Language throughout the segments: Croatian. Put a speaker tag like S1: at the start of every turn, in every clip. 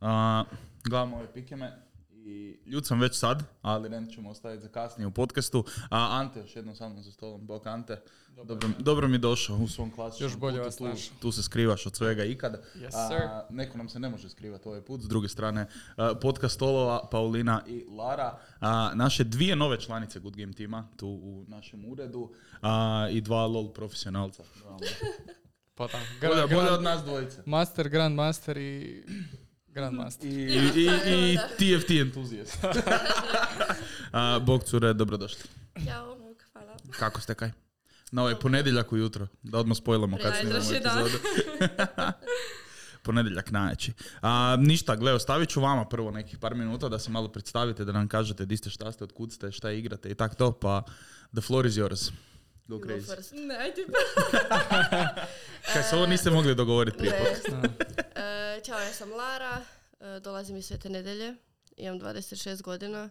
S1: A, gledam ove pikeme i ljud sam već sad, ali rent ćemo ostaviti za kasnije u podcastu. A, Ante, još jednom sa mnom za stolom. Bok Ante, dobro, dobro mi došao u svom klasičnom
S2: Još bolje
S1: putu,
S2: vas
S1: tu,
S2: našao.
S1: tu se skrivaš od svega ikad.
S2: Yes, sir.
S1: A, neko nam se ne može skrivati ovaj put. S druge strane, a, podcast Olova, Paulina i Lara. A, naše dvije nove članice Good Game tima tu u našem uredu a, i dva LOL profesionalca. Bravo.
S2: Pa da.
S1: Bolje,
S2: Grand-
S1: bolje
S2: grand-
S1: od nas dvojice.
S2: Master, Grand Master i Grand Master.
S1: I, i, i, i TFT entuzijast. A, Bog cure, dobrodošli.
S3: Jao, mog, hvala.
S1: Kako ste kaj? Na ovaj ponedjeljak ujutro, da odmah spojlamo kad snimamo
S3: Prenajdeš je, da.
S1: epizodu. ponedjeljak najjači. A, ništa, gle, ostavit ću vama prvo nekih par minuta da se malo predstavite, da nam kažete di ste, šta ste, otkud ste, šta igrate i tak to, pa the floor is yours. Go
S3: Go
S1: crazy.
S3: first. Ne, aj ti pa.
S1: Kaj se ovo niste mogli dogovoriti prije?
S3: Ne.
S1: podcasta?
S3: E, Ćao, ja sam Lara, e, dolazim iz Svete nedelje, imam 26 godina,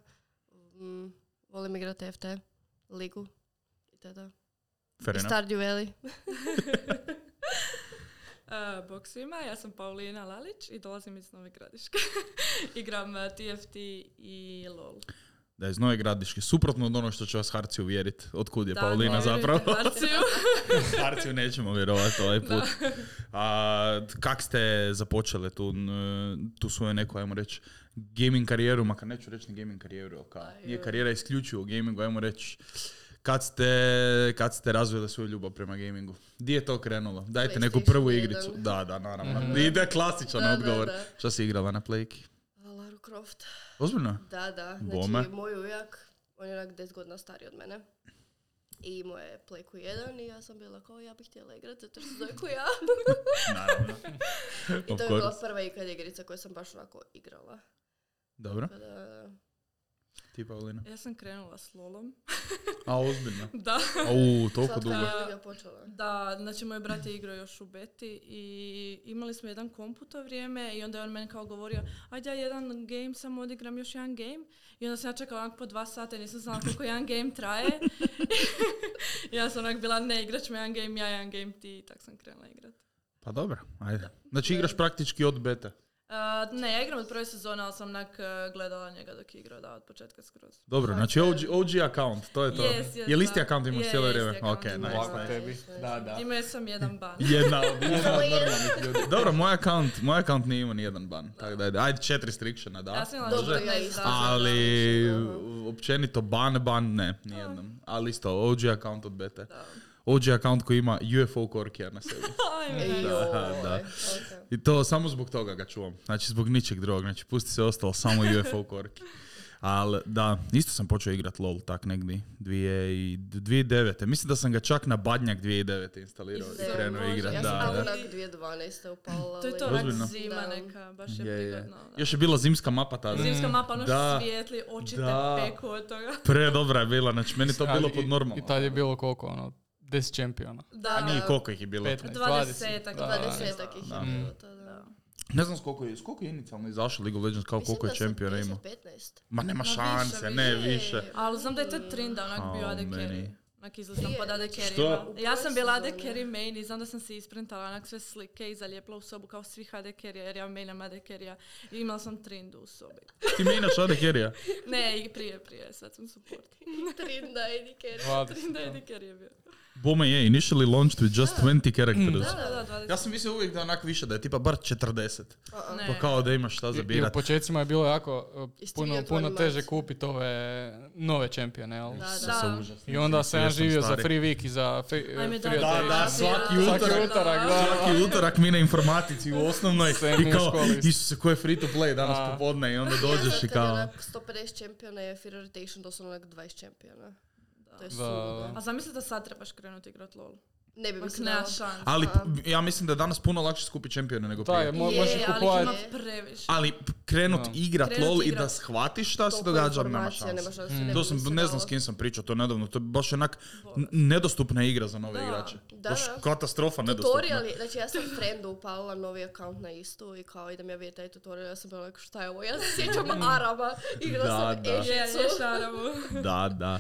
S3: Mm, volim igrati FT, ligu i tada.
S1: Fair
S3: I
S1: enough.
S3: Stardew Valley.
S4: Uh, bok svima, ja sam Paulina Lalić i dolazim iz Nove Gradiške. Igram eh, TFT i LOL.
S1: Da je iz Nove Gradiške, suprotno od ono što će vas Harci uvjeriti, otkud je Paulina
S4: vjerujte
S1: zapravo.
S4: Marciju.
S1: Harciju nećemo vjerovati ovaj put. A, kak ste započele tu, n- tu svoju neku, ajmo reći, gaming karijeru, makar neću reći ni gaming karijeru, ali ka, nije karijera isključivo u gamingu, ajmo reći, kad ste, kad ste razvili svoju ljubav prema gamingu? Di je to krenulo? Dajte neku
S3: PlayStation
S1: prvu
S3: 1.
S1: igricu. Da, da, naravno. Ide klasičan
S3: Da, da,
S1: odgovor.
S3: da.
S1: Šta si igrala na playki?
S3: A, Lara Croft.
S1: Ozbiljno?
S3: Da, da.
S1: Bome.
S3: Znači, moj ujak, on je onak 10 godina stariji od mene. I imao je Playku 1 i ja sam bila kao, ja bih htjela igrati zato što se zove ko ja.
S1: Naravno.
S3: I
S1: Of
S3: to je bila
S1: course.
S3: prva ikad igrica koju sam baš onako igrala.
S1: Dobro.
S3: Tako da,
S1: Ti, Paulina.
S4: ja sam krenula s LOLom.
S1: A, ozbiljno.
S4: Da.
S1: Au, toliko
S3: Slatko
S1: dugo.
S3: je liga počela.
S4: Da, znači moj brat je igrao još u Beti i imali smo jedan komput to vrijeme i onda je on meni kao govorio ajde ja jedan game samo odigram još jedan game i onda sam ja čekala onak po dva sata i nisam znala koliko jedan game traje. ja sam onak bila ne igrač me jedan game, ja jedan game ti i tak sam krenula igrat.
S1: Pa dobro, ajde. Znači igraš praktički od beta.
S4: Uh, ne, ja igram od prve sezone, ali sam onak uh, gledala njega dok je igrao, da, od početka skroz.
S1: Dobro, znači OG, OG account, to je to.
S4: Yes, yes,
S1: je li isti
S4: da.
S1: account imaš
S4: Je,
S1: cijelo
S4: isti
S1: vrijeme?
S4: account
S1: Ok,
S4: imam.
S1: nice.
S2: Hvala tebi.
S1: Da, da.
S4: Imao sam jedan ban.
S1: Jedna od, jedna od normalnih ljudi. Dobro, moj account, moj account nije imao nijedan ban. Tako da, ajde, ajde četiri strikšena, da.
S4: Ja sam imala
S3: Dobro,
S4: 14
S3: ja isto.
S4: dana.
S1: Ali,
S3: Aha.
S1: općenito, ban, ban, ne, nijednom. Ali isto, OG account od beta.
S4: Da.
S1: OG account koji ima UFO korkija na sebi.
S4: Ajme.
S3: Ej, joj,
S1: da.
S3: ok.
S1: I to samo zbog toga ga čuvam. Znači zbog ničeg drugog. Znači pusti se ostalo samo UFO korki. Ali da, isto sam počeo igrat LOL tak negdje. 2009. Mislim da sam ga čak na badnjak 2009. instalirao i
S3: Isuse,
S1: krenuo
S4: Bože,
S1: igrat.
S3: Ja
S1: Da,
S3: sam
S1: da.
S3: tako onak 2012. upala.
S4: To je to
S3: ali-
S4: onak
S1: Ozbiljno?
S4: zima
S3: Da.
S4: neka, baš je
S1: Je, je.
S4: prigodno. da.
S1: Još je bila zimska mapa tada.
S4: Zimska mapa, ono
S1: Mm, Da.
S4: što svijetli, oči
S1: Da.
S4: te peku od toga.
S1: Pre dobra je bila, znači meni je to bilo
S2: Ali
S1: pod
S2: i-
S1: normalno.
S2: I tad je bilo koliko, ono, 10 čempiona.
S4: Da,
S1: Nije koliko ih je bilo.
S2: 15, 20.
S4: 20-ak,
S2: da.
S3: 20-ak ih je
S4: Mm.
S3: bilo tada.
S1: Ne znam s koliko je, s koliko je inicijalno izašao League of Legends, kao koliko je čempiona imao.
S3: 15.
S1: Ma nema
S4: više,
S1: šanse, ne
S3: više.
S1: više.
S4: Ali znam da je tad Trinda onak bio
S1: How
S4: AD carry.
S1: many?
S4: Onak izlazno
S3: Prije,
S4: pod AD
S3: znači,
S1: Što?
S4: carryima.
S3: U
S4: Ja sam bila AD
S3: prvoj sezoni.
S4: carry main i znam da sam si isprintala onak sve slike i zalijepila u sobu kao svih AD carry jer ja mainam AD carry I imala sam Trindu u sobi.
S1: Ti me inače ode Kerija.
S4: Ne, i prije, prije, sad sam support.
S3: Trinda i Niker.
S1: Mm.
S2: 20.
S4: Trinda je AD carry je bio.
S1: Bome je, initially launched with just 20 characters.
S4: Da, da, 20.
S1: Ja sam mislio uvijek da onak više, da je tipa bar 40.
S2: E.
S4: Ne.
S1: Pa kao da imaš šta
S2: I-
S1: za
S2: I u
S1: birat.
S2: početcima je bilo jako uh,
S3: Isti
S2: puno,
S3: bio
S2: puno
S3: tvoj
S2: teže
S3: mac.
S2: kupiti ove nove čempione, jel?
S4: Da.
S2: I onda sam ja
S1: Jesam
S2: živio za
S1: stari.
S2: free week i za free,
S4: Ajme, da,
S2: free
S1: Da,
S2: attack.
S1: da, svaki
S4: Da.
S2: Svaki
S1: utorak.
S2: utorak, da.
S1: Svaki utorak mi na informatici u osnovnoj
S2: Sve mi
S1: i
S2: u
S1: kao,
S2: školi.
S1: isuse, ko je free to play danas
S2: A.
S1: popodne i onda
S3: Ja
S1: dođeš
S3: sam
S1: i
S3: kad je
S1: kao...
S3: onak 150 čempiona je Fear Rotation, doslovno onak 20 čempiona. To je
S2: Da.
S3: suludo.
S4: A zamisli da sad trebaš krenuti igrat LOL.
S3: Ne bi mi
S4: Mak
S3: se
S4: nema
S3: dalo.
S4: šans.
S1: Ali p- ja mislim da je danas puno lakše skupi čempione nego
S2: Da, je,
S1: prije.
S2: mo-
S3: Je,
S2: možeš
S4: E, ali ih
S2: kupovati
S4: ima previše.
S1: Ali p- krenut
S2: Da.
S1: igrat
S4: Krenut
S1: LOL i
S4: igrat.
S1: da shvatiš šta se
S3: Toliko
S1: događa, nema
S3: informacija,
S1: šanse.
S3: nema šanse,
S4: Mm.
S3: ne bi
S1: To
S3: mi
S1: sam,
S3: se
S1: ne znam
S3: dalo.
S1: s kim sam pričao to nedavno, to je baš onak n- nedostupna igra za nove
S4: Da.
S1: igrače.
S3: Da,
S1: baš
S3: da.
S1: katastrofa nedostupna.
S3: Tutoriali, znači ja sam trendu upalila novi account na istu i kao idem ja vidjeti taj tutorial, ja sam bila like šta je ovo, ja se sjećam Araba, igrala
S1: Da,
S3: sam
S1: da.
S4: Je, je,
S3: Ežicu.
S4: šaramu.
S1: Da, da.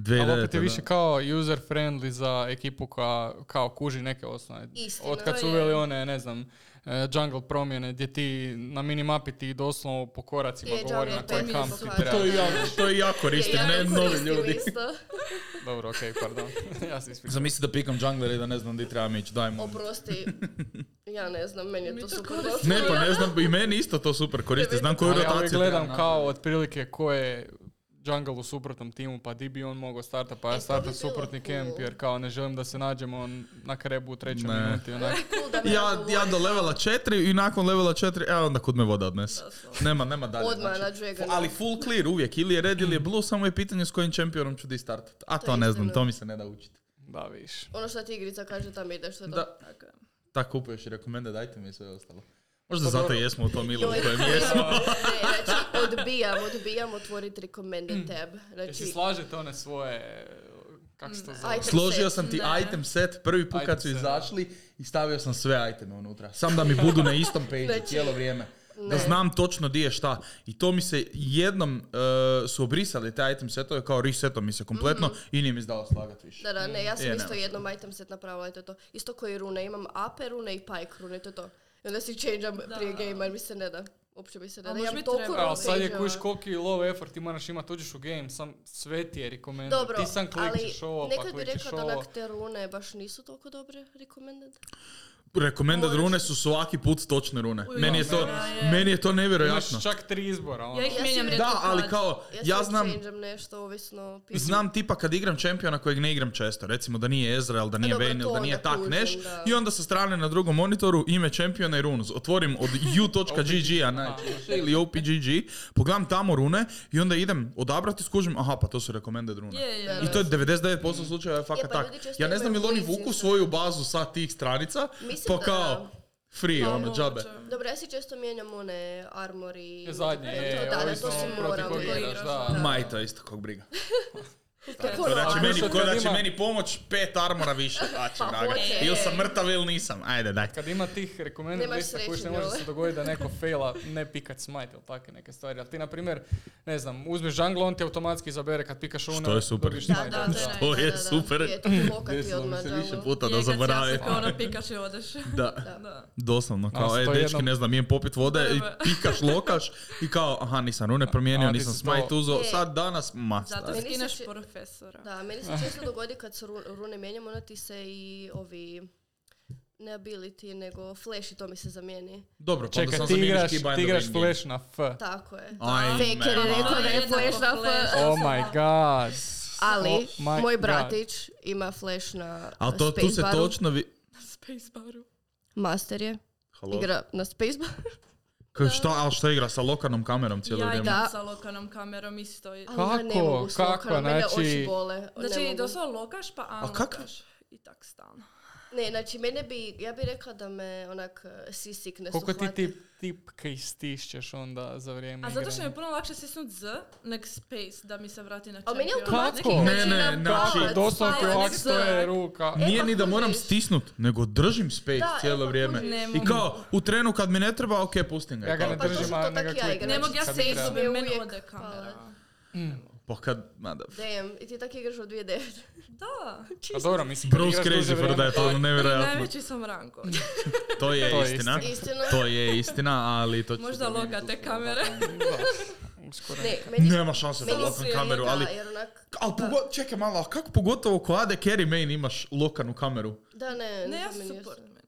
S1: Dve
S2: Ali opet
S1: idete,
S2: je više
S1: da.
S2: kao user friendly za ekipu koja kao kuži neke osnove.
S3: Istina,
S2: Od kad su
S3: je.
S2: uveli one, ne znam, e, jungle promjene gdje ti na minimapi ti doslovno po koracima
S3: Ti je
S2: govori na
S3: jungle
S2: koji
S3: promjene
S2: kamp ti
S3: pokazuje.
S2: treba.
S1: To i ja, to i ja koristim,
S3: Ja
S1: ne
S3: to
S1: novi
S3: koristim
S1: ljudi.
S3: isto.
S2: Dobro, okej, pardon. ja se ispričavam.
S1: Zamisli da pikam džungler i da ne znam di trebam ići, daj mu.
S3: Oprosti, ja ne znam, meni je
S4: Mi
S3: to
S4: to
S3: super
S4: koristimo.
S3: dosta.
S1: Ne, pa ne znam, i meni isto to super koristi, znam koju
S2: Ali ja
S1: rotaciju
S2: uvijek
S1: trebam
S2: gledam
S1: napraviti.
S2: kao otprilike ko je jungle u suprotnom timu, pa di bi on mogao starta, pa ja
S3: E, to bi
S2: startam
S3: bilo
S2: suprotni
S3: cool.
S2: kemp, jer kao ne želim da se nađemo na krebu u trećoj
S1: Ne.
S2: minuti. Onak.
S3: Cool da me
S1: Ja,
S3: odgovori.
S1: ja do levela 4 i nakon levela 4, e onda kud me voda odnese. Nema, nema dalje.
S3: Odmah
S1: znači.
S3: na Dragonu.
S1: Fu- Ali full clear uvijek, ili je red ili je blue, samo je pitanje s kojim čempionom ću di startat. A to,
S3: je
S1: ne
S3: istina.
S1: znam, to mi se ne da učiti.
S2: Da, viš.
S3: Ono što ti igrica kaže, tam ideš. to je to.
S1: Da,
S4: Tako je.
S1: tako kupuješ i rekomende, dajte mi sve ostalo. Možda
S2: Pa
S1: zato
S2: dobro.
S1: i jesmo u tom ilu
S3: Joj,
S1: u kojem
S3: ne,
S1: jesmo.
S3: ne, znači, odbijam, odbijam otvoriti recommended tab.
S2: Jesi
S3: Znači,
S2: slažete one svoje, kak se to zove?
S3: item
S1: Složio
S3: set.
S1: sam ti
S4: Ne.
S1: item set prvi put kad
S2: Item
S1: su
S2: set, da.
S1: izašli i stavio sam sve iteme unutra. Sam da mi budu na istom page
S3: Znači,
S1: cijelo vrijeme. Da
S3: ne.
S1: znam točno di je šta. I to mi se jednom e, su obrisali te item setove, kao resetom mi se kompletno i nije mi izdao slagati više.
S3: Mhm. Da, da, ne, ja
S1: Je,
S3: sam isto
S1: nema.
S3: jednom item set napravila i to je to. Isto koji rune, imam ape rune i pike rune, to je to. I onda si changeam prije game jer mi se ne da. Uopće mi se ne
S4: A
S3: da.
S4: možda
S3: Ja
S4: bi
S3: toliko
S4: trebalo.
S3: rune
S2: Evo, sad je
S3: changeala.
S2: kuš koliki low effort ti moraš imati, uđeš u game, sam sve ti je rekomenduje.
S3: Dobro,
S2: Ti sam
S3: ali
S2: klikćeš ovo, pa
S3: nekad bi
S2: klikćeš
S3: rekao da
S2: ovo.
S3: onak te rune baš nisu toliko dobre recommended.
S1: Recommended
S3: Moraš.
S1: rune su svaki put točne rune.
S4: Uj,
S1: meni, je
S2: da,
S1: to,
S4: meni-
S1: meni je to nevjerojatno.
S2: Imaš čak tri izbora. ono.
S4: Ja ih
S3: Ja
S4: mijenjam
S3: si-
S4: redko
S1: Da, ali
S4: kad.
S1: kao,
S3: Ja,
S1: ja znam,
S3: changeam nešto, ovisno...
S1: znam tipa kad igram čempiona kojeg ne igram često, recimo da nije Ezreal, da nije
S3: dobro,
S1: Vayne
S3: to
S1: ili da nije
S3: onda
S1: tak
S3: kužim,
S1: neš,
S3: da.
S1: i onda sa strane na drugom monitoru ime čempiona i runu. Otvorim od u.gg-a najčešće ili opgg, pogledam tamo rune i onda idem odabrati, skužim, aha, pa to su recommended rune.
S4: Je, je.
S3: Da,
S1: I to je 99% slučajeva je
S3: Je,
S1: fakat
S3: pa
S1: tak.
S3: ljudi često
S1: Ja ne znam
S3: imaju
S1: ili oni
S3: blizu
S1: vuku
S3: isto.
S1: svoju bazu sa tih stranica,
S3: Mislim
S1: pa
S3: da
S1: kao, free,
S3: Pa
S1: ono,
S4: moguće.
S1: džabe.
S3: Dobro, ja si često mijenjam one armor i...
S2: Je E, zadnje,
S3: to,
S2: je,
S3: da, da,
S2: ovisno
S3: to si
S2: protiv
S3: morao.
S2: koga
S4: da.
S2: igraš, da.
S3: Da.
S1: Ma i to isto, kog briga.
S3: Kako
S1: Ko da će
S3: ono,
S1: meni,
S2: Ako
S1: ko da
S2: sad
S1: će
S2: ima-
S1: meni pomoć pet armora više, da će
S3: Pa
S1: draga.
S3: hoće.
S1: Ili sam mrtav ili nisam, ajde daj.
S2: Kad ima tih recommended
S3: Nemaš
S2: lista koji
S3: sreće,
S2: ne može
S3: jel?
S2: se dogoditi da neko faila ne pikat smite ili takve neke stvari. Ali ti, na primjer, ne znam, uzmeš jungle, on ti automatski izabere kad pikaš rune,
S1: Što je super.
S2: dobiš
S3: Da,
S2: smite.
S3: da, da, da,
S1: To
S3: da,
S1: je
S3: da, da.
S1: super.
S3: Je, to pokati
S1: Desilo mi
S3: odmah,
S1: se
S3: da,
S1: više
S3: ono.
S1: puta da
S4: Jegac, ja
S1: zaboravim.
S4: se kao ono pikaš i odeš.
S1: Da,
S4: Da.
S1: doslovno,
S2: Ali
S1: kao,
S2: se
S1: e,
S2: to
S1: dečki,
S2: jednom-
S1: ne znam, idem popit vode i
S4: Da, da.
S1: pikaš, lokaš i kao, aha, nisam rune promijenio,
S2: A, ti
S1: nisam
S2: si
S1: smite
S2: to-
S1: uzeo,
S3: E.
S1: sad danas, ma,
S4: Zato
S1: stari.
S3: Meni se
S4: skineš
S3: čini-
S4: profesora.
S3: Da, meni se često dogodi kad se ru- rune mijenjamo, onda ti se i ovi ne ability, nego flash i to mi se zamijeni.
S1: Dobro, pa onda
S2: Čekaj,
S1: sam
S2: ti
S1: zamijenio
S2: igraš,
S1: Skiba
S2: ti
S1: and the
S2: igraš
S1: Wing Game.
S2: flash na F.
S3: Tako je.
S1: Ajme.
S3: Faker je rekao da je
S4: Jednako
S3: flash na
S4: flash.
S3: F.
S2: Oh my god.
S3: Ali,
S2: Oh my
S3: moj
S2: God.
S3: bratić ima flash na
S1: Ali to, tu se
S3: spacebaru.
S1: točno vi...
S4: Spacebaru.
S3: Master je.
S1: Halo?
S3: Igra na spacebar.
S1: Ka- Šta, ali šta igra sa lokalnom kamerom cijelo
S4: Ja
S1: vrijeme?
S3: da.
S4: sa lokalnom kamerom isto.
S3: Ali ja ne
S2: Kako?
S3: mogu s lokalom,
S2: Kako?
S3: mene
S2: Znači-
S3: oči bole. ne
S4: Znači,
S3: mogu.
S4: doslovno lokaš pa
S1: kak-
S4: unlockaš. I tak stalno.
S3: Ne, znači mene bi, ja bih rekla da me onak eh, sea sickness
S2: Koliko ti
S3: uhvati.
S2: tip, tipke istišćeš onda za vrijeme
S4: A zato što mi
S2: igranja?
S4: je puno lakše stisnut Z nek space da mi se vrati na ono.
S3: A meni
S4: čempion.
S3: automatski
S2: Kako?
S1: Ne, ne,
S3: nam
S1: znači,
S3: palac,
S2: Doslovno ti
S3: palac.
S2: ovak stoje ruka.
S3: E,
S1: Nije
S3: pa
S1: ni da moram
S3: kužiš.
S1: stisnut, nego držim space
S3: Da,
S1: cijelo
S3: e, pa
S1: vrijeme.
S3: kužiš.
S4: Ne
S1: I
S4: mogu.
S1: kao, u trenu kad mi ne treba, ok, pustim ga.
S2: Ja ga
S1: Kao-
S2: ne
S3: Pa to
S2: držim,
S3: su
S2: a
S3: to
S2: ne
S3: tak
S2: ga
S3: i ja
S2: kliknem.
S3: igram.
S4: Ne mogu ja
S2: Kad bi
S4: se
S2: trebalo.
S4: izgubim, meni
S3: Uvijek
S4: ode kamera.
S3: pala.
S1: Pa kad, ma da.
S3: Damn, i ti tak igraš od 2009.
S4: Da.
S2: A dobro, mislim, kad
S1: Bruce
S2: igraš duže
S1: Crazy for
S2: vrijeme,
S1: da je to nevjerojatno.
S4: Najveći sam rango.
S1: To
S2: To
S1: je
S2: je
S1: istina.
S3: Istina.
S1: To je istina, ali to će se
S4: Možda
S1: promijeniti.
S4: lokate kamere.
S2: Da, uskoro.
S3: Ne, meni
S1: Nema šanse da
S3: meni
S1: lokam
S3: se-
S1: kameru, ali...
S3: Da, jer onak,
S1: Ali pogo- čekaj malo, a kako pogotovo ko AD carry main imaš lokanu kameru?
S3: da ne,
S4: Ne, ja sam
S3: znam, meni
S4: support.
S3: jesu.
S4: man.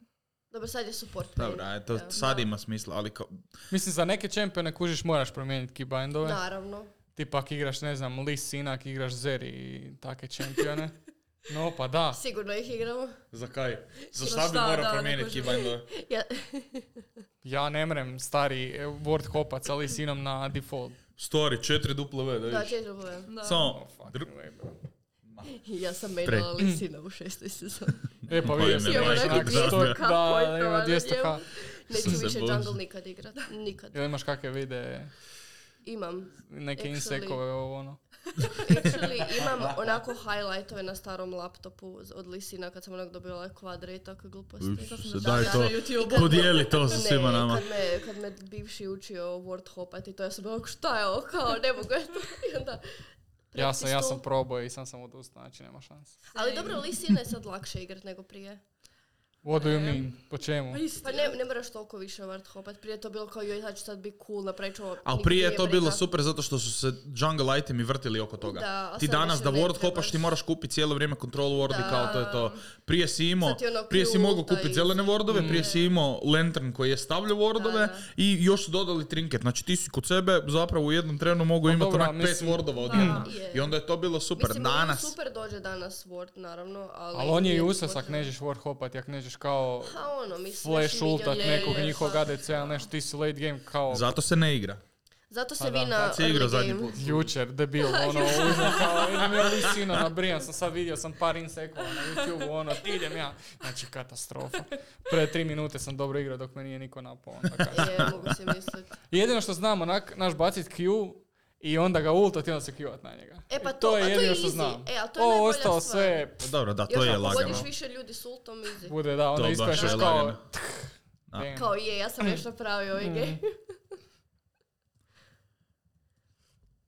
S3: Dobro, sad je support.
S1: Dobro,
S3: meni,
S1: aj, to
S3: da.
S1: sad ima smisla, ali kao...
S2: Mislim, za neke čempione kužiš moraš promijeniti keybindove.
S3: Naravno.
S2: Ti pak igraš, ne znam, Lee Sinak, igraš Zeri i take čempione. No, pa da.
S3: Sigurno ih igramo.
S1: Za kaj? Za
S4: šta bi šta, morao da, ne promijeniti
S1: promijeniti
S4: kužim. keybindove?
S3: Ja,
S2: Ja ne mrem stari e, word hopac sa Lee Sinom na default.
S1: Story, 4 duple V, da
S3: da,
S1: vidiš.
S3: čeći problem.
S4: Da.
S1: Samo...
S2: Oh,
S1: dru-
S2: fucking way, bro.
S3: Ja sam
S1: Pre.
S3: menila Lisina u šestoj sezoni.
S2: E, pa
S1: Pa
S2: vidio
S1: ime,
S2: sam
S1: majka,
S2: imaš onak
S1: da.
S2: 100
S3: Kako je to,
S2: da, ima
S3: ali
S2: 200k.
S3: njemu- Neću
S1: Se
S3: više
S1: bože.
S3: jungle nikad igrat. Nikad.
S2: Ili imaš kakve vide,
S3: Imam.
S2: neke
S3: Actually-
S2: insekove, ovo ono.
S3: Actually, imam onako highlightove na starom laptopu z- od Lisina kad sam onak dobila kvadre i takve gluposti.
S1: Uš, se
S3: Da,
S1: daj
S3: da.
S1: to.
S4: Na YouTube.
S1: Podijeli to sa
S3: Ne,
S1: svima nama.
S3: Kad me, kad me bivši učio word hopati, to ja sam bila, šta je ovo, kao, ne mogu ja to. I onda,
S2: Ja sam, ja
S3: stol.
S2: sam probao i sam sam odustao, znači nema šanse.
S3: Ali dobro, Lisina je sad lakše igrat nego prije.
S2: What do you
S4: E.
S2: mean? Po čemu?
S4: Pa isti. ja.
S3: Pa ne, ne moraš toliko više vart hopat. Prije je to bilo kao, joj, sad ću sad biti cool, napravit ću ovo.
S1: Ali
S3: nikog
S1: prije je
S3: nije
S1: to
S3: briga.
S1: bilo super zato što su se jungle itemi vrtili oko toga.
S3: Da, a
S1: ti
S3: sad
S1: danas
S3: više
S1: da
S3: ne
S1: word
S3: trebaš.
S1: hopaš ti moraš kupiti cijelo vrijeme control word i
S3: Da.
S1: kao to je to. Prije si imao,
S3: Sad ti ono
S1: prije si
S3: kljuta
S1: mogao kupiti
S3: i- Mm.
S1: zelene wordove, prije si imao lantern koji je stavljao wordove
S3: Da, da.
S1: i još su dodali trinket. Znači ti si kod sebe zapravo u jednom trenu mogao
S2: Pa
S1: imati
S2: dobro,
S1: onak
S2: a
S1: pet
S2: mislim-
S1: wordova odjednom.
S3: je.
S1: I onda je to bilo super.
S3: Mislim, ono
S1: danas,
S3: super dođe danas Word, naravno, ali...
S2: Ali on je i
S3: nije
S2: usas ak
S3: potrebno.
S2: nežeš war hopat, ak nežeš kao
S3: Pa ono, mislim...
S2: flash ultat nekog
S3: njihovog
S2: njihovog ADC, ali nešto ti si late game kao
S1: zato se ne igra.
S3: Zato se
S2: Pa da.
S3: vi na
S1: Kad si
S3: early
S1: igrao zadnji
S3: game-
S1: put?
S2: jučer, debil, ono, uzmem kao, idem ja Lisina, nabrijan sam, sad vidio sam par insekova na YouTube, ono, idem ja. Znači, katastrofa. Pre tri minute sam dobro igrao dok me nije niko napao. Onda kaj.
S3: Je, mogu si misliti.
S2: Jedino što znam, onak, naš bacit Q i onda ga ultat i onda se Q-at na njega.
S3: E, pa
S2: I
S3: to- a to je
S2: jedino što
S3: easy.
S2: znam.
S3: E, ali to je
S2: Ovo
S3: najbolja
S2: ostalo
S3: stvar.
S2: sve, pff,
S1: Dobro, da, to
S3: Još
S1: je
S3: ako
S1: lagano.
S3: Vodiš više ljudi s ultom, izi.
S2: bude da, onda
S1: baš
S2: ispadneš
S1: je
S2: kao...
S1: lagano.
S2: tch,
S1: Da.
S2: damn.
S3: Kao je, ja
S2: Mm.
S3: sam nešto pravio ovaj game.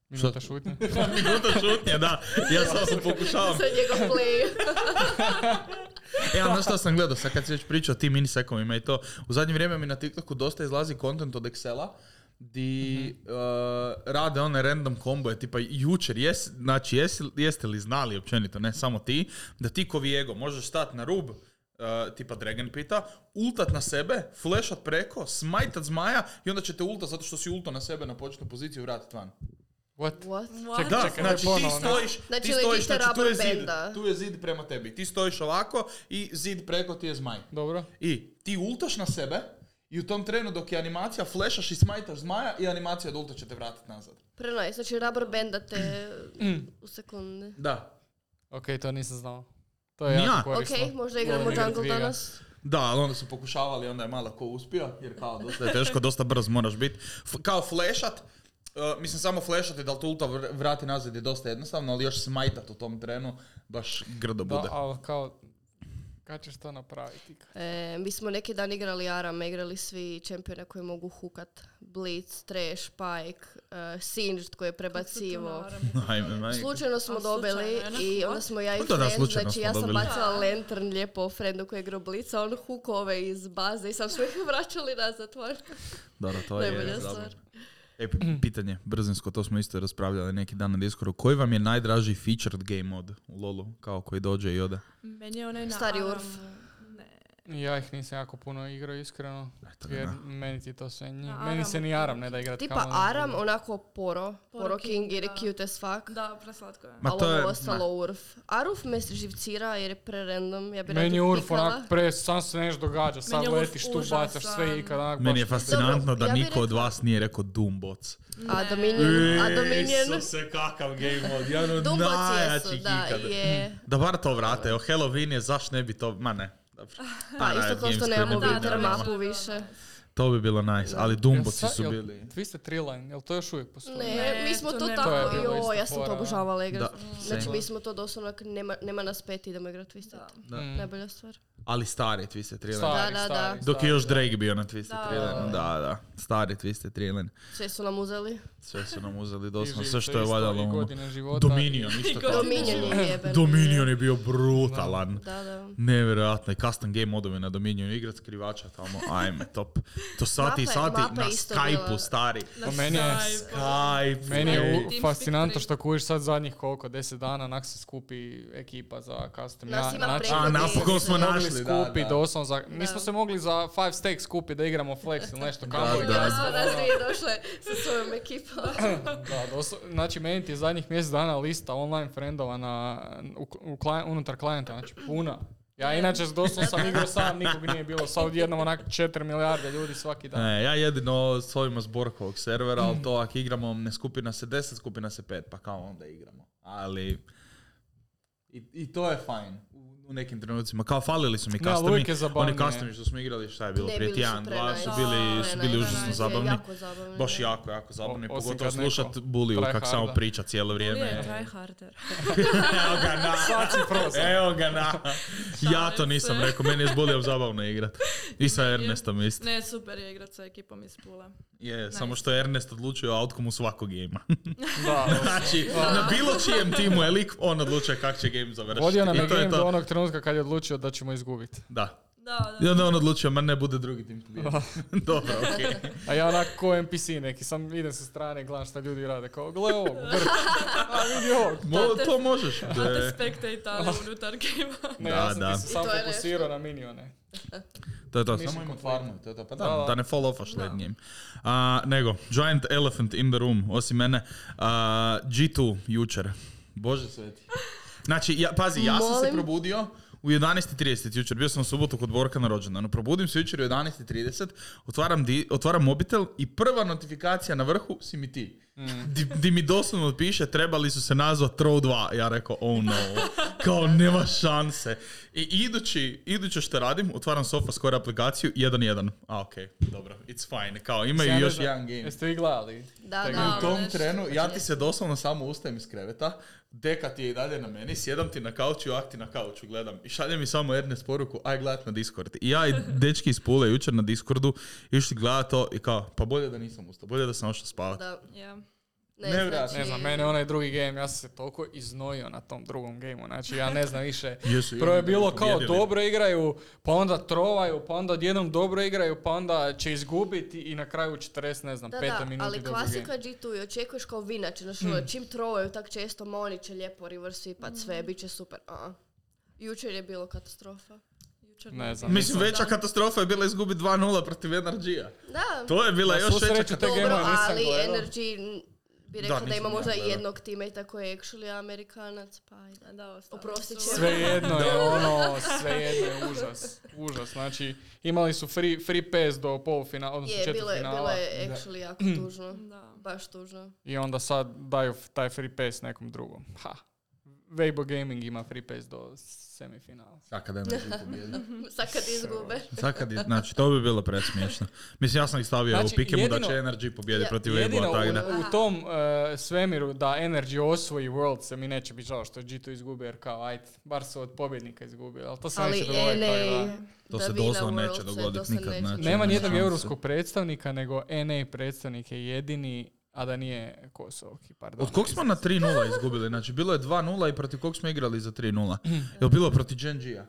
S2: Minuta šutnje.
S1: Minuta šutnje, da. Ja sam pokušavam.
S3: Sa njegov play.
S1: E, ali znaš šta sam gledao, sad kad si već pričao o tim minisekovima i to, u zadnje vrijeme mi na TikToku dosta izlazi kontent od Excela, di uh, rade one random komboje, tipa jučer, jes, znači jesi, jeste li znali općenito, ne samo ti, da ti ko Viego možeš stati na rub, uh, tipa Dragon pita, ultat na sebe, flashat preko, smajtat zmaja i onda će te ultat zato što si ulto na sebe na početnu poziciju i vratit van.
S2: What?
S3: What?
S4: What?
S1: Da,
S2: Čekaj,
S1: znači
S2: ponovo,
S1: ti
S2: ne?
S1: stojiš,
S3: Znači,
S1: ti
S3: legit
S1: stojiš,
S3: je
S1: znači tu je
S3: rubber
S1: zid,
S3: band, da.
S1: tu je zid prema tebi. Ti stojiš ovako i zid preko ti je zmaj.
S2: Dobro.
S1: I ti ultaš na sebe i u tom trenu dok je animacija flešaš i smajtaš zmaja i animacija od ulta će te vratiti nazad.
S3: Prenaj, znači rubber benda te
S1: Mm.
S3: u sekunde.
S1: Da.
S2: Ok, to nisam znao. To je
S1: Ni ja.
S2: jako korisno.
S3: Ok, možda igramo
S2: Volim igrat
S3: jungle
S2: Viga.
S3: danas.
S1: Da, ali onda su pokušavali, onda je malo ko uspio, jer kao dosta je teško, dosta brz moraš biti. F- kao flešat, e, mislim samo flešati da li te ulta vr- vrati nazad je dosta jednostavno, ali još smajtat u tom trenu baš grdo
S2: Da,
S1: bude.
S2: ali kao, kad ćeš to napraviti?
S3: E, mi smo neki dan igrali Arama, igrali svi čempione koji mogu hukat. Blitz, Trash, Pike, e, Singed koji je prebacivo.
S1: Ajme, majke.
S3: Slučajno smo
S4: A, slučajno,
S3: dobili
S4: je, onako,
S3: i
S4: what?
S3: onda smo ja i
S1: Pa da, da,
S3: friend,
S1: slučajno
S3: znači
S1: smo
S3: ja sam
S1: dobili.
S3: bacala lantern lijepo friendu koji je igrao Blitz, a on huko ove iz baze i sam smo ih vraćali nazad van.
S1: Dobro, to
S3: Najbolja
S1: je
S3: stvar.
S1: zabavno. E, p- pitanje, brzinsko, to smo isto raspravljali neki dan na Discordu. Koji vam je najdraži featured game mod u LoLu, kao koji dođe i ode?
S4: Meni je onaj na
S3: Stari
S4: Aram.
S3: Urf.
S4: Ne.
S2: Ja ih nisam jako puno igrao, iskreno.
S1: Eto ga,
S2: Jer
S1: da.
S2: meni ti to sve nije.
S4: Na
S2: Meni
S4: Aram.
S2: se ni Aram ne da ono. igrat.
S3: Tipa
S2: kamoli na
S3: Aram,
S2: drugo.
S3: onako poro, poro
S4: King,
S3: King jer je
S4: da.
S3: cute as fuck.
S4: Da, preslatko je.
S1: Ma
S3: ali
S1: to je-
S3: ovo ostalo Urf. Aruf me živcira jer je pre random, ja bi
S2: Meni je
S3: rekla
S2: Urf
S3: pikala.
S2: onak pre, sam se nešto događa,
S4: Meni
S2: sad
S4: je Urf
S2: letiš tu, bacaš sve
S4: užasan.
S2: i kad onak
S1: Meni je
S2: baš-
S1: fascinantno da
S3: Dobro, ja bi
S1: niko od
S3: rekla-
S1: vas nije rekao Doombots.
S3: A Dominion, a Dominion.
S1: Isuse, kakav game mod, jedan od
S3: Dumboci jesu,
S1: najjačih
S3: da,
S1: ikada.
S3: je.
S1: Da bar to vrate, o Halloween je, zaš ne bi to, ma ne. Dobro.
S3: Pa
S1: Riot
S3: isto kao što ono
S1: Games
S3: nemamo
S1: koji ne bi
S3: winter
S1: naravno.
S3: mapu više.
S1: To bi bilo nice, ali Doomboci
S2: Jel sa-
S1: su
S2: jel
S1: bili.
S2: 203 line, jel to još uvijek postoji?
S3: Ne, mi smo
S4: to
S3: to
S4: ne.
S2: To je
S3: tako,
S2: bilo isto
S3: joj, ja sam to
S2: fora.
S3: obožavala igrat.
S1: Da,
S3: Znači
S1: same.
S3: mi smo to doslovno, ak nema, nema nas pet, idemo igrat Twisted.
S1: Da.
S2: Mm.
S3: Najbolja stvar.
S1: Ali stari Twisted Trailer.
S2: Stari,
S3: Da, da,
S2: stari,
S3: da.
S1: Dok je
S2: stari,
S1: još
S2: da.
S1: Drake bio na Twisted
S4: Da.
S1: Trailer. Da, da. Stari Twisted Trailer.
S3: Sve su nam uzeli.
S1: Sve su nam uzeli
S2: I
S1: doslovno,
S2: živi
S1: sve
S2: to
S1: što je
S2: isto, i
S1: valjalo. ono.
S2: godine života.
S1: Dominion, isto tako.
S3: Dominion je jeben.
S1: Dominion je bio brutalan.
S3: Da, da.
S1: Nevjerojatno, i custom game modove na Dominion igrat skrivača tamo, ajme, top. To sati i
S3: Mapa je-
S1: sati
S3: mapa
S1: na
S3: je isto
S1: Skype-u,
S3: bila-
S1: stari.
S4: Na
S2: Pa meni je-
S4: Skype-u.
S1: Skype,
S2: Meni je
S1: ej.
S2: u-
S4: Teamspeak
S2: fascinantno
S4: tri.
S2: što kužiš sad zadnjih koliko, 10 dana, nak se skupi ekipa za custom. znači
S3: Nas ima preko
S1: A, napokon
S3: deset.
S1: smo
S2: mogli
S1: našli, da,
S2: skupiti
S1: da.
S2: doslovno za... Nismo se mogli za 5 stakes skupiti da igramo flex ili nešto
S1: Da,
S2: kamo.
S1: da.
S3: Ja smo nas dvije došle sa svojom ekipom.
S2: Da, doslovno, znači meni ti je zadnjih mjesec dana lista online friendova na, u, u klij- unutar klijenta, znači puna. Ja inače doslovno sam igrao sam, nikog nije bilo, sa odjednom onak 4 milijarde ljudi svaki dan.
S1: E, ja jedino svojima s Borkovog servera, ali to ako igramo ne skupina se 10, skupina se 5, pa kao onda igramo. Ali i, i to je fajn u- u nekim trenucima. Kao falili su mi
S2: Ne, ali
S1: customi,
S2: uvijek je zabavnije.
S1: oni customi što smo igrali, šta je bilo,
S3: Ne,
S1: prije
S3: bili su
S1: tjedan, dva
S3: prenice.
S1: su bili, su bili
S3: Prenice,
S1: užasno
S4: je
S1: zabavni.
S3: Jako zabavni.
S1: Baš
S3: da.
S1: jako, jako zabavni,
S2: O- osim
S1: pogotovo
S2: kad neko
S1: slušat Buliju kak
S2: tryharda.
S1: samo priča cijelo
S4: Nije
S1: vrijeme.
S4: try harder.
S1: Evo ga na,
S2: Sad si prozvan.
S1: evo ga na. Ja to nisam rekao, meni je s Bulijom zabavno igrat. I sa Ernestom isto.
S4: Ne, super je igrat sa ekipom iz Pule.
S1: Je, samo što je Ernest odlučio o outcomeu svakog gema.
S2: Da,
S1: znači, na bilo čijem timu je lik, on odlučuje kak će game završiti.
S2: vodio nam je
S1: I to
S2: game
S1: je
S2: do
S1: to.
S2: onog trenutka kad je odlučio da ćemo izgubiti.
S1: Da.
S4: Da,
S1: I
S2: Ja,
S4: da.
S1: onda on odlučio, ma ne bude drugi tim pobijedio. Dobro, okej.
S2: A ja onak ko NPC neki, sam idem sa strane i gledam šta ljudi rade. Kao, gle ovog, brk. A vidi ovog.
S1: Mo- to možeš.
S4: Da
S1: E,
S4: te spektejtali
S2: Oh.
S4: unutar gejma.
S2: Ne,
S1: Da,
S2: ja sam
S1: da.
S2: ti se
S3: I
S2: sam
S3: to je
S2: fokusirao na minione.
S1: To je to.
S2: Mission
S1: Samo ima
S2: complete.
S1: farmu i to je to. Pa da,
S2: Da, da.
S1: da ne fall offaš late game. A, nego, Giant Elephant in the Room, osim mene, a, G2 jučer. Bože sveti. Znači, ja, pazi, ja sam se
S3: Molim?
S1: probudio u 11.30 jučer, bio sam u subotu kod Borka na rođendanu. Probudim se jučer u 11.30, otvaram, di, otvaram mobitel i prva notifikacija na vrhu si mi ti. Di, di mi doslovno piše trebali su se nazvat Throw 2. Ja rekao, oh no, kao nema šanse. I idući, iduće što radim, otvaram SofaScore aplikaciju 1.1. A okej, dobro, it's fine. Kao imaju
S2: Ja ne
S1: još
S2: znam,
S1: jedan game.
S2: Jeste vi gledali?
S3: Da,
S2: Taj
S3: da.
S1: U tom
S3: nešto.
S1: trenu ja ti se doslovno samo ustajem iz kreveta, deka ti je i dalje na meni, sjedam ti na kauču, ja ti na kauču gledam i šalje mi samo Ernest poruku, aj gledat na Discord. I ja i dečki iz Pule jučer na Discordu išli gledat to i kao, pa bolje da nisam ustao, bolje da sam ošao spavat.
S3: Da.
S4: Ja.
S3: Ne,
S1: Nevjerojatno.
S3: znači,
S2: Ne znam, mene onaj drugi game, ja sam se toliko iznojio na tom drugom gameu, znači ja ne znam više.
S1: Jesu,
S2: Prvo je
S1: jedni
S2: bilo
S1: drugi
S2: kao
S1: pobijedili.
S2: dobro igraju, pa onda trovaju, pa onda odjednom dobro igraju, pa onda će izgubiti i na kraju u 40, ne znam,
S3: Da,
S2: peta
S3: da,
S2: minuta
S3: ali
S2: dobiju game.
S3: klasika G2 i očekuješ kao vinače, znači
S1: Hmm.
S3: ono, čim trovaju tak često, ma oni će lijepo reverse swipat sve, bit će super. a Jučer je bilo katastrofa.
S4: Jučer
S2: Ne znam.
S1: Mislim, veća katastrofa je bila izgubiti 2-0 protiv Energy-a.
S3: Da,
S1: To je bila
S2: Na
S1: još
S2: svu
S1: veća
S2: sreću te
S1: katastrofa.
S2: game-
S3: dobro,
S2: gamea nisam
S3: ali
S2: gledao.
S3: Energy n- bi rekla da,
S1: nisam
S3: ima
S1: ja
S3: možda
S1: gledao.
S3: jednog teammate koji je actually Amerikanac, pa ajde.
S4: Da, ostalo.
S3: Oprostit će.
S2: Sve jedno je ono, sve jedno je užas. Užas, znači imali su free, free pass do polufinala, odnosno
S3: Je, bilo je, bilo
S2: četvrtfinala
S3: je actually jako tužno.
S4: Da.
S3: Baš tužno.
S2: i onda sad daju f- taj free pass nekom drugom. Ha. Weibo Gaming ima free pass do semifinala.
S1: Sad kad Energy pobijedi.
S3: Sad kad izgube.
S1: Sad kad je- znači, to bi bilo presmiješno. Mislim, ja sam ih stavio
S2: Znači,
S1: u pikemu da
S2: jedino-
S1: će Energy pobijedi
S3: Ja,
S1: protiv
S2: Jedino
S1: Weibo, tako da.
S2: u, u tom e, svemiru da Energy osvoji World se mi neće biti žao što je G2 izgubio jer kao ajde, bar su od pobjednika izgubili, ali to se
S3: Ali E
S2: neće dogoditi. tako da.
S3: NA,
S1: To
S3: da
S1: se
S3: vina
S1: doslovno neće
S3: World se, to
S1: dogoditi
S3: se
S1: nikad,
S3: neće
S1: znači.
S2: Nema
S1: Nema
S2: nijednog
S1: šanse.
S2: europskog predstavnika, nego NA predstavnik je jedini, a da nije Kosovki, pardon.
S1: Od kog smo na 3-0 izgubili? Znači, bilo je 2-0 i protiv kog smo igrali za 3-0? Jel bilo protiv Genji-a?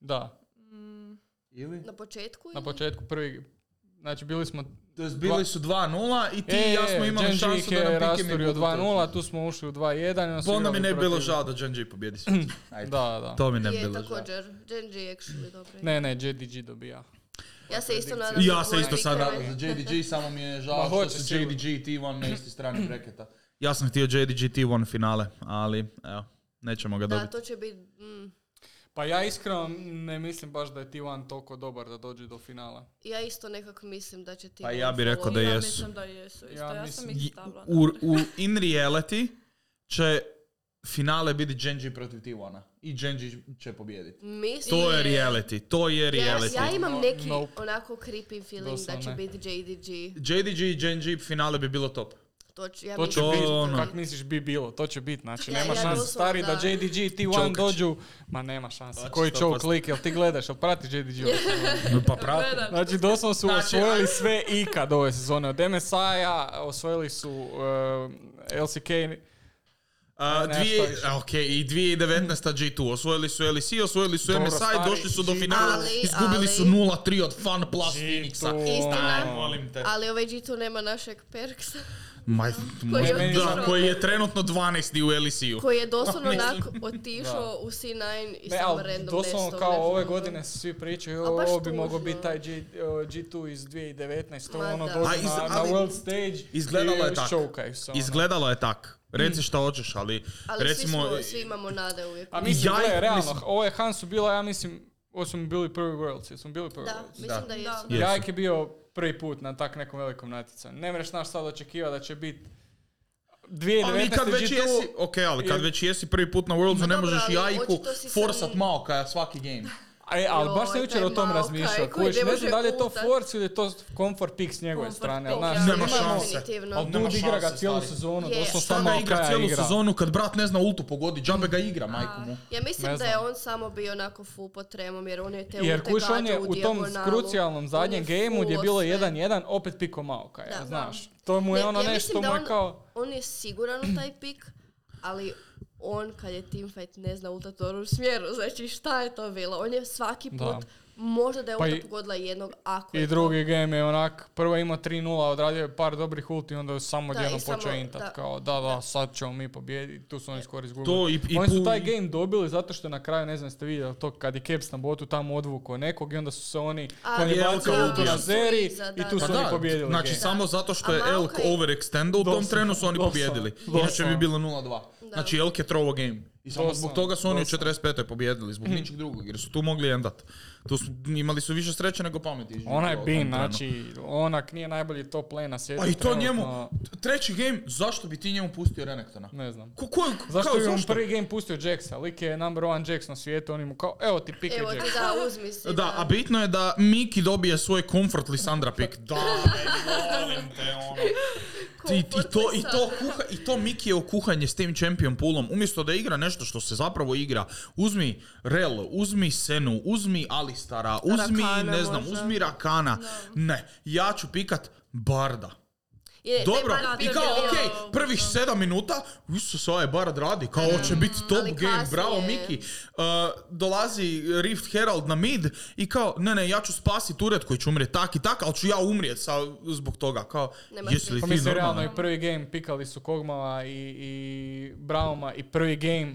S2: Da,
S4: Mm,
S1: Ili?
S3: Na početku
S2: na
S3: ili?
S2: početku prvi, znači bili smo...
S1: To jest, bili su 2-0 i ti i ja smo imali
S2: Genji
S1: šansu
S2: ih
S1: da nam
S2: je
S1: Pikemi
S2: rasturio
S1: budu to.
S2: 2-0, tu smo ušli u 2-1. i onda su
S1: Pa onda mi
S2: igrali
S1: ne bi
S2: protiv-
S1: bilo žao da Genji pobjedi svijet. Ajde.
S2: Da, da.
S1: To mi ne bi
S3: je
S1: bilo žao.
S3: također, Genji je actually dobro.
S2: Ne, ne, JDG dobija.
S3: Ja se isto nadam.
S1: Ja
S3: za
S1: se
S3: tvoje
S1: isto sad
S3: vikende.
S1: nadam za JDG, samo mi je žao
S2: Ma
S1: što
S2: hoće
S1: su
S2: sigurno.
S1: JDG i T1 na istoj strani breketa. Ja sam htio JDG T1 finale, ali evo, nećemo ga
S3: Da,
S1: dobiti.
S3: to će biti... mm,
S2: Pa ja iskreno ne mislim baš da je T1 toliko dobar da dođe do finala.
S3: ja isto nekako mislim da će ti...
S1: Pa ja bi rekao da
S4: ja
S1: jesu.
S4: mislim da jesu. Isto,
S2: Ja
S4: ja,
S2: mislim-
S4: sam ih stavila.
S1: U, u in reality će finale biti Genji protiv T1-a. I Genji će pobijediti.
S3: Mislim...
S1: To je reality, to je
S3: Ja-
S1: reality.
S3: Ja imam neki
S2: Nope.
S3: onako creepy feeling da
S2: Doslovno
S3: će
S2: ne.
S3: biti JDG.
S1: JDG i Genji finale bi bilo top.
S3: To će, ja
S2: To će
S3: mislim da
S2: biti,
S1: ono.
S2: kak misliš bi bilo, to će biti, znači
S3: Ja-
S2: nema
S3: ja
S2: šanse
S3: doslovno
S2: stari da
S3: da.
S2: JDG i T1
S1: Čokač.
S2: dođu, ma nema šanse,
S1: Znači,
S2: koji čovjek
S1: 100%.
S2: lik, jel ti gledaš, jel prati JDG?
S1: Pa pravo.
S4: Gledam.
S2: Znači doslovno su
S1: Znači,
S2: osvojili sve ikad ove sezone, od MSI-a osvojili su uh, LCK,
S1: A,
S2: Ne,
S1: dvije,
S2: šta više.
S1: a, ok, i 2019. G2. Osvojili su LEC, osvojili su
S2: Dobro,
S1: MSI,
S2: stari,
S1: došli su do
S2: G2.
S1: finala,
S3: Ali,
S1: izgubili
S3: ali-
S1: su 0-3 od Fun Plus Phoenixa.
S2: G2,
S3: Istina.
S1: Aj, molim te.
S3: Ali ovaj G2 nema našeg Perksa,
S1: Ma,
S3: koji je
S1: moj- da,
S3: otišao.
S1: koji je trenutno 12. u E LEC-u.
S3: koji je doslovno
S1: Mislim.
S3: onako otišao u C9 i
S2: Ne,
S3: samo
S2: ali
S3: random
S2: doslovno
S3: nešto,
S2: kao
S3: ne
S2: ove
S3: znam.
S2: godine su svi pričaju,
S3: A baš
S2: ovo bi mogao
S3: tužno.
S2: biti taj G, o, G2 iz 2019.
S3: Ma
S2: to ono
S3: da.
S2: dođe
S1: A iz-
S2: na, na
S1: ali
S2: World Stage
S1: izgledalo je tako.
S2: ščaukaju se. ono.
S1: Izgledalo je tak. Reci šta hoćeš, ali,
S3: Mm. Ali
S1: recimo...
S3: svi, smo, svi imamo nade uvijek.
S2: A mislim,
S1: Ja
S2: gle,
S1: ih-
S2: realno,
S1: mislim-
S2: ovo je Hansu bila, ja mislim, ovo su mi bili prvi Worlds, jesmo bili prvi
S3: Da,
S2: Worlds.
S3: mislim da, jesu.
S4: Da.
S1: Jesu.
S2: Jajk je bio prvi put na tak nekom velikom natjecanju. Ne mreš naš sad očekivati da će biti 2019.
S1: Ali kad već
S2: G2
S1: jesi, ok, ali kad
S2: je-
S1: već jesi prvi put na Worldsu,
S3: Ma
S1: ne
S3: dobro,
S1: možeš
S3: ali
S1: jajku
S3: očito si sam-
S1: forsat malo kao svaki game.
S2: E, ali baš sam
S3: Joj,
S2: jučer
S3: taj
S2: o tom
S3: Maokai
S2: razmišljao.
S3: koji
S2: Kužiš,
S3: ne
S2: ne
S3: može
S2: znam da li je to
S3: putat.
S2: force ili je to comfort pick s njegove
S4: Comfort
S2: strane.
S4: pick,
S2: ali znaš,
S4: ja.
S1: Nema
S3: Nema
S1: šanse.
S3: definitivno.
S2: Ali
S1: Nema
S2: dude igra ga
S1: šanse,
S2: cijelu
S1: stari.
S2: sezonu,
S3: Je.
S2: doslovno
S1: Šta
S2: samo
S1: onda igra
S2: Maokai
S1: cijelu
S2: igra.
S1: sezonu kad brat ne zna ultu pogodi, džabe ga igra, majku mu.
S2: Ne
S3: Ja mislim da je
S2: znam.
S3: on samo bio onako full pod tremom jer on je te
S2: Jer
S3: ute
S2: kuš on je
S3: gađao
S2: u tom
S3: dijagonalu. On
S2: krucijalnom
S3: je
S2: zadnjem gameu gdje je
S3: full
S2: bilo
S3: sve.
S2: 1-1, opet piko Maokaja,
S3: Da.
S2: znaš. To mu je
S3: Ne,
S2: ono
S3: ja mislim
S2: nešto,
S3: da
S2: mu je
S3: on-
S2: kao...
S3: On je siguran u taj pik, ali on kad je teamfight ne zna u toru smjeru, znači šta je to bilo? On je svaki
S2: Da.
S3: put, možda da je
S2: Pa
S3: ulta
S2: i-
S3: pogodila jednog, ako je
S2: I drugi game je onak, prvo je imao 3-0, odradio je par dobrih ulti, onda je samo
S3: Da,
S2: odjednom
S3: i samo-
S2: počeo intat,
S3: da.
S2: kao da, da, sad ćemo mi pobijediti, tu su oni skoro izgubili.
S1: To i- i
S2: oni su
S1: pu-
S2: taj game dobili zato što na kraju, ne znam ste vidjeli to, kad je Caps na botu tamo odvukao nekog i onda su se oni,
S3: A,
S2: kad je
S1: Jelka
S2: bacio ulti
S1: ubija.
S2: na Zeri
S3: Iza,
S2: i
S3: da,
S2: tu
S3: da.
S2: su
S1: Pa
S2: oni
S1: da,
S2: pobijedili
S1: znači
S2: game.
S1: samo zato što je
S3: A
S1: Elk
S3: Maokai-
S1: overextendao u tom
S2: Doslovno,
S1: trenu su oni
S2: doslovno,
S1: pobijedili.
S2: doslovno.
S1: Inače bi bilo 0-2. Znači Elk je trovo game. I samo
S2: Doslovno,
S1: zbog toga su oni u
S2: doslovno.
S1: 45. pobijedili,
S2: Hmm.
S1: zbog ničeg drugog, jer su tu mogli endat. Tu su, imali su više sreće nego pameti.
S2: Onaj
S1: u tom
S2: Bin,
S1: trenu.
S2: znači, onak nije najbolji top lane na svijetu.
S1: Pa i to
S2: trenutno,
S1: njemu, treći game, zašto bi ti njemu pustio Renektona?
S2: Ne znam.
S1: Ko, ko,
S2: Zašto
S1: kao,
S2: bi on
S1: zašto?
S2: prvi game pustio Jacksa? Lik je number one Jacks na svijetu, on mu kao, evo ti pike
S3: Evo ti
S2: Jacksa.
S3: da, uzmi si.
S1: Da, a bitno je da Miki dobije svoj comfort Lisandra pick. Da, volim te, ono. I, i
S3: Komfort
S1: to, i, to
S3: Lisandra.
S1: kuha, I to Miki je okuhanje s tim champion poolom. Umjesto da igra nešto što se zapravo igra, uzmi Rel, uzmi Senu, uzmi Alistara, uzmi,
S3: Rakana
S1: ne znam,
S3: možda.
S1: uzmi Rakana. Ne, ja ću pikat Barda.
S3: Je,
S1: Dobro,
S3: taj bar
S1: i
S3: je
S1: kao,
S3: E, bio- Mm,
S1: ok, prvih sedam minuta, Isus, ovaj Barad radi, kao, hoće biti top
S3: ali
S1: game, bravo,
S3: kasnije.
S1: Miki. Uh, dolazi Rift Herald na mid i kao, ne, ne, ja ću spasit ured koji će umrijet tak i tak, ali ću ja umrijet sa, zbog toga, kao,
S3: Nema
S1: jesi li
S2: Pa
S1: ti
S2: mislim,
S1: normalan?
S2: realno i prvi game pikali su Kogmala i, i Brauma i prvi game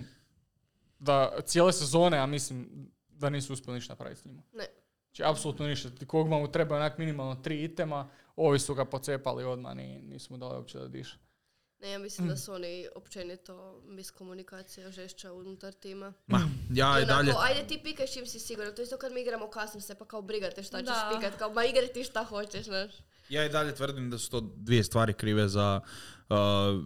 S2: da cijele sezone, a mislim da nisu uspjeli ništa napraviti s njima.
S3: Ne.
S2: Znači, apsolutno ništa. Ti Kogmalu treba onak minimalno tri itema, ovi su ga pocepali odmah i nisu mu dali uopće da diše.
S3: Ne, ja mislim da su oni općenito miskomunikacija žešća unutar tima.
S1: Ma, ja i
S3: Onako,
S1: dalje.
S3: ajde ti pikaj čim si siguran. To je isto kad mi igramo kasno se pa kao brigate šta ćeš
S4: Da.
S3: pikat. Kao, ma igraj ti šta hoćeš, znaš.
S1: Ja i dalje tvrdim da su to dvije stvari krive za uh,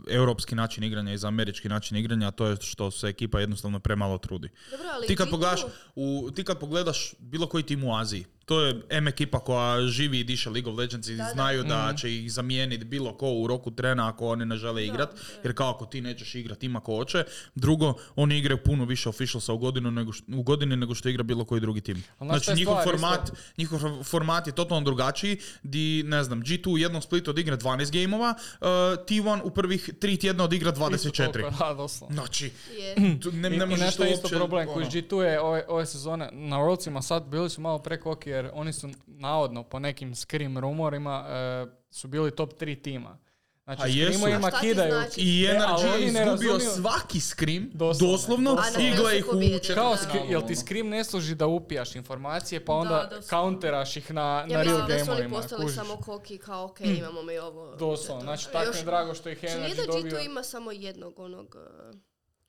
S1: europski način igranja i za američki način igranja, a to je što se ekipa jednostavno premalo trudi.
S3: Dobro, ali
S1: Ti kad,
S3: G2,
S1: pogledaš, u, ti kad pogledaš bilo koji tim u Aziji, to je M ekipa koja živi i diše League of Legends i
S3: da.
S1: znaju da
S2: Mhm.
S1: će ih zamijeniti bilo ko u roku trena ako oni ne žele igrat, jer kao ako ti nećeš igrat ima ko hoće. Drugo, oni igraju puno više officialsa u, godinu nego što, u godini nego što igra bilo koji drugi tim.
S2: Ali znaš šta
S1: Znači
S2: je
S1: njihov
S2: stvar isto?
S1: format, njihov format je totalno drugačiji, di ne znam, G2 u jednom splitu odigra 12 gameova, uh, T1 u prvih tri tjedna odigra
S2: Isto toliko,
S1: 24.
S2: Da, doslovno.
S1: Znači,
S3: Je.
S1: tu ne,
S2: I,
S1: ne
S2: i
S1: možeš
S2: nešto
S1: to
S2: je isto
S1: uopće,
S2: problem koji
S1: ono.
S2: G2 je ove, ove sezone na Worldsima sad bili su malo prekoki jer oni su navodno po nekim scrim rumorima e, su bili top 3 tima. Znači,
S1: A jesu.
S2: screamovima
S3: A šta ti
S2: kidaju.
S3: znači?
S1: I
S2: E, ali
S1: Energy
S2: oni
S1: je
S2: ne
S1: izgubio
S2: razumiju-
S1: svaki skrim,
S2: Doslovno,
S1: doslovno, i
S3: doslovno. A na
S1: gle
S3: kraju
S1: ih
S3: su
S1: u
S3: pobijedili,
S2: Kao,
S1: četvrtfinalu,
S2: skri- jel ti
S1: ono.
S2: scrim ne služi da upijaš informacije pa onda
S4: doslovno.
S2: counteraš ih na,
S3: Ja
S2: na real
S3: mislim da su oni
S2: gameovima.
S3: postali
S2: kužiš?
S3: samo koki kao, ok, imamo mi ovo.
S2: Doslovno, znači
S3: Još-
S2: tako je drago što ih je
S3: Znači, nije da
S2: Energy
S3: G2
S2: dobio.
S3: ima samo jednog onog uh,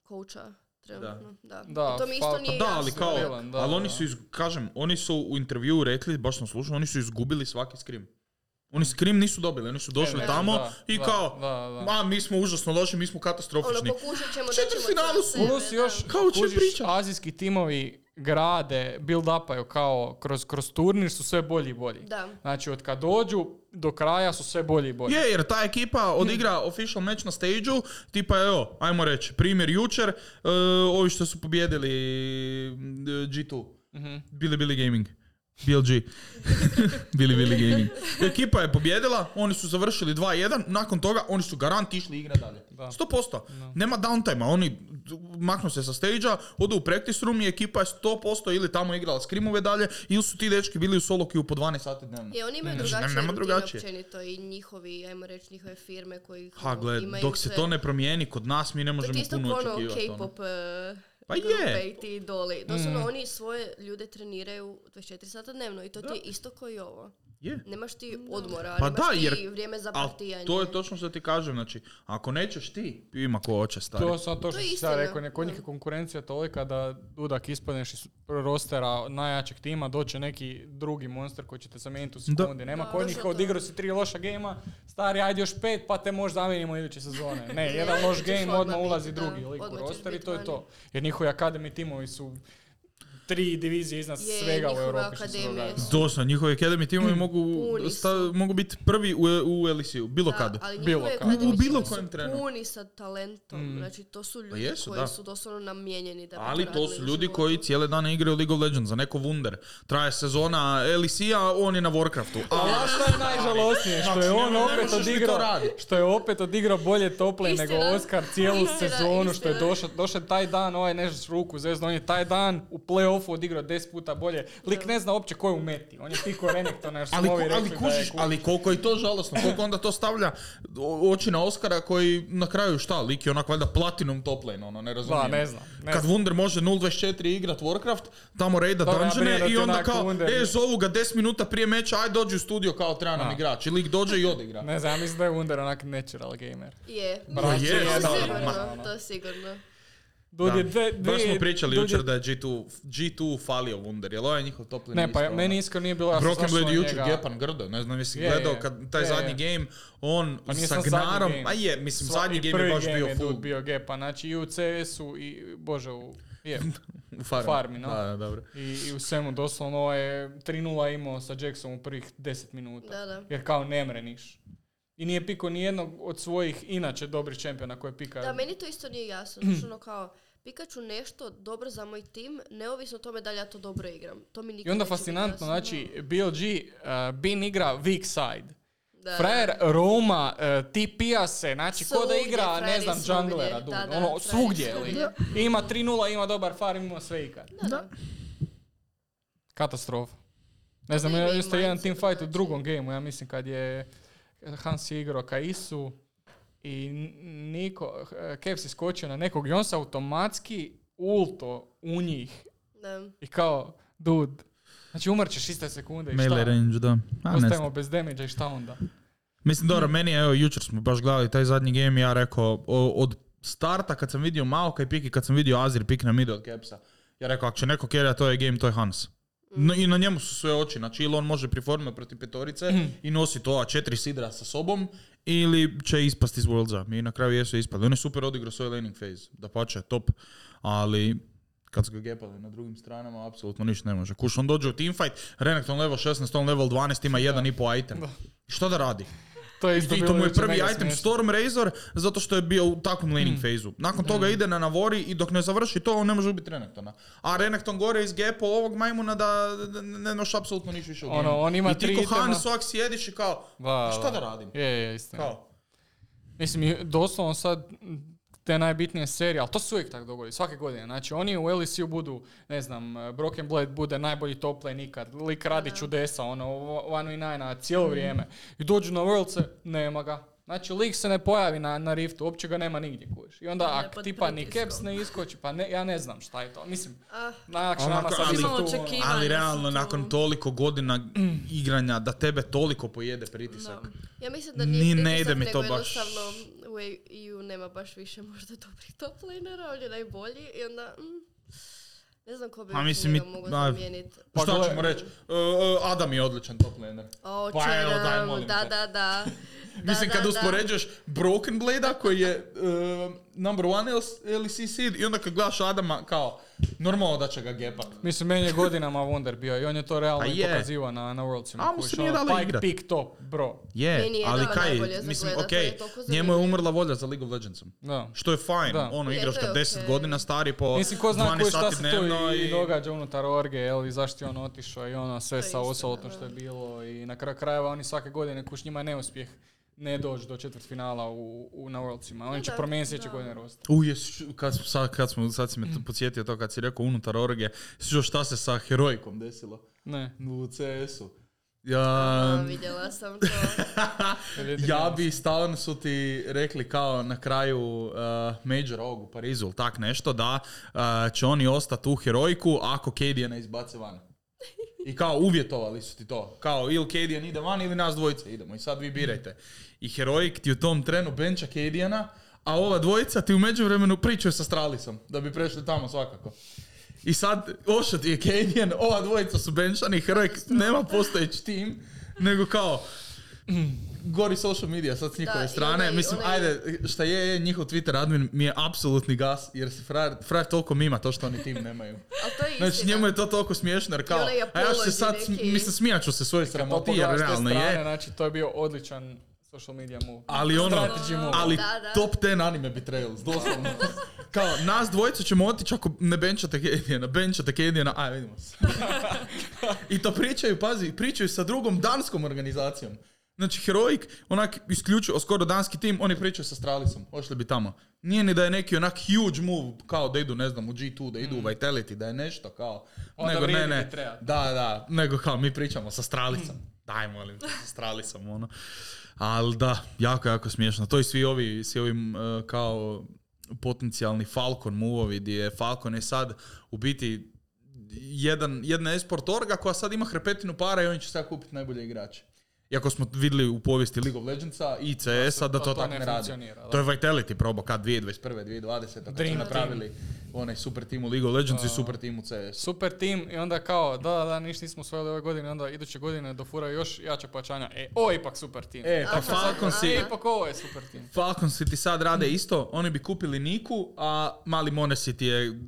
S3: coacha trenutno. Da.
S2: Da,
S3: I to mi isto
S2: fal-
S3: nije
S1: Da, ali
S3: jasno.
S1: kao,
S2: Villain, da,
S1: ali oni
S2: da.
S1: su, iz, kažem, oni su u intervjuu rekli, baš sam slušao, oni su izgubili svaki skrim. Oni skrim nisu dobili, oni su došli
S2: Energy,
S1: tamo
S2: da,
S1: i
S2: da,
S1: kao,
S2: da, da.
S1: ma mi smo užasno loši, mi smo
S3: Ono,
S1: katastrofični.
S3: pokušat ćemo da
S1: Četvrt
S3: ćemo
S1: finalu su.
S3: sebe,
S2: Plus
S3: da.
S2: još
S1: Kao će
S2: kužiš,
S1: pričat.
S2: azijski timovi grade, build upaju kao kroz, kroz turnir su sve bolji i bolji.
S3: Da.
S2: Znači od kad dođu do kraja su sve bolji i bolji.
S1: Je, jer ta ekipa odigra official match na stage-u, tipa evo, ajmo reći, primjer jučer, e, ovi što su pobjedili e, G2,
S2: Mhm.
S1: Bili Bili Gaming, BLG, Bili Bili Gaming. Ekipa je pobjedila, oni su završili 2-1, nakon toga oni su garant išli igre dalje.
S2: Da.
S1: 100%. Nema downtime oni maknu se sa stage-a, odu u practice room i ekipa je 100% ili tamo igrala skrimove dalje, ili su ti dečki bili u solo queue po 12 sati dnevno.
S3: Je, E, oni imaju
S1: Znači,
S3: drugačije
S1: nema
S3: rutine
S1: drugačije.
S3: općenito i njihovi, ajmo reći, njihove firme koji
S1: Ha, gled,
S3: imaju
S1: dok se
S3: sve-
S1: to ne promijeni kod nas, mi ne
S3: To
S1: možemo
S3: ti isto
S1: puno
S3: ono
S1: očekivati. ono.
S3: K-pop e,
S1: Pa je. Mm.
S3: grupe i ti idoli. Doslovno, ono oni svoje ljude treniraju 24 sata dnevno i to ti je isto kao i ovo.
S1: Je.
S3: Nemaš ti odmora,
S1: Pa
S3: nemaš
S1: da,
S3: ti
S1: jer-
S3: vrijeme za
S1: Al
S3: partijanje.
S1: to je točno što ti kažem, znači, ako nećeš ti, ima ko hoće stari.
S2: To je samo to što
S3: je
S2: si sad
S3: istina.
S2: rekao, ne, kod njih je
S3: Da.
S2: konkurencija tolika da udak ispadneš iz rostera najjačeg tima, doće neki drugi monster koji će te zamijeniti u sekundi. Nema
S3: Da,
S2: kod
S3: baš
S2: njih
S3: je
S2: kao
S3: to.
S2: odigrao si tri loša gema, stari ajde još pet pa te možda zamijenimo iduće sezone. Ne, jedan
S3: Ne,
S2: loš
S3: ćeš
S2: game
S3: odmah
S2: odmah
S3: biti,
S2: ulazi
S3: da,
S2: drugi lik u
S3: odmah ćeš
S2: roster i
S3: biti
S2: to je
S3: vani.
S2: to. Jer njihovi akademi timovi su tri divizije iznad
S3: Je,
S2: svega u
S3: njihove
S2: Europi što se
S3: akademije
S2: događa.
S3: su-
S1: Doslovno, njihovi academy timovi mogu,
S3: Mm. Puni su.
S1: sta- mogu biti prvi u, E- u LSU, bilo
S3: Da,
S1: kad.
S3: ali
S2: Bilo
S3: njihove
S2: kad. U
S3: akademije
S1: bilo
S3: su
S1: kojem trenu.
S3: Puni sa talentom. Znači, to su ljudi
S1: Pa jesu,
S3: koji
S1: da.
S3: su doslovno namijenjeni da bi
S1: Ali to
S3: radili
S1: su
S3: u
S1: ljudi
S3: životu.
S1: koji cijele dane igraju League of Legends za neko wunder. Traje sezona LEC-a, on je na Warcraftu.
S2: A
S1: A
S2: ono što je najžalosnije, što je
S1: Znači,
S2: on
S1: ne
S2: opet
S1: možeš ni to
S2: odigrao,
S1: radit.
S2: što je opet odigrao bolje tople
S3: Istina.
S2: nego Oscar cijelu
S3: Istina,
S2: sezonu, što je
S3: istina.
S2: došao, došao taj dan, ovaj nešto s ruku zezno, on je taj dan u play-offu odigrao 10 puta bolje. Lik ne zna uopće ko je u meti, on je piko Renekton, nešto
S1: ali,
S2: smo ovi
S1: ko- ali,
S2: rekli da je
S1: kužiš,
S2: kužiš.
S1: ali koliko je to žalosno, koliko onda to stavlja o- oči na Oscara koji na kraju šta, lik je onak valjda platinum top lane, ono, ne razumijem.
S2: Da, ne znam, ne
S1: Kad
S2: znam.
S1: Wunder može 0.24 igrat Warcraft, tamo rejda
S2: Dobro, ja
S1: dungeone
S2: brinem
S1: i
S2: da
S1: onda
S2: onak
S1: kao,
S2: Wunder-
S1: e, zovu ga 10 minuta prije meča, aj dođi u studio kao treba nam
S2: A.
S1: igrač. I lik dođe i odigra.
S2: Ne znam, ja mislim da je Wunder onak natural gamer.
S3: Je.
S1: Bravo,
S3: To
S1: je, da,
S3: sigurno,
S2: ma-
S3: to sigurno.
S2: Dud je
S1: Da.
S2: dve, dve,
S1: Baš smo pričali
S2: Dud je-
S1: jučer da je G2, G2 falio Wunder, jel ovo je njihov top lane
S2: Ne, pa
S1: isto, ono?
S2: meni iskreno nije bilo jasno
S1: Broken
S2: zašto
S1: Blade
S2: on
S1: jučer
S2: njega-
S1: Gepan Grdo, ne znam jesi
S2: Je,
S1: gledao
S2: je.
S1: kad taj
S2: Je,
S1: zadnji game, on
S2: Pa nije
S1: sa
S2: sad zadnji
S1: Gnarom,
S2: game.
S1: a je, mislim
S2: Sva-
S1: zadnji
S2: i
S1: game je
S2: prvi
S1: baš
S2: game
S1: bio
S2: je
S1: full
S2: Dud bio Gepa, znači i u CS-u i, bože, u, je,
S1: u farmi.
S2: farmi, no.
S1: Da, da, dobro.
S2: I, i u svemu doslovno ovo je 3-0 imao sa Jacksonom u prvih 10 minuta.
S3: Da, da.
S2: Jer kao ne mre niš. I nije pikao ni jednog od svojih inače dobrih čempiona koje
S1: Pa
S2: pika.
S3: Da, meni to isto nije jasno. Znači, ono kao, Pikachu nešto dobro za moj tim, neovisno o tome da li ja to dobro igram. To mi nikad
S2: I onda
S3: neće biti
S2: fascinantno,
S3: jasno.
S2: znači BLG, uh, Bin igra weak side.
S3: Da.
S2: Frajer Roma uh, tipija se, znači ko da
S3: Svugdje,
S2: igra, ne
S3: frajeri
S2: znam,
S3: svugdje.
S2: junglera,
S3: Da,
S2: dude.
S3: da,
S2: ono,
S3: frajeri
S2: svugdje. lik.
S3: svugdje.
S2: Ima 3-0, ima dobar farm, ima sve ikad.
S3: Da, da.
S2: Katastrofa. Ne znam,
S3: Ili
S2: ja
S3: im
S2: isto jedan team
S3: mindset
S2: fight u
S3: drugačiji.
S2: drugom gameu, ja mislim kad je Hans je igrao Kaisu i Niko, Kevs je skočio na nekog i on se automatski ulto u njih
S3: Da.
S2: i kao, dude, znači umrćeš iste sekunde i
S1: Melee
S2: šta?
S1: range, da. A, ne znam.
S2: Ostajemo bez damage i šta onda?
S1: Mislim, dobro, meni je, evo, jučer smo baš gledali taj zadnji game, ja rekao, o- od starta kad sam vidio Maoka i pik i kad sam vidio Azir pik na mid od Capsa, ja rekao, ako će neko kerja, to je game, to je Hans. No, I na njemu su sve oči, znači ili on može priformiti protiv petorice i nosi to A4 sidra sa sobom, ili će ispasti iz Worldsa. I na kraju jesu ispali. On je super odigrao svoj laning phase, da pače, top, ali kad su ga gepali na drugim stranama, apsolutno ništa ne može. Kuš, on dođe u teamfight, Renekton level 16, on level 12, ima jedan i po item. I Šta da radi?
S2: To je isto
S1: I
S2: bilo
S1: to mu je
S2: jučer
S1: prvi
S2: mega
S1: item
S2: smiješno. Hmm.
S1: Storm Razor zato što je bio u takvom laning phase-u. Nakon toga ide na Navori i dok ne završi to, on ne može ubiti Renektona. A Renekton gore iz gepo ovog majmuna da da ne noš apsolutno niš više u
S2: Ono,
S1: gameu.
S2: on ima
S1: I ti
S2: tri
S1: ko
S2: itema.
S1: Han svak sjediš i kao,
S2: Va,
S1: šta
S2: va.
S1: da radim?
S2: Je, je, istina.
S1: Kao,
S2: Mislim, i doslovno sad m, te najbitnije serije, ali to se uvijek tako dogodi, svake godine. Znači, oni u LEC-u budu, ne znam, eh, Broken Blade bude najbolji top lane ikad, lik radi čudesa, ono, One i Nine,
S4: Mhm.
S2: cijelo vrijeme. I dođu na Worldse, nema ga. Znači, lik se ne pojavi na, na riftu, uopće ga nema nigdje, kuš. I onda,
S4: Ne,
S2: ak
S4: pod
S2: tipa ni
S4: pritiskom.
S2: Caps ne iskoči, pa ne, ja ne znam šta je to. Mislim,
S3: Ah,
S2: najlakše
S1: Onako,
S2: nama sad
S1: ali-
S2: isto
S4: Imamo
S2: tu, ono,
S4: očekivanje.
S1: ali
S4: su
S1: realno,
S4: tu.
S1: nakon toliko godina igranja, da tebe toliko pojede pritisak.
S4: Da.
S3: ja mislim da nije
S1: Ni ne
S3: pritisak,
S1: ide mi
S3: nego
S1: to baš.
S3: jednostavno u EU nema baš više možda dobrih top lanera, on je najbolji i onda... mm, ne znam ko
S1: A
S3: bi
S1: Pa mislim
S3: njega
S1: i-
S3: mogao
S1: da.
S3: zamijeniti.
S2: Pa
S1: šta
S2: gle-
S1: ćemo reći? E, e, Adam je odličan top laner.
S3: O,
S1: Pa evo, daj,
S3: čeram,
S1: molim
S3: da,
S1: te.
S3: da, da.
S1: Mislim,
S3: Da,
S1: kad
S3: da, da.
S1: uspoređuješ Broken Blade-a koji je uh, number one LEC seed i onda kad gledaš Adama kao normalno da će ga gepat.
S2: Mislim, meni je godinama Wonder bio i on je to realno
S1: A
S2: i
S1: Pa je.
S2: pokazivao na, na Worldsu.
S1: A mu se nije dalo igrat.
S2: Pike, pick, top, bro.
S1: Je,
S3: Meni je
S1: ali
S3: da,
S1: kaj,
S3: najbolje za
S1: mislim,
S3: gledat, to
S1: okej,
S3: je toliko
S1: njemu je
S3: zanimljivo.
S1: umrla volja za League of Legendsom.
S2: Da.
S1: Što je fajn,
S2: Da.
S1: ono
S3: Je,
S1: igraš
S3: to je
S1: kad 10
S3: okej.
S1: godina stari po
S2: Mislim, ko zna
S1: 12
S2: koji šta
S1: sati
S2: se
S1: dnevno
S2: tu i,
S1: i-
S2: događa unutar orge, jel, i zašto je on otišao i ono sve
S3: To je
S2: sa
S3: istina,
S2: osolotom
S3: da.
S2: što je bilo i na kraju krajeva oni svake godine kuš njima je neuspjeh ne doći do četvrtfinala u, u, na Worldsima. Oni
S3: Da,
S2: će
S3: da,
S2: promijeniti sljedeće
S4: da.
S2: godine roster.
S1: U, jes, kad, smo- sad, kad smo, sad si me to podsjetio to kad si rekao unutar orge, sviđao šta se sa heroikom desilo
S2: Ne.
S1: u CS-u.
S3: A,
S1: Ja,
S3: vidjela sam to.
S1: Ja bi stalno su ti rekli kao na kraju uh, Major ovog u Parizu ili tak nešto da uh, će oni ostati u heroiku ako Kadija ne izbace van. I kao uvjetovali su ti to. Kao ili Kadijan ide van ili nas dvojica idemo i sad vi birajte. I heroik ti u tom trenu benča Kadijana, a ova dvojica ti u međuvremenu pričaju sa Stralisom da bi prešli tamo svakako. I sad Ošat je Kadijan, ova dvojica su benčani, heroik nema postojeći tim, nego kao mm, gori social media sad s njihove
S3: Da, i
S1: strane.
S3: onaj-
S1: Mislim,
S3: onaj-
S1: ajde, šta je, je njihov Twitter admin mi je apsolutni gas, jer se frajer, frajer toliko mima to što oni tim nemaju.
S3: Ali to je istina.
S1: Znači, njemu je to toliko smiješno, jer kao,
S3: I onaj
S1: a ja ću se
S3: apology
S1: sad,
S3: neki.
S1: mislim, smijat ću se svoje
S2: To
S1: sramoti, jer
S2: pogledaš te
S1: realno
S2: strane,
S1: je.
S2: znači to je bio odličan social media move.
S1: Ali ono,
S2: Strategy move.
S1: ali
S3: Da, da.
S1: top 10 anime betrayals, doslovno. Kao, nas dvojica ćemo otići ako ne benčate Kedijena, benčate Kedijena, aj vidimo se. I to pričaju, pazi, pričaju sa drugom danskom organizacijom. Znači, Heroic, onak, isključio, skoro danski tim, oni pričaju sa Stralisom, ošli bi tamo. Nije ni da je neki onak huge move, kao da idu, ne znam, u G2, da idu
S3: Mm.
S1: u Vitality, da je nešto, kao.
S2: Onda
S1: nego, ne,
S2: vrijedi
S1: ne,
S2: betrayal.
S1: da, da, nego kao mi pričamo sa stralicom.
S3: Mm.
S1: Daj, molim, te, sa stralicom, ono. Ali da, jako, jako smiješno. To i svi ovi, svi ovi m, e, kao potencijalni Falcon move gdje je Falcon je sad u biti jedan, jedna esport orga koja sad ima hrpetinu para i oni će sad kupiti najbolje igrače. Iako smo vidjeli u povijesti League of Legendsa i CS-a da
S2: to-
S1: to,
S2: to
S1: tako
S2: ne
S1: ne, radi.
S2: funkcionira, da.
S1: To je Vitality probao kad 2021. 2020. Kad su
S2: Dream team.
S1: napravili onaj super tim u League of Legends i super tim u CS.
S2: Super tim i onda kao, da, da, da, ništa nismo osvojili ove godine, onda iduće godine dofuraju još jača pojačanja. E, ovo je ipak super tim.
S1: E, pa
S3: Aha.
S1: Falcon si,
S2: E, ipak ovo je super tim.
S1: Falcon si ti sad rade isto, oni bi kupili Niku, a mali Monesi ti je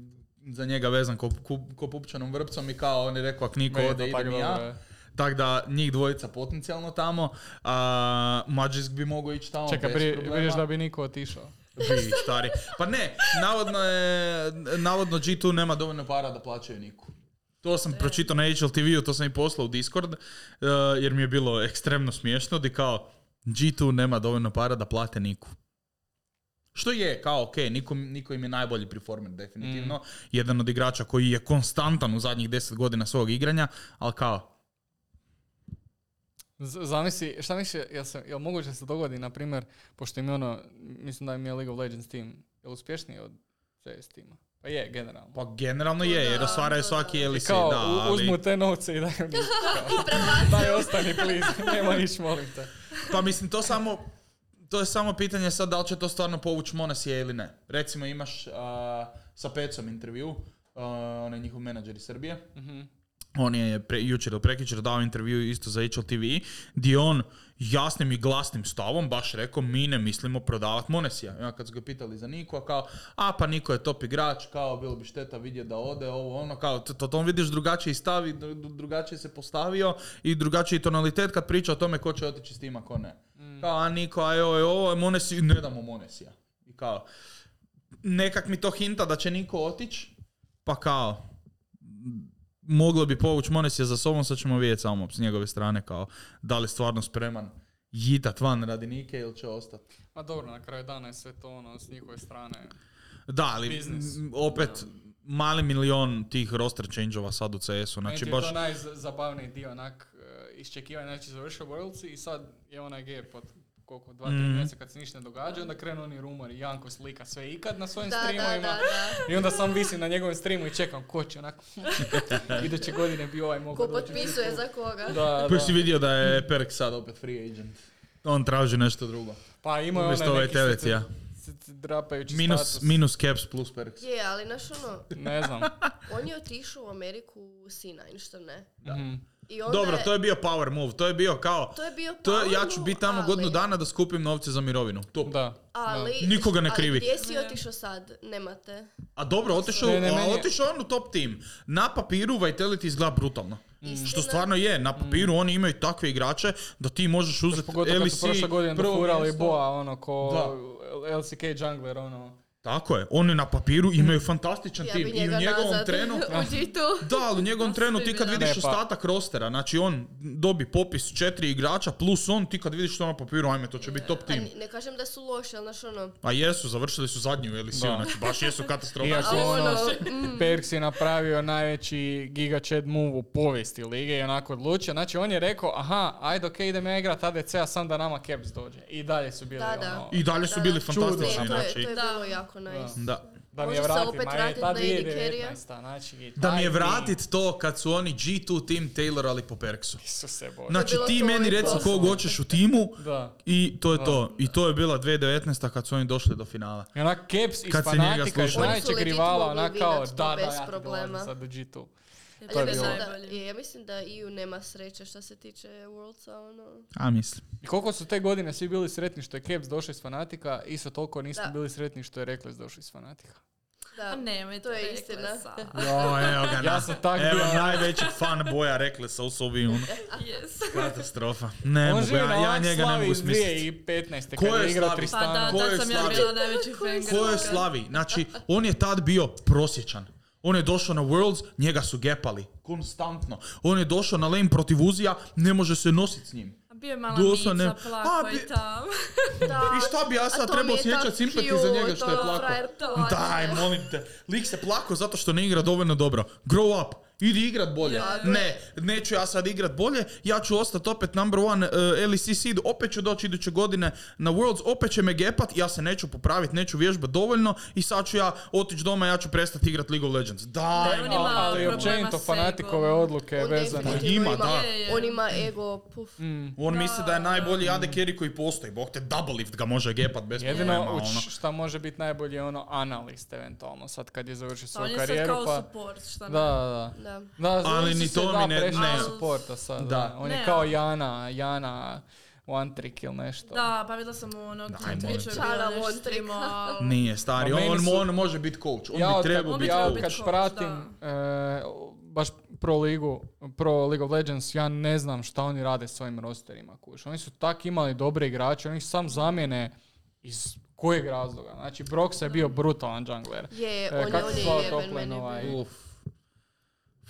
S1: za njega vezan ko, ko, ko pupčanom vrpcom i kao on je rekao ak Niko
S2: Me je to
S1: ode
S2: tak
S1: idem i
S2: dobro, je.
S1: ja. Tako da njih dvojica potencijalno tamo, a Magisk bi mogao ići tamo
S2: Čekaj,
S1: bez
S2: prije-
S1: problema.
S2: vidiš da bi niko otišao.
S1: Bi, stari. Pa ne, navodno, je, navodno G2 nema dovoljno para da plaćaju Niku. To sam
S3: E.
S1: pročitao na HLTV-u, to sam i poslao u Discord, eh, jer mi je bilo ekstremno smiješno, di kao G2 nema dovoljno para da plate Niku. Što je, kao, ok, Niko, Niko im je najbolji performer, definitivno.
S3: Mm.
S1: Jedan od igrača koji je konstantan u zadnjih 10 godina svog igranja, ali kao,
S2: Z- Zamisli, šta misliš, jel, se, jel moguće da se dogodi, na primjer, pošto im je ono, mislim da im je League of Legends tim, jel uspješniji od CS tima? Pa je, generalno.
S1: pa generalno je, jer
S3: Da,
S1: osvaraju
S3: da,
S1: svaki
S3: da.
S1: LEC, da,
S2: Kao, u-
S1: ali-
S2: uzmu te novce i daju mi. Daj, ostani, please. Nema niš, molim te.
S1: Pa mislim, to samo... To je samo pitanje sad da li će to stvarno povući Monasije ili ne. Recimo imaš a, sa Pecom intervju, a, on je njihov menadžer iz Srbije. On je pre, jučer ili prekjučer dao intervju isto za HLTV, gdje je on jasnim i glasnim stavom baš rekao mi ne mislimo prodavati Monesija. Ja kad su ga pitali za Nikoa, kao, a pa Niko je top igrač, kao bilo bi šteta vidjeti da ode, ovo ono, kao, to, to, to on vidiš drugačiji stav i dru- drugačije se postavio i drugačiji tonalitet kad priča o tome ko će otići s tima, ko ne. Kao, a Niko, a ovo je ovo, Monesi, ne damo Monesija. I kao, nekak mi to hinta da će Niko otići, pa kao, moglo bi povući Monesija za sobom, sad ćemo vidjeti samo s njegove strane kao da li je stvarno spreman jitat van radi Nike ili će ostati.
S2: Ma dobro, na kraju dana je sve to ono s njihove strane.
S1: Da, ali
S2: Biznis.
S1: m, opet mali milion tih roster change-ova sad u CS-u,
S2: Znači
S1: znači
S2: Meni
S1: baš...
S2: je to najzabavniji dio, onak, e, iščekivanje, znači završio Worlds i sad je onaj gap od koliko, dva, tri
S1: Mhm.
S2: mjeseca kad se ništa ne događa, onda krenu oni rumori, Janko slika sve ikad na svojim
S3: Da, da,
S2: streamovima.
S3: da, da.
S2: I onda sam visim na njegovom streamu i čekam ko će onako. Iduće godine bi ovaj mogao
S3: Ko
S2: doći.
S3: potpisuje za koga.
S2: Da,
S1: Pa
S2: da.
S1: si vidio da je Perk sad opet free agent. On traži nešto drugo.
S2: Pa imao je
S1: Umjesto
S2: onaj
S1: ove
S2: neki
S1: teleci,
S2: srce-
S1: ja.
S2: srce- drapajući
S1: Minus,
S2: status.
S1: minus caps plus Perks.
S3: Je, ali naš ono,
S2: Ne znam.
S3: on je otišao u Ameriku s Inine, što ne.
S2: Mhm.
S3: I onda
S1: Dobro, to je bio power move, to je bio kao...
S3: to je bio
S1: To je,
S3: power
S1: ja ću
S3: move,
S1: biti tamo
S3: ali-
S1: godinu dana da skupim novce za mirovinu. To.
S2: Da.
S3: Ali,
S1: Nikoga ne
S3: ali
S1: krivi.
S3: gdje si otišao sad? Nemate.
S1: A dobro, otišao,
S2: Ne, ne,
S1: a
S2: meni je-
S1: otišao on u top tim. Na papiru Vitality izgleda brutalno.
S3: Istina.
S1: Što stvarno je, na papiru oni imaju takve igrače da ti možeš uzeti
S2: Mm. Pogotovo kad su
S1: LEC
S2: prošle godine
S1: prvo
S2: dofurali
S1: mjesto.
S2: Boa, ono, ko LCK jungler, ono.
S1: Tako je, oni na papiru imaju fantastičan
S3: Ja
S1: tim.
S3: bi
S1: I u
S3: njega
S1: njegovom
S3: nazad
S1: trenu,
S3: u G2.
S1: Da, ali u njegovom trenu ti kad
S3: Ne,
S1: vidiš
S2: pa-
S1: ostatak rostera, znači on dobi popis četiri igrača plus on, ti kad vidiš to na papiru, ajme, to će biti top
S3: Pa
S1: tim.
S3: ni- ne kažem da su loši, ali znaš ono...
S1: A jesu, završili su zadnji u LEC-u,
S2: Da.
S1: znači baš jesu katastrofa.
S2: Iako
S3: Ali
S2: ono,
S3: ono,
S2: Perks je napravio najveći giga chad move u povijesti lige i onako odlučio. Znači on je rekao, aha, ajde okej idem ja igrat ADC-a sam da nama Caps dođe. I dalje su bili
S3: Da, da.
S2: ono,
S1: I dalje su
S3: Da,
S1: bili
S3: da.
S2: Čudno.
S1: fantastični,
S3: Ne, E, to je,
S1: znači.
S3: to je
S4: Da.
S3: bilo jako nice.
S1: Da.
S2: da mi
S3: Može
S2: je
S3: se
S2: vrati,
S3: opet
S2: ma je
S3: vratit
S2: ta
S3: na Eddie
S2: 2019. Znači, i
S1: Da mi
S2: taj
S1: je
S2: tim.
S1: vratit to kad su oni G2 tim tailorali po Perksu.
S2: Isuse Bože.
S1: Znači
S3: bilo
S1: ti
S3: to
S1: meni
S3: i
S1: reci
S3: to.
S1: kog hoćeš u timu
S2: Da.
S1: i to je to. I to je bila 2019. kad su oni došli do finala.
S2: I onak Caps iz
S1: Kad se njega
S2: Fanatika je
S1: slušaju.
S2: najvećeg
S3: Oni su legit
S2: rivala,
S3: mogli
S2: onak kao,
S3: vinat to
S2: da, da,
S3: bez
S2: ja ti dolazim
S3: problema.
S2: sad do G2.
S3: Ali
S2: To
S3: ja
S2: je
S3: mislim,
S2: bilo-
S3: da,
S4: Najbolje.
S3: ja mislim da EU nema sreće što se tiče Worldsa, ono.
S1: A mislim.
S2: I koliko su te godine svi bili sretni što je Caps došao iz Fanatika, isto toliko nismo
S3: Da.
S2: bili sretni što je Reckless došao iz Fanatika.
S4: Pa
S3: Da,
S4: Ne,
S3: to je istina.
S1: Jo, evo ga.
S2: Ja sam tak
S1: Evo
S2: bio.
S1: najvećeg fan boja rekle sa u sobi. ono.
S4: Yes.
S1: Katastrofa. Ne
S2: On
S1: mogu,
S2: živi
S1: ja,
S2: na
S1: ja
S2: Lak
S1: njega ne
S2: Slavi
S1: mogu
S2: iz
S1: smisliti.
S2: 2015.
S1: Ko
S2: kad
S1: je
S2: je igrao
S1: Slavi?
S4: Pa
S2: Tristana.
S4: da,
S1: Ko je
S4: tad sam ja
S1: slabi?
S4: bila najveći fan
S1: Ko je Slavi? Znači, on je tad bio prosječan. On je došao na Worlds, njega su gepali. Konstantno. On je došao na lane protiv Uzija, ne može se nositi s njim.
S4: Bio je mala
S1: Doslovno ne-
S4: mica, plako
S1: A, bi-
S4: i tam.
S3: Da.
S1: I šta bi ja
S3: A
S1: sad
S3: to
S1: trebao
S3: mi je
S1: osjećati
S3: tak
S1: simpati
S3: cute,
S1: za njega što je
S3: ono,
S1: plako?
S3: frajer plače.
S1: Daj, molim te. Lik se plako zato što ne igra dovoljno dobro. Grow up. Idi igrat bolje.
S4: Ja.
S1: Ne, neću ja sad igrat bolje. Ja ću ostati opet number one uh, LEC seed. Opet ću doći iduće godine na Worlds. Opet će me gepat. Ja se neću popraviti, neću vježbati dovoljno. I sad ću ja otići doma. Ja ću prestati igrat League of Legends. Daj,
S4: Ne, on
S1: ma.
S4: ima
S2: ali
S4: problema
S2: općenito
S4: s
S2: fanatikove
S4: egom.
S2: odluke
S3: On
S2: vezane.
S3: definitivno
S1: Ima, da.
S4: Je, je.
S3: On ima ego, puf.
S2: Mm.
S1: On misli da je najbolji AD carry koji postoji. Bog te double lift ga može gepat bez
S2: Jedino
S1: problema.
S2: uč-
S1: ono.
S2: šta može biti najbolje je ono analist eventualno sad kad je završio
S4: Pa on
S2: svoju
S4: je sad
S2: karijeru
S4: kao
S2: pa...
S4: support, šta
S2: Da,
S4: ne.
S2: da, da.
S3: Da.
S2: Da,
S1: Ali
S2: su
S1: ni
S2: se,
S1: to
S2: da,
S1: mi ne-
S2: prešli
S1: ne.
S2: iz Supporta sad, da.
S1: Da.
S2: On je
S4: Ne,
S2: kao
S4: ali-
S2: Jana, Jana one trick ili nešto.
S4: Da, pa vidjela sam onog
S1: Daj,
S4: na
S1: molim
S4: Twitchu je
S3: te. Čala
S4: bilo nešto
S3: Vontreka.
S4: streama.
S1: Nije stari,
S2: Ma meni
S1: on,
S2: su-
S1: on može biti coach, on
S2: ja
S1: bi
S2: od
S1: trebao
S2: kad,
S1: biti
S2: ja
S4: trebao
S2: od
S1: coach.
S4: biti
S2: kad
S4: coach,
S2: pratim e, baš pro ligu, pro League of Legends, ja ne znam šta oni rade s svojim rosterima. Kuš. Oni su tak imali dobre igrače, oni ih sam zamjene iz kojeg razloga. Znači, Brox je bio
S4: Mm.
S2: brutalan jungler.
S3: Je,
S2: E,
S3: on, je-
S2: kako
S3: on
S2: se
S3: je
S2: zvao
S3: jeben
S2: Toplen
S3: meni.
S2: ovaj?
S3: bio.
S1: Uf.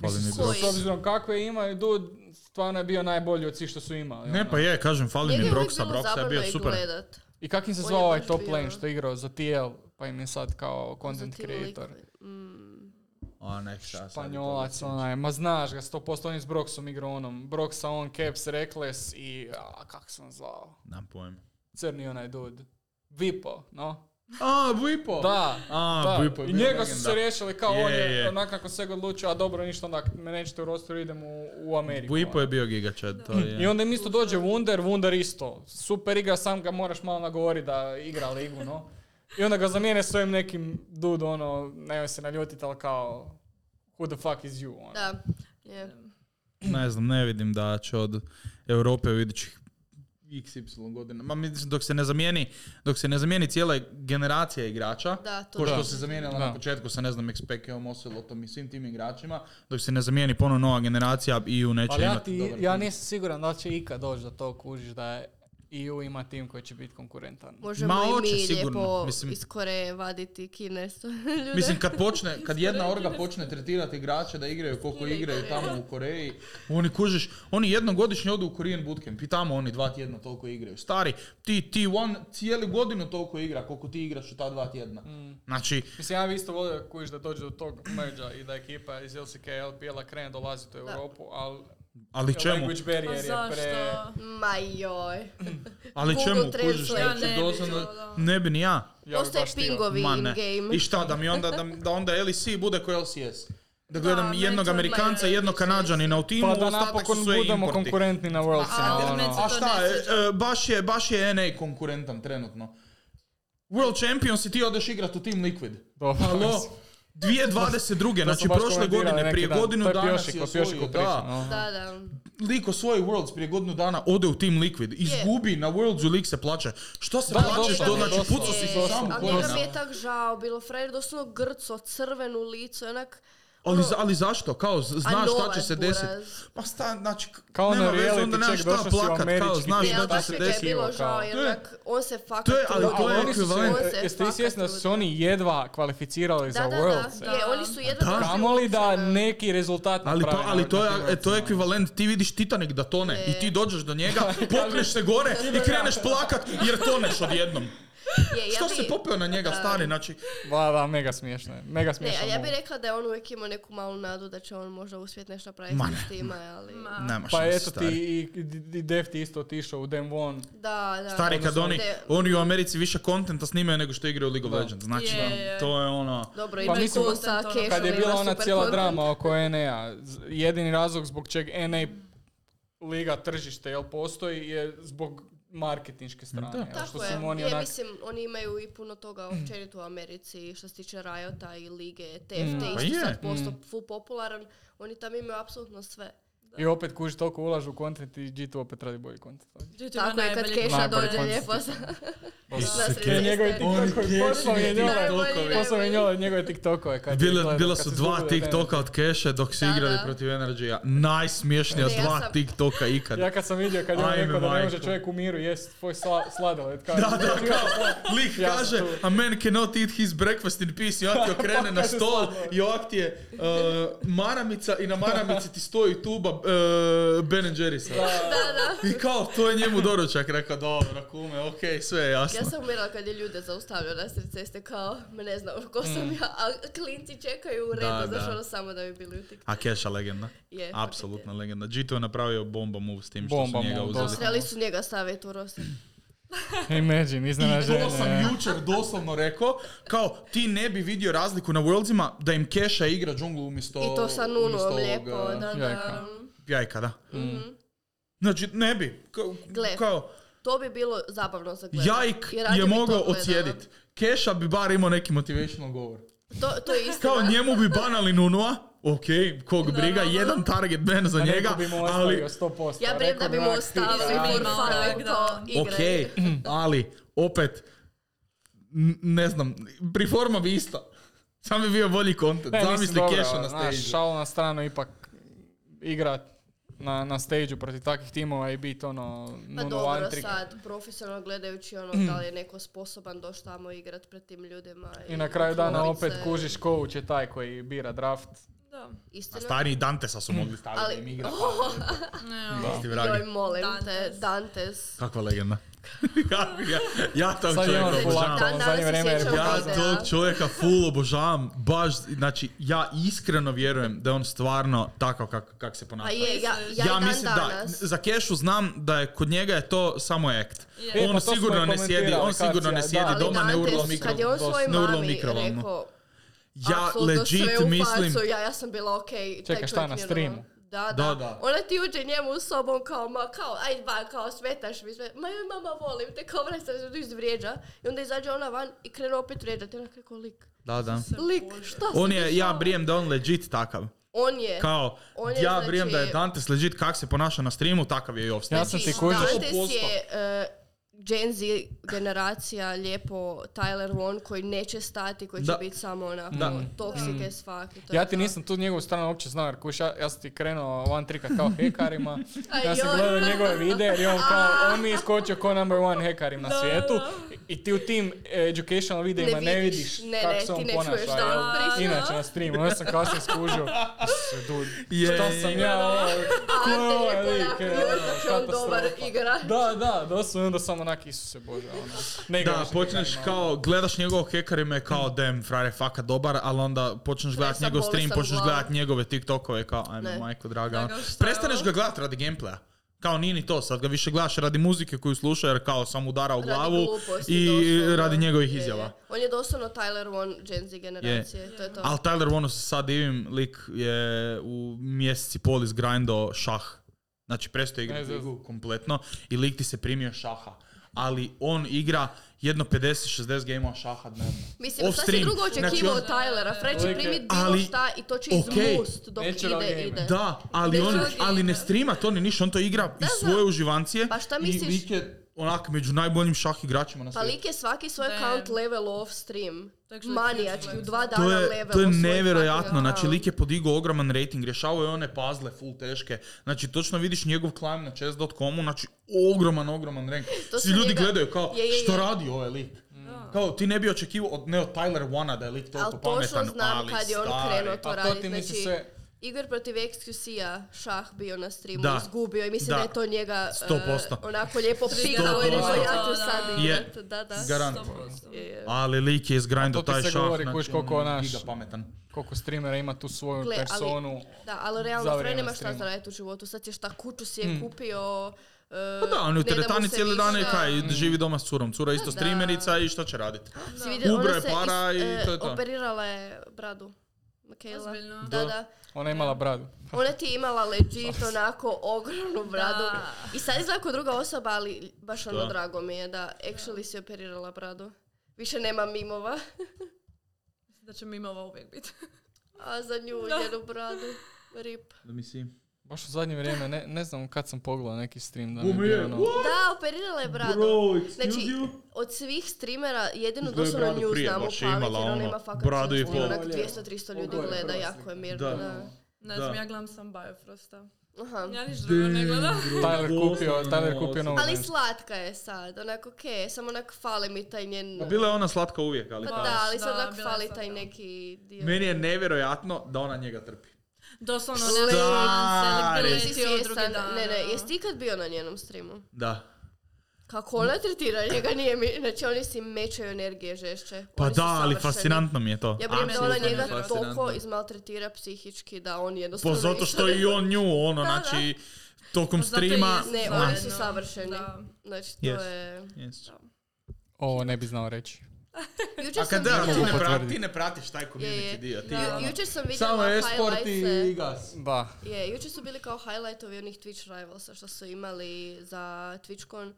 S1: Fali mi
S2: Mislim,
S1: Brox.
S2: S obzirom kakve imaju, Dud stvarno je bio najbolji od svih što su imali.
S1: Ne
S2: ono.
S1: pa je, kažem, fali mi
S3: Njega uvijek
S1: Broxa,
S3: bilo
S1: Broxa je bio
S3: zabavno i
S1: super.
S3: gledat.
S2: I kak im se
S3: On je
S2: zvao ovaj
S3: baš
S2: top
S3: bio-
S2: lane što je igrao za TL, pa im je sad kao content
S3: Zato ti
S2: creator.
S3: lik- Mm.
S1: A nek šta sad
S2: Španjolac, onaj, ma znaš ga 100%, on je s Broxom igrao onom. Broxa, on, Caps, Reckless i, a, kak sam zvao,
S1: Nam pojma.
S2: crni onaj dud. Vipo, no?
S1: A, Buipo!
S2: Da,
S1: A,
S2: da.
S1: Buipo je
S2: I
S1: bio
S2: njega su se
S1: legenda.
S2: riješili, kao
S1: Je,
S2: on je,
S1: je.
S2: onak nakon svega odlučio, a dobro, ništa, onda me nećete u rosteru, idem u, u Ameriku. ono.
S1: Buipo je bio gigačad, to je.
S2: I onda im isto dođe Wunder, Wunder isto. Super igra, sam ga moraš malo nagovoriti da igra ligu, no. I onda ga zamijene s ovim nekim dude, ono, nemoj se naljutiti, ali kao, who the fuck is you, ono.
S3: Da, je. Mm.
S1: ne znam, ne vidim da će od Europe u idućih XY godina. Ma mislim, dok se ne zamijeni, dok se ne zamijeni cijela generacija igrača,
S3: Da, to
S1: ko
S3: da.
S1: što se zamijenila na
S2: Da.
S1: početku sa ne znam Expekeom, Ocelotom i svim tim igračima, dok se ne zamijeni ponovno nova generacija i u neće
S2: Ali ja,
S1: imati
S2: ti,
S1: dobar
S2: ja
S1: tim.
S2: nisam siguran da li će ikad doći do to kužiš da je EU ima tim koji će biti konkurentan.
S3: Možemo
S1: Ma,
S3: i
S1: hoće
S3: mi
S1: sigurno,
S3: lijepo
S1: mislim.
S3: iz Koreje vaditi kinesto ljude.
S1: Mislim, kad počne, kad jedna orga počne tretirati igrače da igraju koliko igraju tamo u Koreji, oni kužiš, oni jednogodišnje odu u Korean bootcamp i tamo oni dva tjedna toliko igraju. Stari, ti T1 cijelu godinu toliko igra koliko ti igraš u ta dva tjedna.
S2: Mm.
S1: Znači,
S2: Mislim, ja bi isto volio kužiš da dođe do tog merđa i da ekipa iz LCK LPL-a krene dolaziti u Europu, ali
S1: ali čemu,
S2: language barrier
S4: Pa
S2: je pre...
S4: zašto?
S3: Ma joj.
S1: ali
S3: Google
S1: čemu
S3: Translate.
S1: kužiš,
S4: Ja
S1: znači,
S4: ne bi
S1: doslovno-
S4: to, da.
S1: ne bi ni ja.
S2: Ja bi
S3: Postoje
S2: baš htio.
S3: pingovi
S1: Ma ne.
S3: in-game.
S1: I šta da mi onda, da, da onda LEC bude ko LCS? Da gledam
S4: meni
S1: jednog
S4: to
S1: Amerikanca i
S4: odmah
S1: jednog
S4: LCS.
S1: Kanadžanina u timu,
S2: Pa da
S1: ostatak su
S2: napokon
S1: sve
S2: budemo
S1: importi.
S2: konkurentni na
S4: A,
S2: Worldsima,
S4: ali
S2: ono.
S4: meni se-
S1: A
S4: to
S1: šta,
S4: ne
S1: e,
S4: sviđa.
S1: e, baš je, baš je NA konkurentan trenutno. World Champions i ti odeš igrat u Team Liquid.
S2: Dobro,
S1: Halo?
S2: mislim.
S1: 2022.
S2: To
S1: znači
S2: sam baš
S1: prošle
S2: komentirao
S1: godine,
S2: neki
S1: prije
S2: dan.
S1: godinu
S2: To je
S1: dana
S2: Piošik,
S1: si
S2: o Piošiku
S1: osvojio,
S2: pričam,
S1: da.
S2: aha.
S3: Da, da.
S1: Lik osvoji Worlds prije godinu dana, ode u Team Liquid, izgubi na Worldsu, lik se plače. Što se
S2: Da,
S1: plačeš,
S2: dosta
S1: to
S2: mi je,
S1: znači
S2: dosta.
S1: puco si
S2: E,
S1: se sam u
S3: A
S1: koljena.
S3: njega mi je tak žao, bilo frajer doslovno grco, crveno lice, onak... ono,
S1: Ali, za- ali zašto? Kao, z- znaš šta
S3: novac,
S1: će se
S3: buraz.
S1: desiti. Pa sta, znači, k-
S2: Kao
S1: nema
S2: na
S1: veze, onda
S2: reality
S1: nemaš
S2: check,
S1: šta
S2: došao si u
S1: plakat, kao,
S2: američki
S1: znaš
S2: tim,
S3: Ne, ali
S1: šta će
S3: baš
S1: se
S3: mi ga je
S1: desiti.
S2: desilo, kao.
S3: bilo žao, jer
S1: To je-
S3: onak, on se fakat
S1: to je- ali
S3: trudio.
S1: to je
S2: Ali oni su se, e,
S1: ekvivalent.
S3: On se
S2: jeste vi
S3: fakat
S2: svjesni da su se
S3: trudio.
S2: oni jedva kvalificirali
S3: Da,
S2: za
S3: da,
S2: Worlds?
S3: da. Je, oni su jedva ono.
S1: Da.
S3: došli u
S2: Kamoli da
S3: finale.
S2: neki rezultat
S1: Ali, pa,
S2: naprave na-
S1: ali to, je,
S2: na tim
S1: e, to je
S2: Worldsima.
S1: ekvivalent, ti vidiš Titanik da tone
S3: E.
S1: i ti dođeš do njega, popneš se gore i kreneš plakat jer toneš odjednom.
S3: Je, ja
S1: Što
S3: bi-
S1: se popeo na njega stari, znači,
S2: Da, da, mega smiješno je. Mega
S3: Ne,
S2: smiješno.
S3: a ja bih rekla da je on uvijek imao neku malu nadu da će on možda uspjeti nešto napraviti
S1: Ma ne.
S3: s time, ali...
S4: Ma.
S1: nema
S2: Pa
S1: šanse
S2: eto ti
S1: stari.
S2: i, i- i Def ti isto otišao u Dem One.
S3: Da, da.
S1: Stari, kad
S3: odnosno
S1: oni,
S3: te-
S1: oni u Americi više kontenta snimaju nego što igraju League of
S2: Da.
S1: Legends, znači
S4: Je, je.
S1: to je ono...
S3: Dobro,
S2: Pa
S3: ima i
S2: mislim,
S3: tu sa
S4: kad je
S3: Cashom,
S2: Kad je
S3: ima
S2: bila ona
S3: super
S2: cijela
S3: content.
S2: drama oko NA, z- jedini razlog zbog čeg NA liga tržište jel postoji je zbog marketinške strane.
S1: Da.
S2: jel,
S3: Tako
S2: što
S3: je.
S2: su im oni
S3: Je,
S2: onak,
S3: mislim, oni imaju i puno toga općenito u Americi što se tiče Riota i Lige TFT,
S2: Mm.
S1: Pa
S3: isto
S1: je.
S3: sad postao full popularan. Oni tam imaju apsolutno sve.
S2: I opet kuži toliko ulažu u content i G2 opet radi bolji content. od njih.
S4: YouTube
S3: Tako je kad
S4: najbolji
S3: Keša
S2: Najbolji
S3: dođe
S2: koncept.
S3: lijepo sa...
S1: Isuse,
S3: Zasred
S1: Keša,
S2: Njegovi
S3: Keša.
S1: on
S2: TikTokovi,
S1: Keša
S2: posao mi je
S1: i
S2: njole.
S1: TikTokove.
S2: Posao mi je njole njegove TikTokove. kad je
S1: Bilo,
S2: gledao,
S1: bilo
S2: kad
S1: su
S2: se
S1: dva
S2: izgubio, ne, ne.
S1: TikToka od Keše dok su
S3: Da,
S1: igrali
S3: da.
S1: protiv Energy-a. Najsmiješnija
S3: Ne, ja
S1: dva
S3: sam-
S1: TikToka ikad.
S2: Ja kad sam vidio kad je on
S1: Ajme,
S2: rekao da ne može
S1: majko.
S2: čovjek u miru jest tvoj sla, sladoled. Kao, Znači,
S1: Da, da, kao, lik
S2: Ja sam
S1: kaže,
S2: tu.
S1: a man cannot eat his breakfast in peace, i ovak ti okrene na
S2: Kaže
S1: stol
S2: slatko.
S1: i ovak ti je uh, maramica i na maramici ti stoji tuba uh, Ben Jerry'sa. I kao, to je njemu doručak, rekao, dobro, kume, okej, sve je jasno.
S3: Ja sam umirala kad je ljude zaustavljao na sred ceste kao, me ne znam ko sam ja, a klinci čekaju u
S1: Mm. Da,
S3: redu, znaš
S1: da.
S3: ono samo da bi bili u TikToku.
S1: A Keša legenda.
S3: Je,
S1: Apsolutna legenda. G2 je napravio bomba move s tim što
S2: Bomba
S1: su njega
S2: move,
S1: uzeli.
S2: doslovno.
S3: Trebali su njega staviti u roster.
S2: Imagine,
S1: I
S2: iznenaženje.
S1: to sam jučer doslovno rekao, kao ti ne bi vidio razliku na Worldsima da im Keša igra džunglu umjesto...
S3: I to sa
S1: umjesto
S3: Nunom
S1: ovog,
S3: lijepo,
S1: eh,
S3: da,
S2: Jajka.
S3: da.
S1: Jajka, da.
S3: Mhm.
S1: Znači, ne bi. Kao,
S3: Gle.
S1: kao
S3: To bi bilo zabavno za gledanje.
S1: Jajk je mogao odsjedit. Keša bi bar imao neki motivational govor.
S3: To, to je isto.
S1: Kao njemu bi banali Nunua, ok, kog briga,
S4: Normalno.
S1: jedan target ban za Pa njega,
S2: Pa bi mu
S1: ali...
S2: ostavio 100%.
S3: Ja brem da
S2: rekao
S3: bi mu
S2: onak,
S3: ostavili
S2: "Fix,
S4: da,
S3: for
S2: ajme,
S4: da,
S3: fun,
S4: da.
S3: to
S1: Ok,
S3: igre.
S1: ali opet, n- ne znam, priforma bi ista. Sam bi bio bolji content.
S2: Ne, mislim,
S1: Zamisli
S2: dobro,
S1: Keša na
S2: znaš,
S1: stage.
S2: šalu na stranu ipak igra na, na stage protiv takvih timova i bit ono
S3: Pa
S2: nuno
S3: dobro
S2: antrik.
S3: sad, profesionalno gledajući ono
S1: Mm.
S3: da li je neko sposoban doći tamo igrat pred tim ljudima.
S2: I na kraju dana
S3: uklopit
S2: opet
S3: se.
S2: kužiš coach je taj koji bira draft.
S4: Da.
S1: A
S3: Istina.
S1: stari Dantesa
S2: Mm.
S1: su mogli staviti
S3: Ali-
S1: da im igra.
S4: Ne,
S1: Isti vragi.
S3: Joj, molim te,
S4: Dantes.
S3: Dantes.
S1: Kakva legenda. ja, ja, ja tog
S2: Sad je
S1: čovjeka obožavam.
S2: on full
S3: Znači, Dan
S2: aktualan
S3: danas
S2: ono, zadnje
S3: se
S2: vrijeme jer
S3: sjećam
S2: pokazao-
S1: Ja
S3: videa.
S1: tog čovjeka full obožavam, baš, znači, ja iskreno vjerujem da je on stvarno takav kak, kak se
S3: Pa
S1: ponaša.
S3: je, ja, ja, i dan
S1: mislim da,
S3: danas.
S1: za Kešu znam da je kod njega je to samo act.
S4: Je.
S2: E, pa
S1: On
S2: to smo
S1: sigurno
S2: i
S1: ne sjedi, on
S2: komentirali,
S1: sigurno ne
S2: Katja,
S1: sjedi
S2: da.
S3: Ali
S1: doma, ne
S3: Dantes,
S1: urla
S3: kad je
S1: mikro.
S3: on svojoj
S1: Ne urlo ono.
S3: mami
S1: mikrovalno.
S3: rekao,
S1: Ja
S3: apsolutno sve
S1: legit
S3: u
S1: mislim,
S3: facu, ja, ja sam bila ok.
S2: Čekaj, šta, na streamu?
S3: Da,
S1: Da,
S3: da.
S1: da.
S3: Ona ti uđe njemu sobom kao, ma, kao, aj van, kao, smetaš mi sve. Ma joj, mama, volim te, kao, vraj se tu izvrijeđa. I onda izađe ona van i krene opet vrijeđati. Ona kako lik.
S1: da, da.
S3: Lik, šta se
S1: On je, ja
S3: dešava?
S1: brijem da je on legit takav.
S3: On je.
S1: Kao,
S3: E, On je,
S1: ja
S3: znači-
S1: brijem da je Dantes legit kak se ponaša na streamu, takav je i off
S2: Ja
S1: streamu.
S2: sam
S3: Znači,
S2: ti kužio.
S3: Dantes je eh, Gen Z generacija, lijepo Tyler Won koji neće stati, koji će
S1: Da.
S3: biti samo onako
S1: Da.
S3: toksik as fuck. i to
S2: Ja
S3: je
S2: ti
S3: to.
S2: nisam tu njegovu stranu uopće znao, jer kuš, ja, ja sam ti krenuo one trika kao hekarima,
S3: Aj,
S2: ja sam
S3: joj.
S2: gledao njegove videe, jer je on kao, on mi je skočio kao number one hekarim na svijetu, i ti u tim e, educational videima ne vidiš
S3: ne,
S2: kako
S3: ne,
S2: se on
S3: ti ne
S2: ponaša,
S3: čuješ
S2: jel?
S3: da on priča.
S2: Inače na streamu, onda sam kasnije skužio, Isuse, dude,
S1: Je,
S2: šta sam ja ovo, ko je
S3: Ante je
S2: ovaj lik,
S3: onako,
S2: je,
S3: joj, kak je on dobar
S2: katastrofa.
S3: igrač.
S2: Da, da, doslovno, onda sam onak, Isuse Bože, ono, ne igram
S1: Da,
S2: više
S1: počneš
S2: hekarima, ono.
S1: kao, gledaš njegovog hekarima je kao, damn, frajer je faka dobar, ali onda počneš gledat
S3: sam
S1: njegov stream,
S3: bolestan
S1: počneš
S3: glav.
S1: gledat njegove TikTokove, kao, ajme,
S3: Ne.
S1: majko, draga.
S4: Draga,
S1: ono.
S4: šta je
S1: Prestaneš
S4: ovo?
S1: ga gledat radi gameplaya. Kao nije ni to, sad ga više gledaš radi muzike koju sluša jer kao sam udara u
S3: Radi
S1: glavu
S3: gluposti,
S1: i
S3: doslovno.
S1: radi njegovih
S3: Je, je.
S1: izjava.
S3: On je doslovno Tyler One Gen Z generacije, to je to.
S1: Ali Tyler Wonu se sad divim, lik je u mjeseci pol izgrindao šah. Znači prestao
S2: Ne
S1: igrati
S2: znam.
S1: ligu kompletno i lik ti se primio šaha. Ali on igra jedno 50-60 gameova šaha dnevno.
S3: Mislim,
S1: Off
S3: šta si
S1: stream.
S3: drugo
S1: Znači,
S3: očekivao
S1: on-
S3: od Tylera? Fred će
S2: Lik je-
S3: primit
S1: Ali-
S3: bilo šta i to će
S1: Okej.
S3: izmust dok
S2: Natural
S3: ide,
S2: gamer.
S3: ide.
S1: Da, ali,
S3: Bez
S1: on,
S3: drugi
S1: ali ne
S3: igra.
S1: streama to ni ništa, on to igra iz
S3: znam.
S1: svoje uživancije.
S3: Pa šta
S1: I
S3: misliš?
S1: lik je onak među najboljim šah igračima na
S3: Pa
S1: svijetu.
S3: lik je svaki svoj
S4: Damn.
S3: account level off stream.
S4: Tako što je
S3: Manijački, u ono. dva dana
S1: To je,
S3: level
S1: to je nevjerojatno, znači lik je podigao ogroman rating, rješavao je one puzzle full teške, znači točno vidiš njegov climb na chess.comu, znači ogroman, ogroman rank.
S3: To
S1: Svi
S3: se
S1: ljudi
S3: njega-
S1: gledaju kao,
S3: Je, je, je. Mm.
S1: što radi ovaj lik? Kao, ti ne bi očekivao od, ne od Tyler Wana da je lik toliko
S3: Ali
S1: pametan,
S3: točno znam
S1: ali
S3: kad je on
S1: stari,
S3: krenuo
S1: pa-
S3: to
S2: Pa to ti
S3: raditi.
S2: nisi
S3: Znači,
S2: sve-
S3: Igor protiv XQC-a, šah bio na streamu,
S1: Da.
S3: izgubio i mislim
S1: Da.
S3: da, je to njega
S1: Sto
S3: eh,
S1: posto.
S3: onako lijepo pikao i
S1: posto.
S3: rekao ja ću
S4: Da,
S3: sad
S1: da.
S3: igrat. Da, da.
S1: Garant.
S3: Je, je.
S1: Ali lik je izgrindao
S2: A to ti
S1: taj
S2: se
S1: šah, znači,
S2: govori, kuš, koliko
S1: on je
S2: naš-
S1: giga pametan.
S2: ono, Koliko streamera ima tu svoju
S3: Gle, ali-
S2: personu,
S3: Da, ali realno
S2: Za
S3: Fred
S2: vrijeme
S3: nema šta
S2: streama.
S3: zaraditi u životu. Sad ćeš ta kuću si je kupio... eh,
S1: Hmm. Pa da, on je u
S3: ne da mu
S1: teretani
S3: se
S1: cijeli dan i
S3: ništa.
S1: kaj, živi doma s curom. Cura je isto
S3: Da.
S1: streamerica i šta će radit?
S3: Si vidio,
S1: Ubro
S3: ona
S1: je
S3: se
S1: para
S3: is-
S1: i
S3: eh,
S1: to je to.
S3: operirala je bradu. Michaela.
S4: Ozbiljno?
S3: Da, da.
S2: Ona je imala bradu.
S3: Ona ti je imala legit onako ogromnu bradu.
S4: Da.
S3: I sad izgleda kao druga osoba, ali baš ono
S1: Da.
S3: drago mi je da actually si operirala bradu. Više nema mimova,
S4: Mislim da će mi ova uvijek biti.
S3: a za nju
S4: Da.
S3: jednu bradu. Rip.
S1: Da mi si...
S2: Baš u zadnje vrijeme, ne, ne znam kad sam pogledao neki stream da ne
S1: Gume
S2: bi
S1: je,
S2: ono...
S1: what?
S3: Da, operirala je bradu.
S1: Bro, excuse
S3: Znači,
S1: you?
S3: od svih streamera jedino
S1: Izgleda je
S3: doslovno
S1: bradu
S3: nju
S1: prije
S3: znamo
S1: baš
S3: pamet,
S1: imala
S3: jer ona
S1: ono,
S3: ima fakat
S1: bradu i
S3: čustvo,
S1: pol.
S3: onak
S2: Ovo je
S3: 200-300 ljudi
S2: Ovo je
S3: gleda,
S2: prva
S3: jako
S2: slika.
S3: je mirno.
S1: Da.
S3: Da.
S4: Ne
S1: Da.
S4: znam, ja gledam sam Biofrosta.
S3: Aha.
S4: Ja niš drugo ne gledam.
S2: Tyler kupio,
S1: Doslovno
S2: Tyler kupio
S1: ono-
S2: novu
S3: Ali
S2: nešto.
S3: slatka je sad, onak okej, samo onak fali mi taj njen...
S1: Ma Bila je ona slatka uvijek, ali
S3: Pa
S1: ta-
S3: da, ali sad
S4: Da,
S3: onak
S4: bila je
S3: fali taj
S4: slatka.
S3: neki dio.
S1: Meni je nevjerojatno da ona njega trpi.
S4: Doslovno
S3: Šta?
S4: ne gledam se,
S3: Jesi
S4: letio drugi
S3: svjestan,
S4: dan.
S3: ne, ne,
S4: ono.
S3: jesi ti ikad bio na njenom streamu?
S1: Da.
S3: Kako ona tretira njega, nije mi, znači oni si mećaju energije žešće.
S1: Pa
S3: Oni su
S1: da, ali
S3: savršeni.
S1: fascinantno mi je to.
S3: Ja vjerujem da ona
S1: Apsolutno mi je
S3: njega
S1: fascinantno.
S3: toliko izmaltretira psihički da on
S1: Pa
S3: jednostavno...
S1: zato
S3: ništa
S1: što
S3: ne-
S1: i on nju, ono,
S3: Da, Pa da.
S1: znači, tokom
S4: Pa zato i
S1: streama...
S4: jesu
S3: Ne,
S4: zajedno.
S3: oni su savršeni.
S4: Da.
S3: Znači, to
S1: Yes.
S3: je...
S1: Jesu.
S2: Ovo ne bi znao reći.
S3: Jučer
S1: A kad
S3: sam
S1: da, ti
S3: vidjela...
S1: ne, pra-
S2: potvrditi.
S1: ti ne pratiš taj
S3: Je,
S1: community
S3: je.
S1: dio. Ti,
S4: Da.
S1: ono,
S3: Ju- Jučer sam
S1: samo
S3: vidjela
S1: esport i
S3: highlights.
S1: gas.
S2: Da.
S3: Je, jučer su bili kao highlightovi onih Twitch rivalsa što su imali za TwitchCon.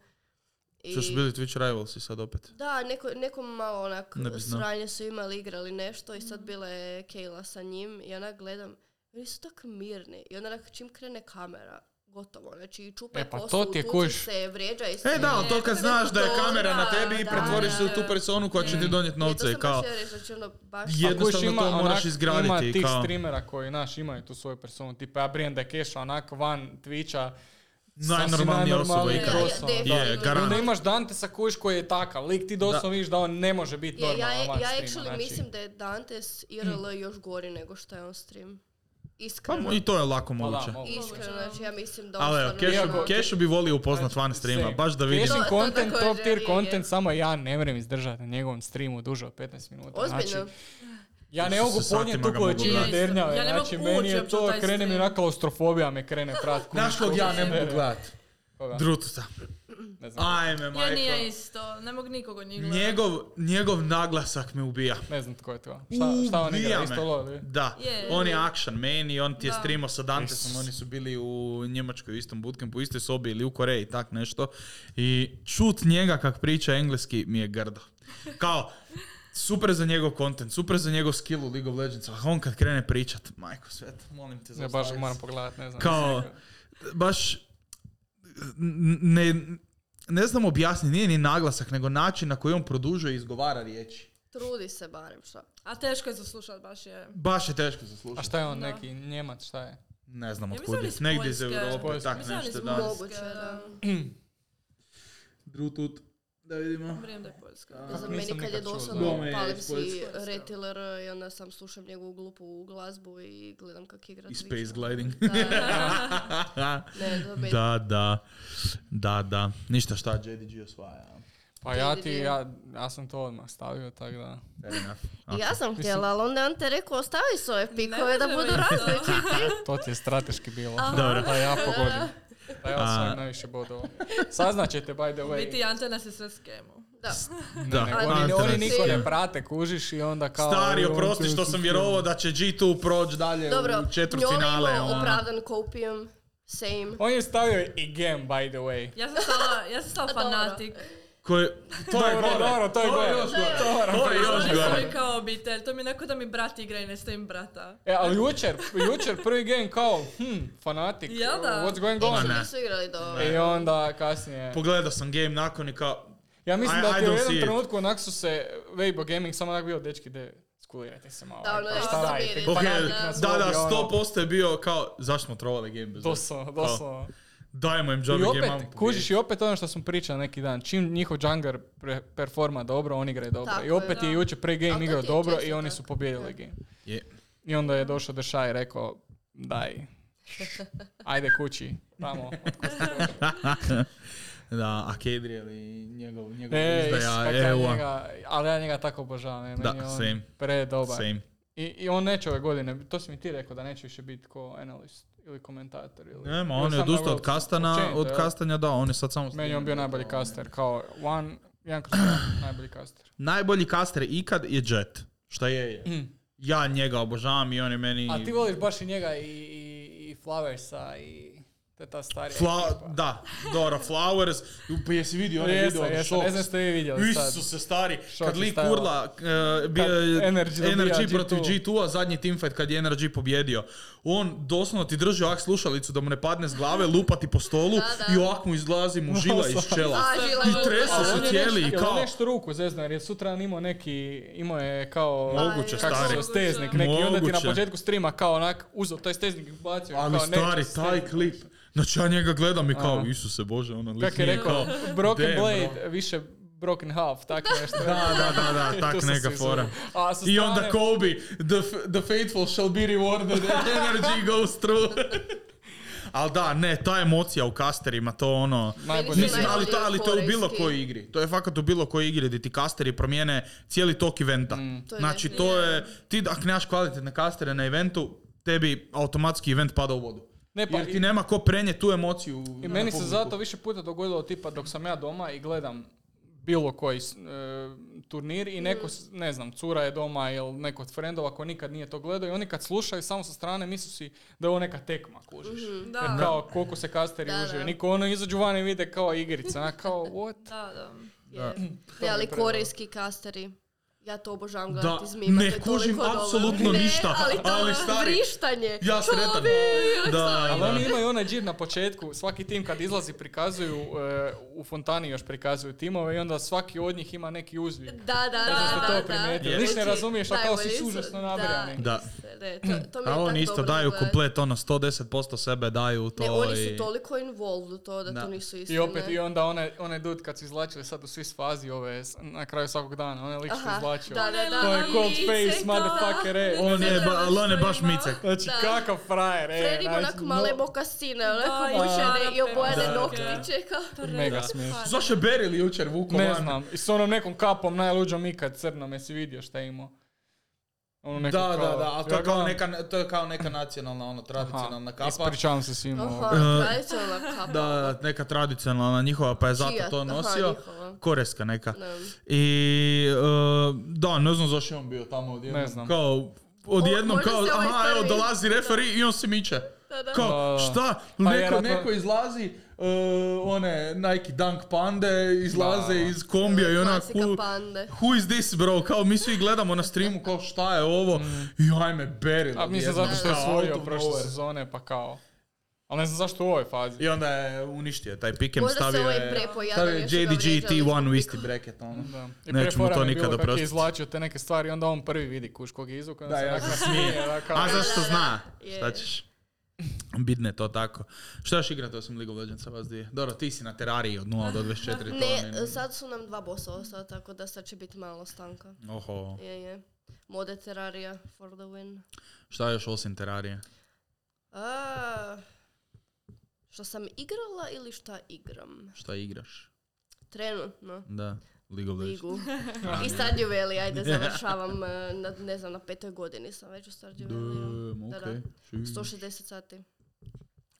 S3: I...
S1: Što su bili Twitch rivalsi sad opet?
S3: Da, neko, neko malo onak
S1: Ne bi znao.
S3: sranje su imali, igrali nešto i sad bila je Kayla sa njim i ona gledam, oni su tako mirni i onda onak čim krene kamera, gotovo, znači čupa
S2: E, pa
S3: kosu,
S2: to ti je
S3: tuče
S2: kuš.
S3: se, vrijeđa i sve.
S1: E da, ali to kad
S4: Ne,
S1: znaš da je
S3: to-
S1: kamera na
S3: da,
S1: tebi i
S3: da,
S1: pretvoriš se u
S4: da.
S1: tu personu koja će ti donijeti novce
S3: je,
S1: i kao...
S3: To sam baš htjela reći, znači ono baš...
S1: Je- Jednostavno
S2: A kužiš,
S1: to moraš
S2: onak-
S1: izgraditi
S2: Ima
S1: i
S2: tih
S1: kao-
S2: streamera koji, naš, imaju tu svoju personu. Tipa, ja brijem da je Keša onak van Twitcha.
S1: Najnormalnija osoba
S2: najnormalniji
S1: ikad.
S2: cross,
S3: Ja,
S2: ono,
S3: definitivno.
S2: da.
S1: Je,
S2: I onda
S1: garant.
S2: imaš Dante sa kuš koji je takav. Lik ti doslovno vidiš da on ne može biti
S3: Je, ja,
S2: normalan van
S3: ja
S2: streama,
S3: actually
S2: znači.
S3: mislim da je Dantes IRL još gori nego što je on stream.
S1: Pa
S3: Iskreno.
S1: i to je lako
S2: Pa da,
S1: moguće.
S2: moguće.
S3: Iskreno, znači ja mislim da on
S1: Ali evo,
S3: stvarno-
S1: Kešu,
S2: Iako- Znači,
S1: Kešu bi volio upoznat van streama,
S2: Same.
S1: baš da vidim.
S2: Cashin
S3: To- to
S2: content,
S3: također
S2: top tier
S3: je.
S2: content, samo ja ne vrem izdržati na njegovom streamu duže od 15 minuta.
S3: Ozbiljno.
S2: Znači, ja ne
S1: Sa
S2: mogu
S1: satima
S2: podnijeti
S1: ga
S2: tu
S1: mogu
S2: količinu
S1: gledat.
S2: dernjave.
S4: Ja ne mogu
S2: znači,
S4: ući
S2: meni je
S4: uopće u
S2: to,
S4: taj
S2: krene mi
S4: stream.
S2: onako klaustrofobija me krene prat. kužiš,
S1: Znaš kog ja
S2: koliko
S1: ne
S2: se-
S1: mogu gledat?
S2: Koga?
S1: Drutusa.
S2: Ne znam.
S1: Ajme,
S4: Ja nije
S1: majko.
S4: isto, ne mogu nikog od njih gledat.
S1: Njegov, njegov naglasak me ubija.
S2: Ne znam tko je to. Šta, šta on
S1: Ubija
S2: igra?
S1: me.
S2: Isto LOL ili?
S1: Da,
S4: Je.
S1: on je action man i on ti je
S4: Da.
S1: streamao sa Dantesom, oni su bili u Njemačkoj u istom bootcampu, u istoj sobi ili u Koreji, tak nešto. I čut njega kak priča engleski mi je grdo. Kao, super za njegov content, super za njegov skill u League of Legends, a on kad krene pričat, majko sveta, molim te
S2: Ne,
S1: za
S2: baš ga moram pogledat, ne znam.
S1: Kao, baš, n- ne, ne znam objasniti, nije ni naglasak, nego način na koji on produžuje i izgovara riječi.
S3: Trudi se barem šta.
S4: A teško je za slušat, baš je.
S1: Baš je teško za
S2: A
S1: slušati.
S2: šta je on,
S4: Da.
S2: neki Njemac, šta je?
S1: Ne znam
S4: Ja
S1: otkud
S4: mislim
S1: je.
S4: iz
S1: Negdje iz
S4: Poljske.
S1: Europe,
S2: Poljske.
S1: tak
S4: Mislim da
S1: nešto,
S4: iz
S1: da.
S3: Moguće,
S4: Poljske, da.
S1: Drutut, da vidimo.
S4: Vrijem da je Poljska.
S3: Ne znam,
S2: nisam
S3: meni kad je
S2: nikad čuo,
S3: dosadno,
S1: da. Doma je
S3: palim
S1: iz
S3: si
S1: Poljske.
S3: Retiler i onda sam slušam njegovu glupu glazbu i gledam kak igra.
S1: I
S3: Twitch.
S1: space gliding.
S3: Ne, to bi-
S1: da, da. Da, da. Ništa šta, JDG osvaja.
S2: Pa ja
S3: Ti
S2: ti,
S3: vidio.
S2: ja, ja sam to odmah stavio, tako da.
S1: Fair enough.
S3: I Ja sam htjela, ali onda je Ante rekao ostavi svoje pikove
S4: Ne
S3: da
S4: možemo
S3: budu
S4: isto.
S3: različiti.
S2: To ti je strateški bilo.
S1: Dobro.
S2: Da ja pogodim. Pa Da ja
S1: A-
S2: osvojim najviše bodova. Saznaćete, by the way.
S4: Biti Antena se sve skemu.
S3: Da.
S1: Da.
S2: Nego oni,
S1: Antenas.
S2: oni niko ne prate, kužiš i onda kao...
S1: Stari,
S2: on
S1: oprosti
S2: tu-
S1: što
S2: tu-
S1: sam
S2: tu-
S1: vjerovao da će G2 proći dalje
S3: Dobro,
S1: u četvrtfinale.
S3: njome imao
S1: ono.
S3: opravdan kopium, same.
S2: On je stavio i game, by the way.
S4: Ja sam stala, ja sam stala
S3: dobro.
S4: fanatik.
S1: Koje, to je
S2: Dobro,
S1: gore.
S2: dobro, to je gore.
S1: još gore.
S2: To moram
S1: To je još
S4: Oni su
S1: gore.
S4: mi kao obitelj, to mi je onako da mi brat igra i ne stojim brata.
S2: E, ali jučer, jučer prvi game kao, hm, fanatik,
S3: Ja,
S4: Jel da?
S2: what's going
S1: Ma
S2: on? E,
S1: ne.
S3: Svi su igrali dobro.
S2: I onda kasnije...
S1: Pogledao sam game nakon i kao,
S2: Ja mislim
S1: I-
S2: da
S1: I
S2: ti u
S1: don't see
S2: jednom
S1: it.
S2: trenutku onak su se Weibo Gaming samo onak bio dečki de skulirajte se malo.
S3: Da, ono,
S2: pa
S3: da
S2: šta
S3: se
S2: radite,
S3: smiri.
S1: ok,
S2: fanatik nas
S1: da,
S2: vodi,
S1: da,
S2: ono,
S1: 100% je bio kao, zašto smo trovali game bez veze?
S2: Doslovno, doslovno.
S1: Dajemo im
S2: I
S1: džabe game, ajmo
S2: opet, kužiš
S1: pobijediti.
S2: i opet ono što smo pričali neki dan, čim njihov jungler pre- performa dobro, on igra dobro.
S3: Tako
S2: I
S3: je,
S2: opet
S4: da.
S2: je jučer pre
S3: Ali
S2: game
S3: to
S2: igrao
S3: ti je
S2: dobro i
S3: često
S2: oni
S3: tako,
S2: su pobijedili
S3: da.
S2: game.
S1: Je.
S2: I onda je došao Dešaj i rekao, daj, ajde kući, tamo.
S1: Da, a Kedriel i njegov, njegov
S2: Ne,
S1: izdaja,
S2: iskak ja
S1: evo,
S2: E, njega, ali ja njega tako obožavam, ja,
S1: Da,
S2: meni je on
S1: same.
S2: predobar.
S1: same.
S2: I, I on neće ove godine, to si mi ti rekao da neće više biti ko analist ili komentator. Ili,
S1: Nema,
S2: pa-
S1: on
S2: ili
S1: je
S2: sam na
S1: odustao od
S2: Worlds.
S1: kastana,
S2: Općenito,
S1: od
S2: jel?
S1: kastanja, da, on je sad samo...
S2: Meni je on bio najbolji kaster, kao one, jedan kroz jedan, najbolji kaster.
S1: Najbolji kaster ikad je Jet, šta je je. ja njega obožavam i on je meni...
S2: Mm. A ti voliš baš i njega i, i, i Flowersa i te ta starija. ekipa.
S1: Fla- da, Dora Flowers, pa jesi vidio onaj
S2: Jesam,
S1: video?
S2: jesam,
S1: Šok.
S2: ne znam ste vi vidjeli
S1: Isuse stari,
S2: Šok
S1: kad
S2: je
S1: lik
S2: stajala.
S1: urla, e, bio
S2: Kad
S1: je
S2: Energy dobija
S1: Energy
S2: G2.
S1: protiv G2-a, zadnji teamfight kad je Energy pobjedio. On doslovno ti drži ovak slušalicu da mu ne padne s glave, lupa ti po stolu
S3: Da, da.
S1: i ovak mu izlazi mu žila iz čela.
S3: A, žila
S1: I tresu
S3: žila.
S2: A
S1: se
S2: on je
S1: cijeli i
S2: nešto- jel on
S1: kao...
S2: nešto ruku zezno, jer je sutra imao neki, imao je kao...
S1: Moguće,
S2: kako se
S1: stari.
S2: zove, steznik neki, i onda ti na
S1: Moguće.
S2: početku streama kao onak uzeo taj steznik i bacio.
S1: Ali
S2: kao, neću
S1: stari,
S2: se
S1: taj
S2: steznik.
S1: klip, znači ja njega gledam i kao,
S2: Aha.
S1: Isuse Bože, ono lik
S2: Kako je
S1: mi je
S2: rekao,
S1: kao,
S2: broken
S1: damn, bro.
S2: blade, više broken half, tako nešto.
S1: Da, da, da, da,
S2: Tu
S1: tak
S2: su
S1: neka
S2: svi
S1: fora.
S2: zezali. A sa
S1: I onda
S2: strane-
S1: Kobe, the, f- the faithful shall be rewarded and energy goes through. ali da, ne, ta emocija u kasterima, to ono...
S2: Najbolje.
S3: Meni se
S1: Mislim, ali, to, ali to je u bilo
S3: Korejski.
S1: kojoj igri. To je fakat u bilo kojoj igri gdje ti kasteri promijene cijeli tok eventa.
S2: Mm.
S3: To je
S1: znači, to
S3: definitivno.
S1: je... Ti ako nemaš kvalitetne kastere na eventu, tebi automatski event pada u vodu.
S2: Ne, pa
S1: Jer
S2: i-
S1: ti nema ko prenije tu emociju
S2: I
S1: na
S2: meni se
S1: publiku.
S2: zato više puta dogodilo tipa dok sam ja doma i gledam bilo koji s- e, turnir i neko, s- ne znam, cura je doma ili neko od frendova ko nikad nije to gledao i oni kad slušaju samo sa strane misle si da je ovo neka tekma, kužiš.
S4: Da,
S2: Jer
S4: da,
S2: kao koliko se kasteri
S3: Mhm, Da, da.
S2: užive. Niko ono izađu van i vide kao igrica, na kao what?
S4: da.
S3: Je.
S2: mi
S3: Ne,
S2: je
S3: ali
S2: predobro.
S3: korejski kasteri. Ja to obožavam
S1: Da,
S3: gledati s mima.
S1: ne
S3: to je toliko
S1: kužim
S3: dobro.
S1: apsolutno
S3: Ne,
S1: ništa,
S3: ali, to
S1: ali
S3: je
S1: stari,
S3: vrištanje.
S1: Ja sretan. Da,
S2: Ali
S1: da.
S2: oni imaju onaj džir na početku, svaki tim kad izlazi prikazuju, e, u fontani još prikazuju timove i onda svaki od njih ima neki uzvik.
S3: Da, da,
S2: Da ste
S3: da, da,
S2: to primijetili.
S1: Je.
S2: Ništa ne
S3: Znači,
S2: razumiješ, a kao si
S3: najbolji su-
S2: užasno
S3: da.
S2: nabrani.
S1: Da.
S3: Ne, to, to mi je
S1: A
S3: tako
S1: oni isto
S3: dobro
S1: daju
S3: gledat.
S1: komplet ono 110% sebe daju u to.
S3: Ne, oni
S1: i-
S3: su toliko involved u to da,
S1: Da.
S3: to nisu istine.
S2: I opet i onda onaj, onaj dud kad su izvlačili sad u Swiss fazi ove s- na kraju svakog dana, onaj lik što
S3: Aha,
S2: izvlačio.
S3: da, da, da.
S2: To je cold
S4: Lice,
S2: face,
S4: kao.
S2: motherfucker, ej.
S1: e, On je, ba, ali on je baš
S4: Ima.
S1: micek.
S2: Znači
S3: Da.
S2: kakav frajer,
S1: e,
S2: ej.
S3: Freddy ima
S2: znači,
S3: onako male
S2: no-
S3: mokasine,
S4: Da, i
S3: onako božene i
S4: čarape.
S1: Da.
S3: obojene noktiće. kao-
S4: To je
S2: Mega
S4: red.
S2: smiješno.
S4: Pa, da.
S1: Zašto je Beril jučer vukao
S2: Ne
S1: van?
S2: znam, i s onom nekom kapom najluđom ikad crnom, jesi vidio šta je imao? Ono
S1: Da,
S2: neko
S1: da,
S2: kao-
S1: da, ali to
S2: Ja
S1: je kao
S2: gledam-
S1: neka, to je kao neka nacionalna, ono,
S2: Aha,
S1: tradicionalna kapa.
S2: Ispričavam se svima.
S3: Aha,
S2: ovoga.
S3: tradicionalna kapa.
S1: E, Da, neka tradicionalna njihova, pa je zato
S3: Čija?
S1: to
S3: Aha,
S1: nosio.
S3: njihova.
S1: Korejska neka.
S3: Ne.
S1: I, e, da, ne znam zašto je on bio tamo odjednom.
S2: Ne znam.
S1: Kao, odjednom
S3: možda
S1: kao,
S3: se ovaj
S1: aha, evo,
S3: prvi-
S1: dolazi referi i on se miče.
S3: Da, da.
S1: Kao,
S2: Da.
S1: šta?
S2: Pa
S1: neko,
S2: vjerojatno-
S1: neko izlazi, e, one Nike Dunk Pande izlaze
S2: Da.
S1: iz kombija i ona
S3: Klasika pa- pande.
S1: Who is this bro? Kao mi svi gledamo na streamu kao šta je ovo i ajme Beryl.
S2: Mm. A mislim zato što je
S1: odjednom, kao
S2: osvojio
S1: out of
S2: prošle
S1: nowhere.
S2: sezone, pa kao. Ali ne znam zašto u ovoj fazi.
S1: I onda je uništio taj pikem,
S3: Možda se
S1: stavio
S3: ovaj
S1: je,
S3: prepo jadan
S1: stavio je
S3: još su ga
S1: JDG
S3: vrijeđali
S1: T1 u
S3: zbog
S1: isti
S3: pika.
S1: bracket. Ono.
S2: Da. I prije
S1: Neću mu
S2: fora
S1: to
S2: mi je bilo
S1: nikada
S2: kako je
S1: oprostiti.
S2: izvlačio te neke stvari, onda on prvi vidi kuš kog je izvukao. onda
S1: Da,
S2: se
S1: ja
S2: onak
S1: se
S2: nasmije,
S1: smijem.
S2: da, kao-
S1: A
S3: da,
S1: zašto
S3: da,
S1: zna?
S3: je.
S1: Šta ćeš? Bidne to tako. Šta još igrate osim League of Legends vas dvije? Dobro, ti si na terariji od 0 do 24. to
S3: Ne, e, sad su nam dva bossa ostala, tako da sad će biti malo stanka.
S1: Oho,
S3: Je, je. Mode Terraria for the win.
S1: šta još osim terarije?
S3: A, što sam igrala ili šta igram?
S1: Šta igraš?
S3: Trenutno.
S1: Da, League of Legends.
S3: Ligu. I Stardew Valley, ajde, završavam, eh, na, ne znam, na petoj godini sam već u Stardew Valley.
S1: Damn,
S3: Da, da.
S1: okej.
S3: 160 sati.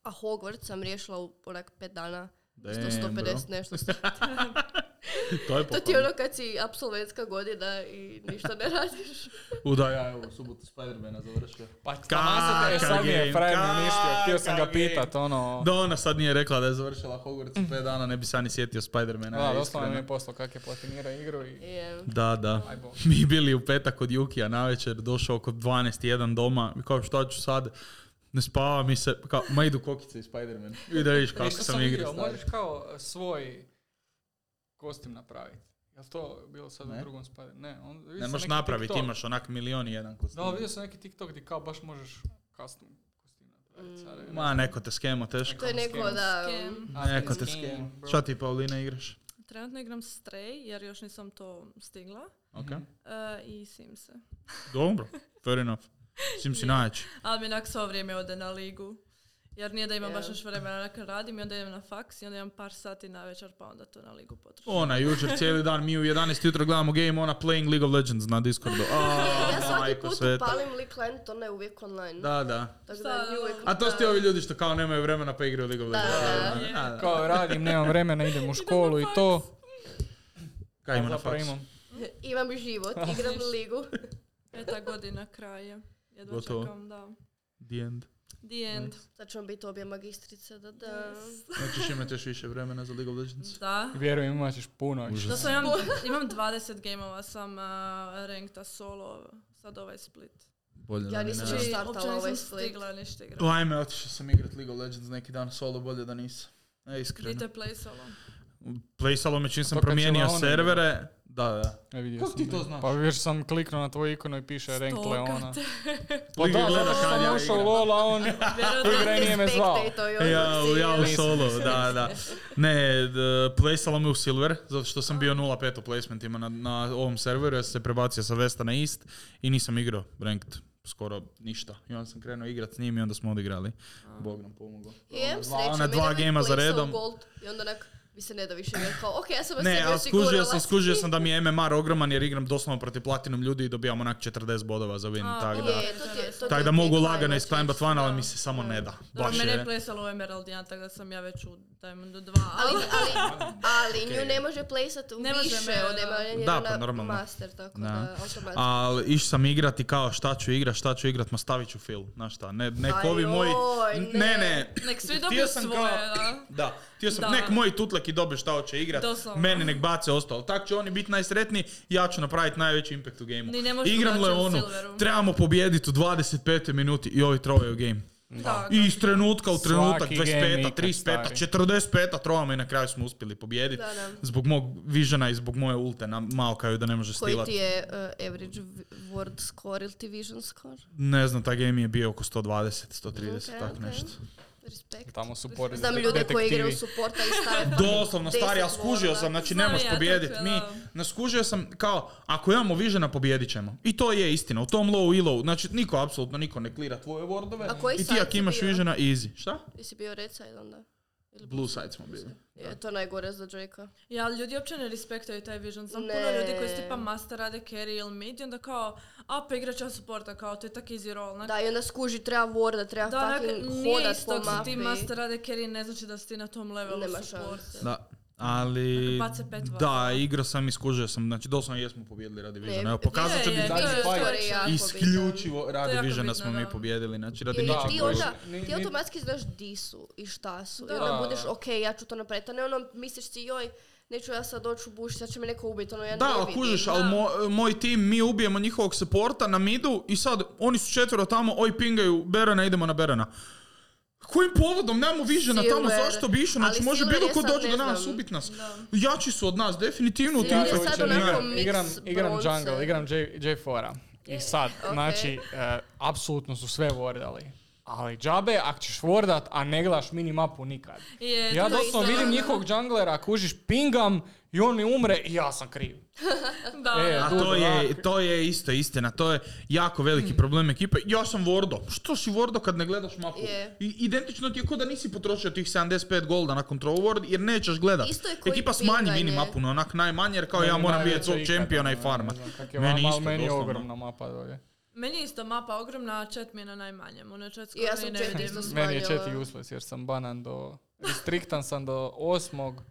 S3: A Hogwarts sam riješila u onak 5 dana. Isto
S1: Damn,
S3: 150
S1: bro.
S3: nešto.
S1: To je
S3: To ti je
S1: pohvalno.
S3: ono kad si apsolventska godina i ništa ne radiš.
S1: U da, ja evo, subotu Spidermana završio.
S2: Pa taman sam te, e, sad mi je
S1: game,
S2: frajer mi uništio, htio sam ga
S1: kakav game.
S2: pitat, ono...
S1: Da, ona sad nije rekla da je završila Hogwarts u 5 dana, ne bi se ja ni sjetio Spidermana.
S2: Da,
S1: iskreno.
S2: doslovno mi je poslao kak je platinirao igru i...
S3: Je.
S1: Da, da.
S2: Aj bog.
S1: Mi bili u petak kod Jukija navečer, došao oko 12.1 doma i kao šta ću sad, ne spava mi se, kao, ma idu kokice i Spiderman. I da vidiš kako
S2: E, što
S1: sam igra.
S2: vidio, Možeš kao e, svoj kostim napraviti. Jel to bilo sad u
S1: Ne.
S2: drugom spadu? Ne, on, vidio
S1: Ne
S2: sam
S1: možeš
S2: neki
S1: napraviti,
S2: TikTok.
S1: imaš onak milion i jedan kostim.
S2: Da, vidio sam neki TikTok gdje kao baš možeš custom kostim napraviti. sad, ne
S1: Ma,
S2: znam.
S1: neko te skemo teško.
S3: To je neko da... um,
S4: Scam.
S1: Neko te
S2: Scam,
S1: skemo.
S2: bro.
S1: Šta ti, Paulina, igraš?
S4: Trenutno igram Stray jer još nisam to stigla
S1: Ok.
S2: Mhm.
S4: e, i Simse.
S1: Dobro, fair enough. Sim si najjači.
S4: Ali mi onak svo vrijeme ode na ligu. Jer nije da imam
S3: Je.
S4: baš još vremena, onak radim i onda idem na faks i onda imam par sati na večer pa onda to na ligu potrošim.
S1: Ona, jučer cijeli dan, mi u 11 jutro gledamo game, ona playing League of Legends na Discordu. A,
S3: Ja svaki
S1: majko
S3: put
S1: sveta.
S3: upalim League Land, ona je uvijek online.
S1: Da, da.
S3: Tako da nju uvijek...
S1: A to su ti ovi ljudi što kao nemaju vremena pa igraju League of Legends.
S3: Da,
S1: Da, da.
S2: Kao radim, nemam vremena, idem u školu i to.
S1: Kaj ima na
S2: Zapravo
S1: faksu?
S2: imam.
S3: Imam život, igram ligu.
S4: E, ta godina kraje. Jedva
S1: Gotovo.
S4: čekam, da.
S1: The end.
S4: The end.
S3: Sad ćemo biti obje magistrice, da da.
S1: Hoćeš imati još Znači, više vremena za League of Legends?
S4: Da.
S2: Vjerujem, imat ćeš puno.
S1: Užas.
S4: Da sam, imam, imam 20 gameova sam uh, ranked solo, sad ovaj split. Znači,
S1: Bolje
S3: Ja
S1: da ni
S3: nisam
S1: ne.
S3: čula. startala
S4: Uopće nisam
S3: ovaj split.
S4: stigla ništa igrati.
S1: Lajme, otišao sam igrat League of Legends neki dan solo, bolje da nisam. E,
S4: Gdje
S1: iskreno.
S4: te play solo?
S1: Playsalo me čim sam
S2: To kad će
S1: promijenio
S2: Leona
S1: servere. Da, da.
S2: E, vidio
S1: Kako
S2: sam
S1: ti
S2: da.
S1: to znaš?
S2: Pa još sam kliknuo na tvoju ikonu i piše Rank Leona.
S4: Stokate.
S2: Pa da, zato što sam ušao u LoL, a on
S4: Vjerujem
S2: igra i nije me zvao.
S3: Spectator,
S1: Ja,
S3: ono,
S1: ja u
S3: si-
S1: solo, da, da. Ne, d- playsalo me u silver, zato što sam bio 0.5 u placementima na, na ovom serveru, ja sam se prebacio sa Vesta na East i nisam igrao ranked skoro ništa. I onda sam krenuo igrat s njim i onda smo odigrali. Bog nam pomogao.
S3: I jem
S1: Dva-
S3: sreća,
S1: ona
S3: meni
S1: dva
S3: uvijek
S1: gema za
S3: plesao
S1: redom.
S3: Gold, I onda onak, mi se ne da više igrati. Kao, okej, ja sam
S4: Pa
S3: vas
S1: Ne,
S3: sebi
S1: ali skužio
S3: osigurala.
S1: sam, skužio sam da mi je MMR ogroman jer igram doslovno protiv platinum ljudi i dobijam onak 40 bodova za win,
S4: A,
S1: tak da.
S3: Je, to ti je- to ti
S1: Tak
S3: je znači.
S1: da mogu
S3: decline
S1: lagano
S3: hoćeš.
S1: isklimbat van, ali mi se samo ne da.
S4: Dobro,
S1: Baš
S4: mene je
S1: je.
S4: plesalo u Emerald 1, tako da sam ja već u Diamondu 2. Ali,
S3: Ali, ali, ali nju ne može plesat
S4: Ne može
S3: više
S4: me,
S3: od
S4: da.
S3: Emanjena
S1: Da, pa normalno.
S3: master, tako
S1: Da.
S3: da, automatski.
S1: Ali iš sam igrati kao šta ću igrat, šta ću igrat, ma stavit ću film, znaš šta, ne, nek
S3: Ajoj,
S1: ovi moji, ne,
S3: ne.
S1: ne,
S4: nek svi
S1: Htio
S4: dobiju
S1: sam
S4: svoje,
S1: kao-
S4: da.
S1: da, htio sam,
S4: Da.
S1: nek moji tutleki dobe šta hoće igrat,
S4: Doslovno.
S1: meni nek bace ostalo, tak će oni biti najsretniji, ja ću napraviti najveći impact u gameu.
S4: Ni ne možeš
S1: Igram
S4: drugačije u
S1: Leonu,
S4: Silveru.
S1: trebamo pobijediti u 25. minuti i ovi trovaju game.
S4: Da.
S1: I iz trenutka u trenutak,
S2: Svaki game
S1: 25,
S2: ikad,
S1: 35, 45 trovama i na kraju smo uspjeli pobijediti.
S3: Da, da.
S1: Zbog mog vižena i zbog moje ulte na Maokaju da ne može
S3: Koji
S1: stilat.
S3: ti je uh, average v- word score ili ti vision score?
S1: Ne znam, taj game je bio oko 120, 130,
S3: Ok,
S1: tak
S3: ok.
S1: nešto.
S3: Respekt.
S2: Tamo su pored
S3: Znam ljude koji igraju
S2: detektivi.
S3: supporta i stave
S1: Doslovno,
S3: deset
S1: stari, ja skužio
S3: golova.
S1: sam, znači ne
S4: Znam
S1: možeš
S4: ja,
S1: pobijediti.
S4: tako
S1: Mi,
S4: je,
S1: naskužio sam kao, ako imamo vižena, pobijedit ćemo. I to je istina, u tom low i low. Znači, niko, apsolutno niko ne klira tvoje wordove.
S3: A koji
S1: I ti
S3: site
S1: ako
S3: si
S1: imaš
S3: bio?
S1: vižena, easy. Šta?
S3: Ti si bio red side onda? Ili
S1: Blue side smo bili.
S3: Je to najgore za Drake-a.
S4: Ja, ali ljudi uopće ne respektaju taj vision. Znam
S3: Ne.
S4: puno ljudi koji su tipa master rade carry ili mid i onda kao, a pa igrat ću ja supporta, kao to je tak easy roll. onak.
S3: Da, i onda skuži, treba warda, treba
S4: da,
S3: fucking
S4: onak, nije
S3: hodat
S4: isto
S3: po
S4: ako si ti
S3: mapi.
S4: master rade carry, ne znači da si ti na tom levelu
S3: Nema
S4: support.
S3: šanse.
S1: Da. Ali,
S3: Dakle,
S4: Onako, bace pet
S1: da,
S4: vatova.
S1: igrao sam, iskužio sam, znači doslovno jesmo pobijedili radi Vižena. Evo,
S3: Ne,
S1: pokazat ću
S4: je,
S1: ti
S4: je,
S1: dalje
S4: je.
S1: fight.
S4: fight.
S1: Isključivo
S4: To
S1: radi
S4: je jako
S1: Vižena
S4: bitno,
S1: smo mi
S4: da.
S1: pobijedili, znači
S3: Jer
S1: radi
S3: i
S2: Da,
S1: ničeg
S3: ti
S1: drugog.
S3: onda,
S2: Ni-
S3: ti
S2: ni-
S3: automatski znaš di su i šta su. I
S4: Da.
S3: onda budeš, ok, ja ću to napraviti. A ne ono, misliš si, joj, neću ja sad doći u buš, sad će me neko ubiti, ono ja
S1: Da,
S3: ne
S1: ali
S3: vidim.
S1: kužiš, ali mo- moj tim, mi ubijemo njihovog supporta na midu i sad oni su četvero tamo, oj pingaju Berana, idemo na Berana. Kojim povodom? Nemamo vižena tamo,
S3: Silver.
S1: zašto bi išao? Znači
S3: Ali
S1: može
S3: Silver
S1: bilo
S3: je
S1: ko
S3: sad
S1: doći
S3: ne
S1: do nas,
S3: znam.
S1: ubit nas.
S4: Da.
S1: Jači su od nas, definitivno u tim
S3: Silver je
S1: fightovima.
S3: sad
S2: Čovječe,
S3: onako
S1: Ne.
S3: mix
S2: igram, igram
S3: bronce.
S2: jungle, igram J, J4-a. I sad, znači, e, apsolutno su sve wardali. Ali džabe, ako ćeš wardat, a ne gledaš minimapu nikad.
S4: Je,
S2: Ja
S4: to je
S2: doslovno
S4: isto,
S3: ono.
S2: vidim
S4: da.
S2: njihovog junglera, kužiš, pingam i on mi umre i ja sam kriv.
S4: Da. ono,
S2: E,
S1: A
S2: Dugo, Hmm.
S1: to je,
S2: da.
S1: to je isto istina, to je jako veliki problem ekipe. Ja sam Vordo. Što si Vordo kad ne gledaš mapu?
S3: Je.
S1: I, identično ti je ko da nisi potrošio tih 75 golda na Control World jer nećeš gledat.
S3: Isto je ko i
S1: Ekipa smanji
S3: pinganje.
S1: mini mapu na onak najmanje jer kao
S2: Meni
S1: ja moram
S2: najveća
S1: vidjeti svog
S2: ikada,
S1: čempiona i
S2: ne
S1: farma.
S2: znam kak je vama,
S1: Meni
S2: ali
S1: isto,
S2: meni je
S1: doslovno.
S2: ogromna mapa dolje.
S4: Meni je isto mapa ogromna, a chat mi je na najmanjem. Ono chat skoro
S3: Ja
S4: ni
S3: sam
S4: ne
S3: chat
S4: vidim.
S3: isto s-
S2: Meni je
S3: Smanjila.
S2: četi useless jer sam banan do... Restriktan sam do 8.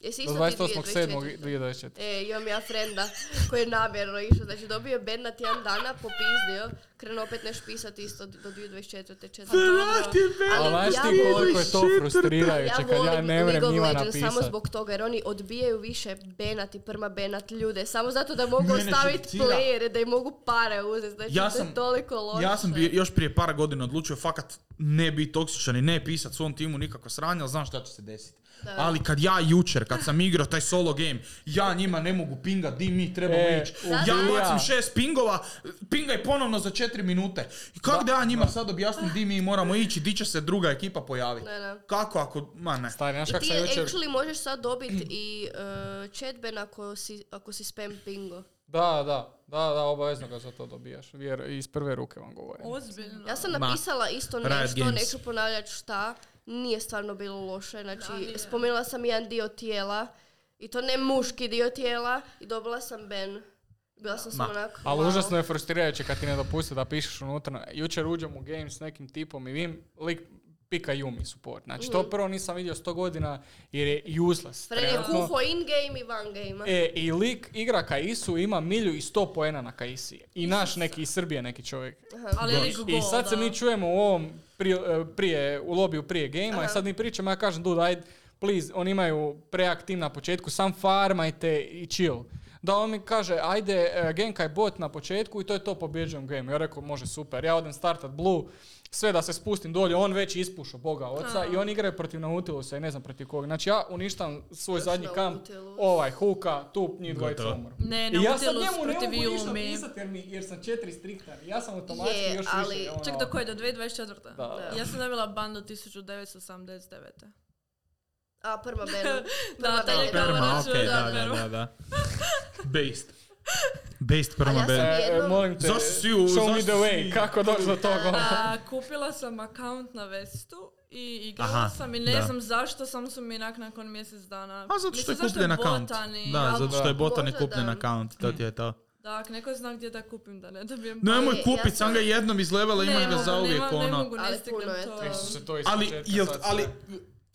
S3: Jesi
S2: do
S3: isto ti
S2: 28.7.
S3: 28.7.
S2: 2024.
S3: E, imam ja frenda koji je namjerno išao, znači dobio je Ben na tjedan dana, popizdio, krenuo opet nešto pisati isto do 2024. četvrte.
S2: Ali
S3: Ali
S2: znaš
S3: ja
S2: ti koliko je to
S1: volim-
S2: frustrirajuće
S3: Ja
S2: kad ja
S3: volim
S2: ne vrem
S3: League
S2: njima
S3: of Legends samo
S2: napisat.
S3: zbog toga jer oni odbijaju više benat i prma benat ljude samo zato da mogu
S1: Mene
S3: ostaviti
S1: živcira.
S3: playere da im mogu pare uzeti znači
S1: Ja
S3: to je
S1: sam-
S3: toliko loše
S1: Ja sam bio, još prije par godina odlučio fakat ne biti toksičan i ne pisat svom timu nikakva sranja, ali znam šta će se desiti.
S3: Da.
S1: Ali kad ja jučer, kad sam igrao taj solo game, ja njima ne mogu pinga, di mi trebamo
S2: E,
S1: ići.
S2: ubija.
S1: Ja bacim šest pingova, pingaj ponovno za četiri minute. I kako da ja njima sad objasnim di mi moramo ići, di će se druga ekipa pojaviti?
S3: Da, da.
S1: Kako ako, ma ne.
S2: Stari, znaš
S3: I
S2: kak
S3: ti
S2: sam jučer...
S3: actually možeš sad dobiti i uh, chat ban ako si, ako si spam pingo.
S2: Da, da, da, da, obavezno ga za to dobijaš. Jer iz prve ruke vam govorim.
S4: Ozbiljno.
S3: Ja sam
S1: Ma,
S3: napisala isto
S1: Riot
S3: nešto,
S1: Games.
S3: neću ponavljati šta, nije stvarno bilo
S4: Da,
S3: loše, znači
S4: nije.
S3: spomenula sam jedan dio tijela i to ne muški dio tijela i dobila sam ban. Bila sam samo
S1: Ma,
S3: onako.
S2: Ali
S3: wow.
S2: užasno je frustrirajuće kad ti ne dopuste da pišeš unutra. Jučer uđem u game s nekim tipom i vidim lik pika Yumi support. Znači, to prvo nisam vidio sto godina jer je useless.
S3: Mhm. Fred je
S2: trenutno.
S3: kuho in-game i van-game.
S2: E, i lik igra Kaisu, ima milju i sto poena na Kaisi. I naš neki iz Srbije neki čovjek.
S4: Ali lik gol,
S2: I sad se
S4: da.
S2: mi čujemo u ovom prije, e, prije u lobiju prije gejma i sad mi pričamo, ja kažem, dude, ajde, please, oni imaju preaktiv na početku, sam farmajte i chill. Da on mi kaže, ajde, e, Genkai bot na početku i to je to, pobjeđujem game. Ja rekao, može, super. Ja odem startat blue, sve da se spustim dolje, on već ispušao boga oca i on igraju protiv Nautilusa i ne znam protiv koga. Znači ja uništam svoj
S4: Znači
S2: zadnji
S3: Još
S2: kamp,
S3: Nautilus.
S2: ovaj, huka, tu, njih dvojica
S1: Gotovo.
S2: umoru.
S4: Ne,
S2: I ja sad
S4: Nautilus
S2: njemu ne
S4: protiv
S2: mogu ništa
S4: Yumi.
S2: pisat jer, mi, jer sam četiri striktar. Ja sam automatski
S3: Je,
S2: još
S3: ali-
S2: više. ono-
S4: Ček, do koje? Do 2024.
S2: Da.
S4: Ja sam dobila ban do 1989.
S3: A, prma Benu.
S4: Da, taj je
S3: Perma,
S4: kao
S1: Perma,
S4: račun,
S1: okej, da, da,
S4: perma.
S1: da, da. Based. Based
S3: Ali
S1: perma
S3: ja sam
S1: Ben.
S2: E, e,
S3: Jednom-
S2: molim te,
S1: Zašto si u-
S2: show
S1: zašto
S2: me the
S1: si-
S2: way, kako doći do toga.
S3: Ja,
S4: A, kupila sam account na Vestu i igrala
S1: Aha,
S4: sam i ne
S1: da.
S4: znam zašto, samo su mi nak nakon mjesec dana.
S1: A zato što
S4: Mislim,
S1: je kupljen
S4: botan
S1: account.
S4: i-
S1: Da,
S4: ali-
S1: zato što je botan je
S3: Možda
S1: kupljen
S3: da.
S1: account, to ti je to.
S4: Da, ako neko zna gdje da kupim, da ne dobijem.
S1: No,
S4: ban.
S1: nemoj
S3: ja
S1: kupit, sam
S3: sam-
S1: ga jednom iz levela, imaš ga
S4: mogu,
S1: zauvijek,
S4: nema- Ne
S1: ono.
S4: mogu, ne
S3: Ali
S4: stignem
S3: puno je
S4: to.
S3: to.
S2: Isuse, E, to je iz
S1: Ali,
S2: početka
S1: jel,
S2: sad sve.
S1: ali,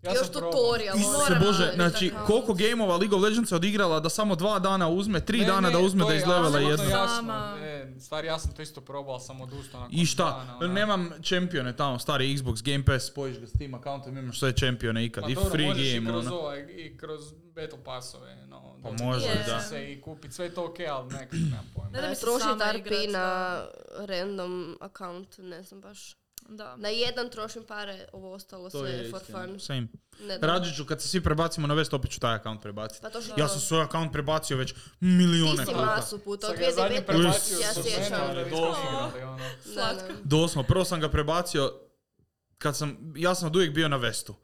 S2: Ja
S3: Još
S2: sam probao.
S3: tutorial.
S1: Isuse
S4: moram
S1: Bože,
S4: napraviti
S1: znači,
S4: account.
S1: koliko gameova League of Legends je odigrala da samo dva dana uzme, tri
S2: Ne,
S1: dana
S2: ne,
S1: da uzme
S2: to
S1: da
S2: je
S1: iz levela
S2: apsolutno
S1: jedno.
S4: ja-
S2: jasno.
S4: Sama.
S2: E, stari, ja sam to isto probao, ali sam odustao nakon
S1: I šta,
S2: dana, ono.
S1: nemam čempione tamo, stari Xbox Game Pass, spojiš ga s tim accountom, imaš sve čempione ikad,
S2: Pa
S1: i
S2: dobro,
S1: free
S2: možeš i
S1: game,
S2: kroz
S1: ono.
S2: ovaj, i kroz battle passove, no.
S1: Pa
S2: dođe
S1: može,
S2: do
S4: da.
S2: se I kupit, sve je to okej, ali nekako nemam pojma.
S4: Ne da mi se
S3: Troši
S4: sama znači,
S3: RP
S4: igrat,
S3: na random account, ne znam baš.
S4: Da.
S3: Na jedan trošim pare, ovo ostalo
S1: To
S3: sve
S1: je
S3: for
S1: istina.
S3: fun. E,
S1: Same.
S3: Ne dam.
S1: Rađit ću, kad se svi prebacimo na vest, opet ću taj account prebaciti.
S3: Pa to što
S1: Ja sam svoj account prebacio već milijone
S3: ti si
S1: puta.
S3: masu puta,
S2: Sad
S3: od
S2: ga je zadnji
S3: 2019.
S2: prebacio
S3: ja
S2: sa
S3: sjećam.
S2: žena, ali
S1: Da,
S2: dosta igrali, ono.
S3: Slatko.
S1: Dosmo, prvo sam ga prebacio kad sam, ja sam od uvijek bio na Vestu.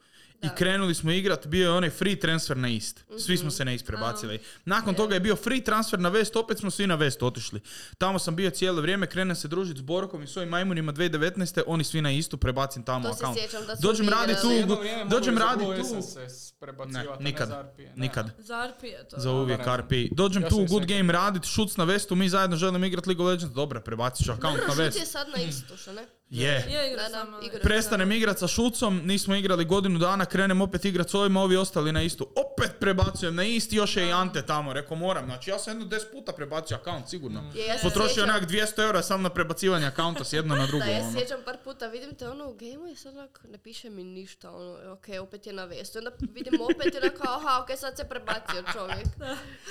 S1: I krenuli smo igrat, bio je onaj free transfer na East. Svi
S3: Mhm.
S1: smo se na East prebacili. Nakon toga je bio free transfer na West, opet smo svi na West otišli. Tamo sam bio cijelo vrijeme, krenem se družiti s Borkom i svojim majmunima 2019. Oni svi na Istu, prebacim tamo
S3: To se
S1: account.
S3: sjećam da smo
S1: Dođem radi tu,
S3: igrali.
S2: Jedno vrijeme
S1: dođem
S2: mogli za
S1: radi
S2: Blue
S1: tu.
S2: SS
S1: Ne,
S2: prebacivati, a ne
S1: nikad,
S2: za RP. Ne,
S1: nikad.
S4: Zarpi je to.
S1: Za uvijek
S2: da, ne.
S1: RP. Dođem
S2: Ja
S1: tu
S2: sam
S1: u Good
S2: isekao.
S1: Game radit, šuc na Vestu, mi zajedno želimo igrat League of Legends. Dobra, prebacit ću account na
S3: Šut
S1: West.
S3: je sad na istu, što ne?
S1: Je.
S4: Je,
S3: Da,
S4: igra
S3: da,
S4: sama.
S3: igra.
S1: Prestanem igrat sa šucom, nismo igrali godinu dana, krenem opet igrat s ovima, ovi ostali na istu. Opet prebacujem na isti, još je i Ante tamo, rekao moram. Znači ja sam jedno 10 puta prebacio account, sigurno.
S3: Je, Mm. ja se
S1: Potrošio
S3: sjećam-
S1: onak 200 eura sam na prebacivanje accounta s jedno na drugo.
S3: Da, ja
S1: ono.
S3: se sjećam par puta, vidim te ono u gameu i sad onak, ne piše mi ništa, ono, e, ok, opet je na vestu, onda vidim opet i onda kao, aha, ok, sad se prebacio čovjek,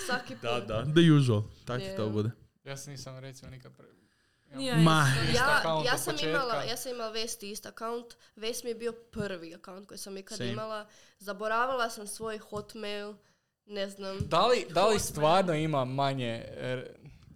S3: svaki put.
S1: Da, da. The usual. Tako
S3: Je.
S1: to bude.
S2: Ja se nisam recimo nikad pre...
S4: Nije
S1: Ma,
S3: Ja,
S2: account
S3: ja,
S2: od
S3: sam
S2: početka.
S3: imala, ja sam imala Vest i ist account. Vest mi je bio prvi account koji sam ikad
S1: Same.
S3: imala. Zaboravila sam svoj hotmail, ne znam.
S2: Da li, da li stvarno ima manje, er,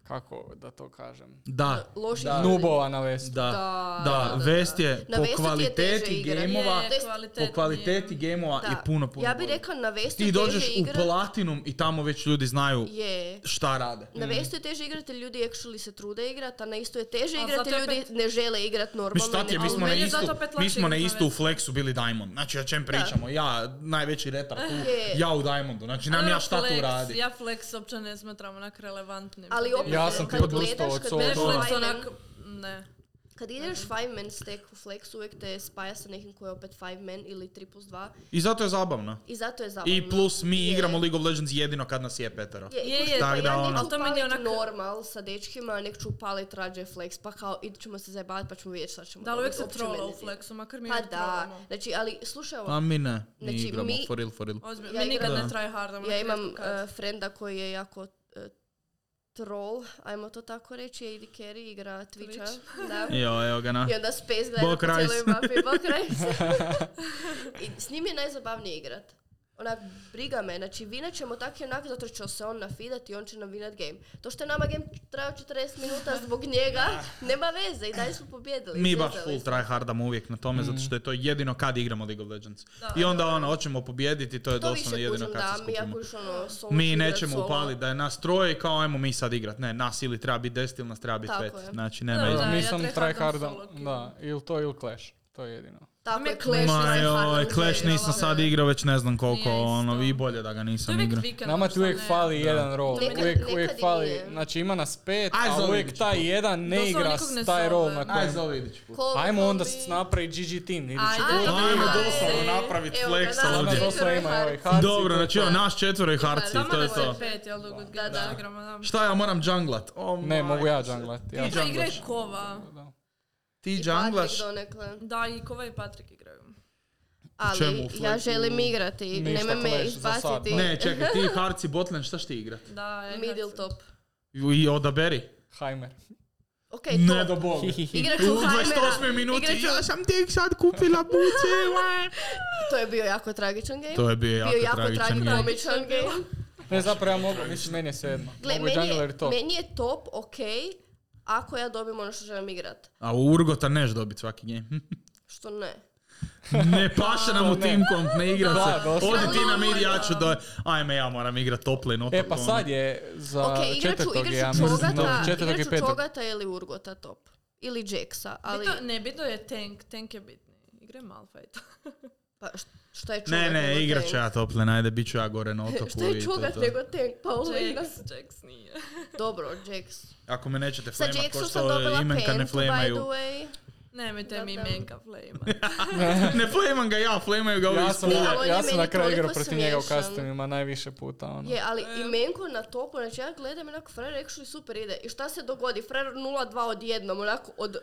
S2: kako da to kažem,
S1: Da.
S3: Loši
S1: Da.
S3: ljudi.
S2: nubova na vestu?
S1: Da.
S3: Da,
S1: Da,
S3: da,
S1: Vest je
S3: Na
S1: po
S3: Vestu ti je
S1: kvaliteti
S3: teže igrat.
S1: gameova,
S4: Je,
S3: to jest-
S1: po kvaliteti gameova
S3: Da.
S1: je puno, puno
S3: Ja bih
S1: bolje.
S3: rekla na Vestu
S1: Ti
S3: je
S1: dođeš
S3: teže
S1: u
S3: igrat.
S1: platinum i tamo već ljudi znaju
S3: Je.
S1: šta rade.
S3: Na Vestu je teže igrati, ljudi actually se trude igrati, a na isto je teže
S4: A
S3: igrati,
S4: zato je
S3: ljudi
S4: opet-
S3: ne žele igrati normalno.
S1: Mislim, šta ti je, mi
S3: nego-
S4: Ali
S1: smo na
S4: meni je
S1: istu,
S4: zato opet
S1: mi
S4: lakše
S1: smo na
S4: igrat na
S1: istu u
S4: Vestu.
S1: Flexu bili Diamond. Znači, o čem pričamo? Ja, najveći retar tu,
S3: Je.
S1: ja u Diamondu. Znači, nam
S4: Ali
S1: ja šta tu
S4: flex,
S1: radi.
S4: Ja flex uopće ne smatram onak relevantnim.
S3: Ali opet,
S2: Ja sam
S3: kad
S2: ti odustao
S3: gledaš,
S2: od
S3: kad
S2: Soul
S4: Ne,
S3: gledaš
S1: Soul.
S4: flex
S3: Five
S4: onak,
S3: Man-
S4: ne.
S3: Kad ideš five man stack u flex, uvijek te spaja sa nekim koji je opet five man ili 3 plus 2
S1: I zato je zabavno.
S3: i zato je zabavno.
S1: I plus, mi
S3: Je.
S1: igramo League of Legends jedino kad nas je petero.
S3: Je,
S4: Je,
S3: je,
S4: je,
S3: je,
S1: tak
S3: pa
S1: da
S3: ja
S1: ono.
S3: neću
S4: Ali to meni je
S3: palit
S4: onak-
S3: normal sa dečkima, nek ću palit rađe flex, pa kao idit ćemo se zajebavati pa ćemo vidjeti šta ćemo.
S4: Da, ali uvijek
S3: dobiti,
S4: se
S3: uopće
S4: trola
S3: mene
S4: u
S3: nije.
S4: flexu, makar mi
S3: Pa
S4: uvijek
S3: da,
S4: trolamo.
S3: znači, ali slušaj ovo,
S1: A mi ne, mi
S3: Znači,
S1: igramo,
S3: mi-
S1: for real, for real.
S4: Ozbiljno,
S3: Ja
S4: mi nikad
S1: igram-
S4: ne tryhardamo.
S3: ja
S4: ne
S3: imam
S4: rijetko ono kad.
S3: eh, frenda koji je jako eh, troll, ajmo to tako reći, AD carry igra Twitcha. Da.
S1: Jo, evo ga na.
S3: I onda Space gleda
S1: Bok
S3: po
S1: Rice.
S3: cijeloj mapi, Bok Rice. I s njim je najzabavnije igrat. Onak, briga me, znači vinat ćemo tak i onak, zato će se on nafidat i on će nam vinat game. To što je nama game trajao 40 minuta zbog njega, nema veze i dalje smo pobjedili.
S1: Mi baš
S3: zezali
S1: full
S3: smo.
S1: try hardamo uvijek na tome, zato što je to jedino kad igramo League of Legends. I onda ono, hoćemo pobijediti, to je
S3: To
S1: doslovno
S3: više
S1: jedino
S3: kužim
S1: kad
S3: da,
S1: se
S3: mi
S1: skupimo.
S3: ako još ono solo ću
S1: Mi
S3: igrat
S1: nećemo
S3: solo.
S1: upaliti da je nas troje i kao ajmo mi sad igrat. Ne, nas ili treba biti 10 ili nas treba biti
S3: Tako
S1: pet.
S3: je.
S1: Znači, nema
S4: Da,
S1: izbora.
S4: da.
S2: mi
S4: ja
S2: sam
S4: tryhardam
S2: tryhardam,
S4: solo kill.
S2: da, ili to ili Clash, to je jedino.
S3: Tako
S4: Ma
S3: je, Clash
S1: Ma
S3: nisam hardcore
S1: joj, Clash
S3: igrala.
S1: nisam sad igrao već ne znam koliko,
S4: Nije isto.
S1: ono, i bolje da ga
S4: To
S1: nisam
S4: je
S1: igrao.
S4: uvijek vikend.
S2: Nama ti
S4: što
S2: uvijek
S4: ne-
S2: fali jedan rol.
S3: Nekad-
S2: uvijek,
S3: nekad
S2: uvijek
S3: i
S2: fali.
S3: nije.
S2: Znači ima nas pet,
S1: Aj,
S2: a
S1: zove
S2: uvijek
S1: ići.
S2: taj jedan ne
S4: Doslovno
S2: igra
S4: nikog ne
S2: taj
S4: zove.
S2: rol na
S1: Aj,
S2: kojem...
S1: zove idući put.
S3: Call me,
S2: Ajmo
S3: call
S2: onda
S3: me.
S2: napravi GG Team. idući
S4: Ajde.
S2: put.
S4: Ajde.
S1: Ajmo
S4: Ajde.
S1: doslovno napraviti
S3: Evo ga,
S1: flex
S3: nas
S2: Nama
S1: ovdje.
S3: četvero
S2: doslovno
S3: je
S2: ima
S3: hard.
S2: ovaj Harci
S1: Dobro,
S2: koji-
S1: znači evo, nas četvero i harci,
S4: Tamo
S1: to je
S4: nas je
S1: to.
S4: pet, jel, dok
S3: Da, da.
S4: igramo. Da.
S1: Šta ja moram džanglat? O,
S2: Ne,
S1: maj-
S2: mogu ja džanglat. Ja.
S1: Ti
S4: Ta igra je
S1: džanglaš.
S4: kova.
S1: Ti
S3: I
S1: džanglaš?
S3: Patrick donekle.
S4: Da, i kova i Patrik igraju.
S3: Ali
S1: čemu,
S3: ja
S1: Flex-u?
S3: želim igrati,
S2: Ništa
S3: nema me
S2: Clash za sad,
S3: izbaciti.
S2: da.
S1: Ne, čekaj, ti harci botlen, šta ti igrat?
S4: Da, ja
S3: Middle
S4: igram.
S3: top.
S1: I odaberi.
S2: Hajmer.
S3: Ok,
S1: Ne
S3: top.
S1: do boga.
S3: E, Igrat
S1: U
S3: ću Heimera.
S1: 28. minuti,
S3: Igrat ću-
S1: ja sam tek sad kupila buce. uaj.
S3: To je bio jako tragičan game.
S1: To je bio
S3: bio
S1: jako
S3: jako
S1: tragičan
S3: tragičan
S1: game.
S3: komičan game.
S2: Ne, zapravo ja mogu, mislim, meni je sedma.
S3: Gle,
S2: mogu i
S3: meni
S2: jungler
S3: je,
S2: i top.
S3: meni je top ok ako ja dobijem ono što želim igrat.
S1: A u Urgota neš dobiti svaki game. Hm.
S3: Što ne.
S1: Ne paše nam u
S2: ne.
S1: Team Comp, ne igra
S2: Da,
S1: se.
S2: doslovno.
S1: Odi ti na mid, ja ću do... Ajme, ja moram igrat tople notu.
S2: E, pa sad je za
S3: ok, igrat ću,
S2: četvrtog, ja
S3: igrat ću
S2: mislim.
S3: čogata,
S2: da, Četvrtog i
S3: igrat ću
S2: petog.
S3: čogata ili urgota top. Ili Jacksa, ali
S4: Bitno, ne, bitno je tank, tank je bitni. Igre Malphite.
S3: pa š- šta je čogat
S1: Ne,
S3: nego
S1: ne, igrat ću
S3: tank?
S1: ja tople, najde, bit ću ja gore na otoku.
S3: Šta je
S1: i to,
S3: čogat
S1: to.
S3: nego tank,
S2: Pa
S3: Paulina?
S4: Jax, Jax nije.
S3: Dobro, Jax.
S1: Ako me nećete
S3: Sa
S1: flamat, ko
S3: Jacksu sam
S1: što
S3: dobila
S1: imenka ne
S3: pentu, by the
S1: flamaju.
S3: way.
S4: Nemojte
S3: Da,
S4: mi
S3: da.
S4: menka flame.
S1: Ne flamam ga ja, flamaju ga ovi
S2: Ja
S1: ispod.
S2: sam,
S3: Ne,
S2: na-
S3: ali on
S2: ja
S3: je
S2: sam na
S3: meni
S2: kraju igrao
S3: toliko
S2: protiv njega u
S3: smiješan.
S2: customima najviše puta. Ono.
S3: Je, ali imenko na topu, znači ja gledam onako Frer actually super ide. I šta se dogodi? Frer 0-2 odjednom, onako od...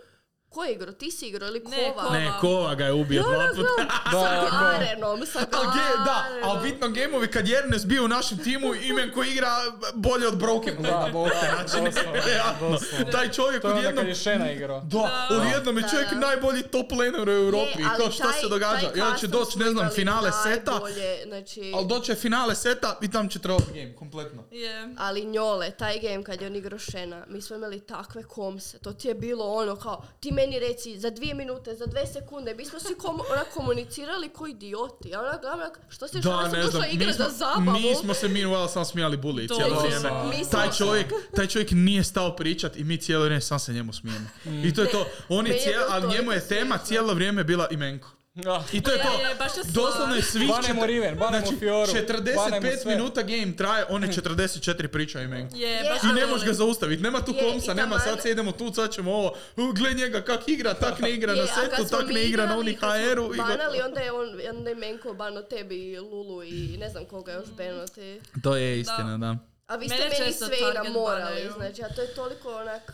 S3: Ko je igro? Ti si igro ili
S4: Ne,
S3: kova?
S4: ko-
S1: Ne, kova ga je ubio dva puta.
S2: Da,
S3: Sa
S2: da, da.
S3: Glarenom, sa
S1: Al ge, da,
S3: Glarenom.
S1: ali bitno gameovi kad Jernes bio u našem timu, imen koji igra bolje od Broken.
S2: Da, da,
S1: Znači, nevjerojatno.
S2: doslovno.
S1: Taj čovjek
S2: To je onda
S1: odjednom...
S2: kad je Šena igrao.
S1: Da, odjednom je
S3: Da,
S1: čovjek
S3: da.
S1: najbolji top laner u Europi.
S3: Je, ali
S1: Kao šta
S3: taj-
S1: se događa?
S3: taj
S1: I onda će
S3: custom
S1: doći,
S3: smo
S1: ne znam,
S3: igrali
S1: finale seta,
S3: najbolje, znači,
S1: ali doće finale seta i tam će trebati game, kompletno.
S4: Je.
S3: ali njole, taj game kad je on igrao Šena, mi smo imali takve komse, to ti je bilo ono kao, ti meni reci za dvije minute, za dve sekunde, mi smo svi kom, onak komunicirali ko idioti, ja onak gledam, onak, što se
S1: Da,
S3: šta se
S1: ne znam,
S3: došla igra
S1: mi smo,
S3: za zabavu?
S1: mi smo se meanwhile samo smijali bully
S4: To ono.
S1: cijelo
S4: sam.
S1: vrijeme.
S3: Mi smo
S1: Taj
S3: se.
S1: čovjek, taj čovjek nije stao pričat i mi cijelo vrijeme sam se njemu smijemo. I to je to, on je
S3: Meni je
S1: cijelo,
S3: bilo
S1: ali njemu je
S3: toliko
S1: tema
S3: smiješno.
S1: cijelo vrijeme bila imenko.
S2: Da.
S1: I to je
S4: Je,
S1: to.
S4: je, baš je slabo.
S1: Doslovno je svih...
S2: Banemo
S1: čet-
S2: Riven, banemo
S1: znači,
S2: Fioru, banemo
S1: 45
S2: sve.
S1: minuta game traje, on je 44 priča o imenku.
S4: Je,
S3: Je,
S4: baš ono,
S1: I
S4: je
S1: ne
S3: ali-
S1: možeš ga zaustaviti, nema tu
S3: Je,
S1: komsa,
S3: i
S1: nema
S3: taman-
S1: sad se idemo tu, sad ćemo ovo, u, gle njega kak igra, tak ne igra na
S3: Je, a kad
S1: setu,
S3: smo
S1: tak
S3: mi
S1: ne igra na
S3: igrali,
S1: onih
S3: kad smo
S1: HR-u. i
S3: Banali,
S1: gotovo.
S3: onda je, on, onda je Menko bano tebi i Lulu i ne znam koga još bano ti.
S1: To je istina, da.
S3: A vi ste
S4: Mm. Mene
S3: meni,
S4: često
S3: sve
S4: target
S3: namorali,
S4: banaju.
S3: znači, a to je toliko onak...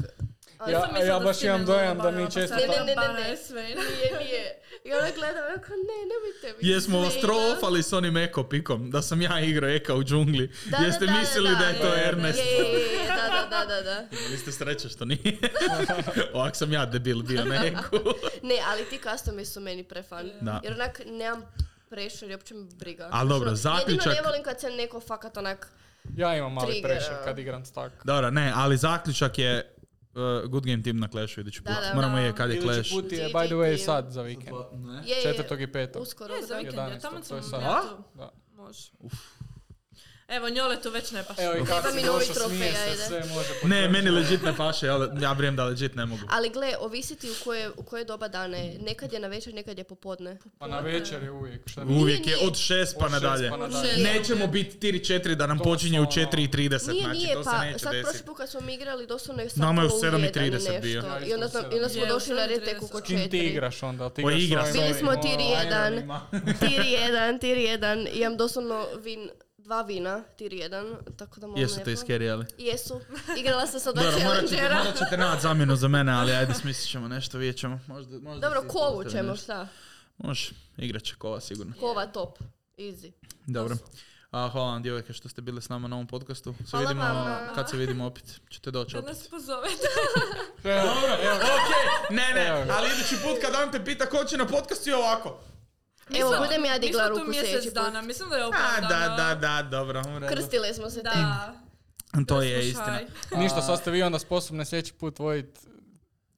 S3: a
S2: Ja-
S4: Sam mislila
S2: ja
S4: da
S2: baš
S4: si
S2: imam
S4: ne
S2: dojam
S4: zabavljala,
S2: da mi
S4: pa
S2: često
S4: sad
S3: tako-
S4: nam
S3: Ne, ne, ne,
S4: bana
S3: ne.
S4: je sve.
S3: Nije, nije. I ona gleda, ona kao, ne, nemojte mi.
S1: Jesmo
S3: sve igra."
S1: ostrofali s onim eko pikom, da sam ja igrao eka u džungli.
S3: Da,
S1: Jeste mislili da, je to
S3: da,
S1: Ernest?
S3: Je, je, je, da, da, da, da, da.
S1: Vi ste sreće što nije. Ovak sam ja debil bio na eku.
S3: Ne, ali ti customi su meni prefan.
S1: Da.
S3: Jer onak nemam pressure i uopće mi briga.
S1: Ali dobro,
S3: Ono, Jedino
S1: zaključak-
S3: ne volim kad se neko fakat onak...
S2: Ja imam mali
S3: Trigger.
S2: pressure kad igram stak.
S1: Dobro, ne, ali zaključak je uh, good game team na Clashu idući put.
S3: Da, da,
S1: Moramo
S3: da.
S1: je kad je Clash.
S2: Idući put je,
S3: GG
S2: by the way,
S3: team.
S2: sad za vikend.
S3: Je, je,
S2: Četvrtog i petog.
S3: Uskoro,
S4: Je, za
S3: da.
S4: vikend je,
S2: 11,
S4: tamo
S2: to je
S4: sam
S2: sad.
S1: A?
S4: netu.
S2: Da.
S4: Može. Evo, njole tu već ne paš.
S2: Evo i kako
S3: mi
S2: si
S3: novi
S2: došao, smije
S3: trofej,
S2: se,
S3: ajde.
S2: sve može
S1: Ne,
S2: potvrditi.
S1: meni legit ne paše, ja, ja vrijem da legit ne mogu.
S3: Ali gle, ovisiti u koje, u koje doba dana je. Nekad je na večer, nekad je popodne.
S2: Pa na večer je uvijek. Šta mi-
S1: Uvijek je
S3: nije.
S1: od šest pa
S2: Od
S1: nadalje.
S2: šest pa
S4: Od
S2: nadalje.
S4: šest.
S1: Nećemo biti 4-4 da nam
S2: To
S1: počinje u
S2: su ono-
S1: 4.30,
S3: Nije,
S1: znači
S3: nije,
S1: to se
S3: pa
S1: neće
S3: sad prošli
S1: desiti.
S3: put kad smo mi igrali, doslovno je sad
S1: Nama je u
S3: pola u
S1: 7:30
S3: jedan i
S1: bio.
S3: nešto.
S2: Ja isto
S3: I onda,
S2: u
S3: smo,
S2: 7:30.
S3: i onda smo
S4: Je, u
S3: došli na red tek
S4: 7:30.
S3: oko
S2: S kim ti
S3: četiri.
S2: igraš onda? Jel Ti
S1: Pa
S2: igraš
S1: igra se.
S2: s ovim- ono,
S3: Bili smo ti
S2: Ajde,
S3: jedan.
S2: ima.
S3: Tir jedan, tir jedan. Imam doslovno vin, dva vina, tir jedan, tako da molim
S1: Jesu te
S3: lijepo.
S1: iskerijali.
S3: Jesu. Igrala sam sa dva
S1: Dobro, morat ćete,
S3: challengera.
S1: morat ćete naći zamjenu za mene, ali ajde smislit ćemo nešto, vidjet ćemo. Možda, možda
S3: Dobro,
S1: si
S3: kovu
S1: ispostavi
S3: ćemo,
S1: nešto.
S3: šta?
S1: Može, igrat će kova sigurno.
S3: Kova top. Easy.
S1: Dobro. A, hvala vam djevojke što ste bile s nama na ovom podcastu. Se
S3: Hvala
S1: vidimo,
S3: vama.
S1: kad se vidimo opet. Ćete doći
S4: Kad
S1: opet.
S4: nas pozovete.
S2: Evo, evo.
S1: Ne,
S2: Evo
S1: ne,
S2: ga.
S1: ali idući put kad Ante pita ko će na podcastu i ovako.
S4: Mi
S3: Evo,
S4: smo-
S3: budem ja
S4: mi
S3: digla
S4: smo tu
S3: ruku
S4: mjesec
S3: sljedeći put.
S4: dana, mislim da
S3: Pa,
S4: je
S1: A,
S4: opravdano.
S1: da, da, da, dobro. u redu.
S3: Krstile smo se tek.
S4: Da.
S1: To je istina.
S4: Slušaj.
S2: Ništa, sad ste vi onda sposobni sljedeći put vojit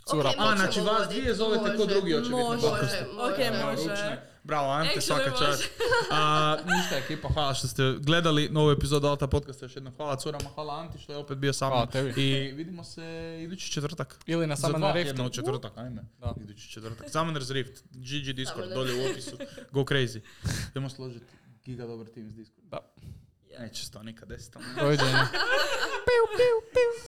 S2: cura.
S3: Ok,
S1: A,
S3: Možemo
S1: znači vas
S3: vodit,
S1: dvije zovete ko
S3: može.
S1: drugi hoće biti na
S4: Može.
S1: podcastu.
S3: Može,
S4: Ok,
S1: Evo,
S4: može.
S1: ručne. Bravo, Ante,
S4: Actually
S1: svaka
S4: baš.
S1: čast. A, ništa, ekipa, hvala što ste gledali novu epizodu Alta podcasta. Još jednom hvala curama, hvala Anti što je opet bio sa mnom.
S2: Hvala tebi.
S1: I vidimo se idući četvrtak.
S2: Ili na
S1: Za
S2: samo
S1: dva
S2: na
S1: tjedna
S2: reftu.
S1: u četvrtak, ajme.
S2: Da.
S1: Idući četvrtak. Summoners Rift, GG Discord,
S3: Summoners.
S1: dolje u opisu. Go crazy. Idemo složiti giga dobar tim s Discord.
S2: Da.
S1: Neće se to nikad desiti. ali ne.
S2: Doviđenja.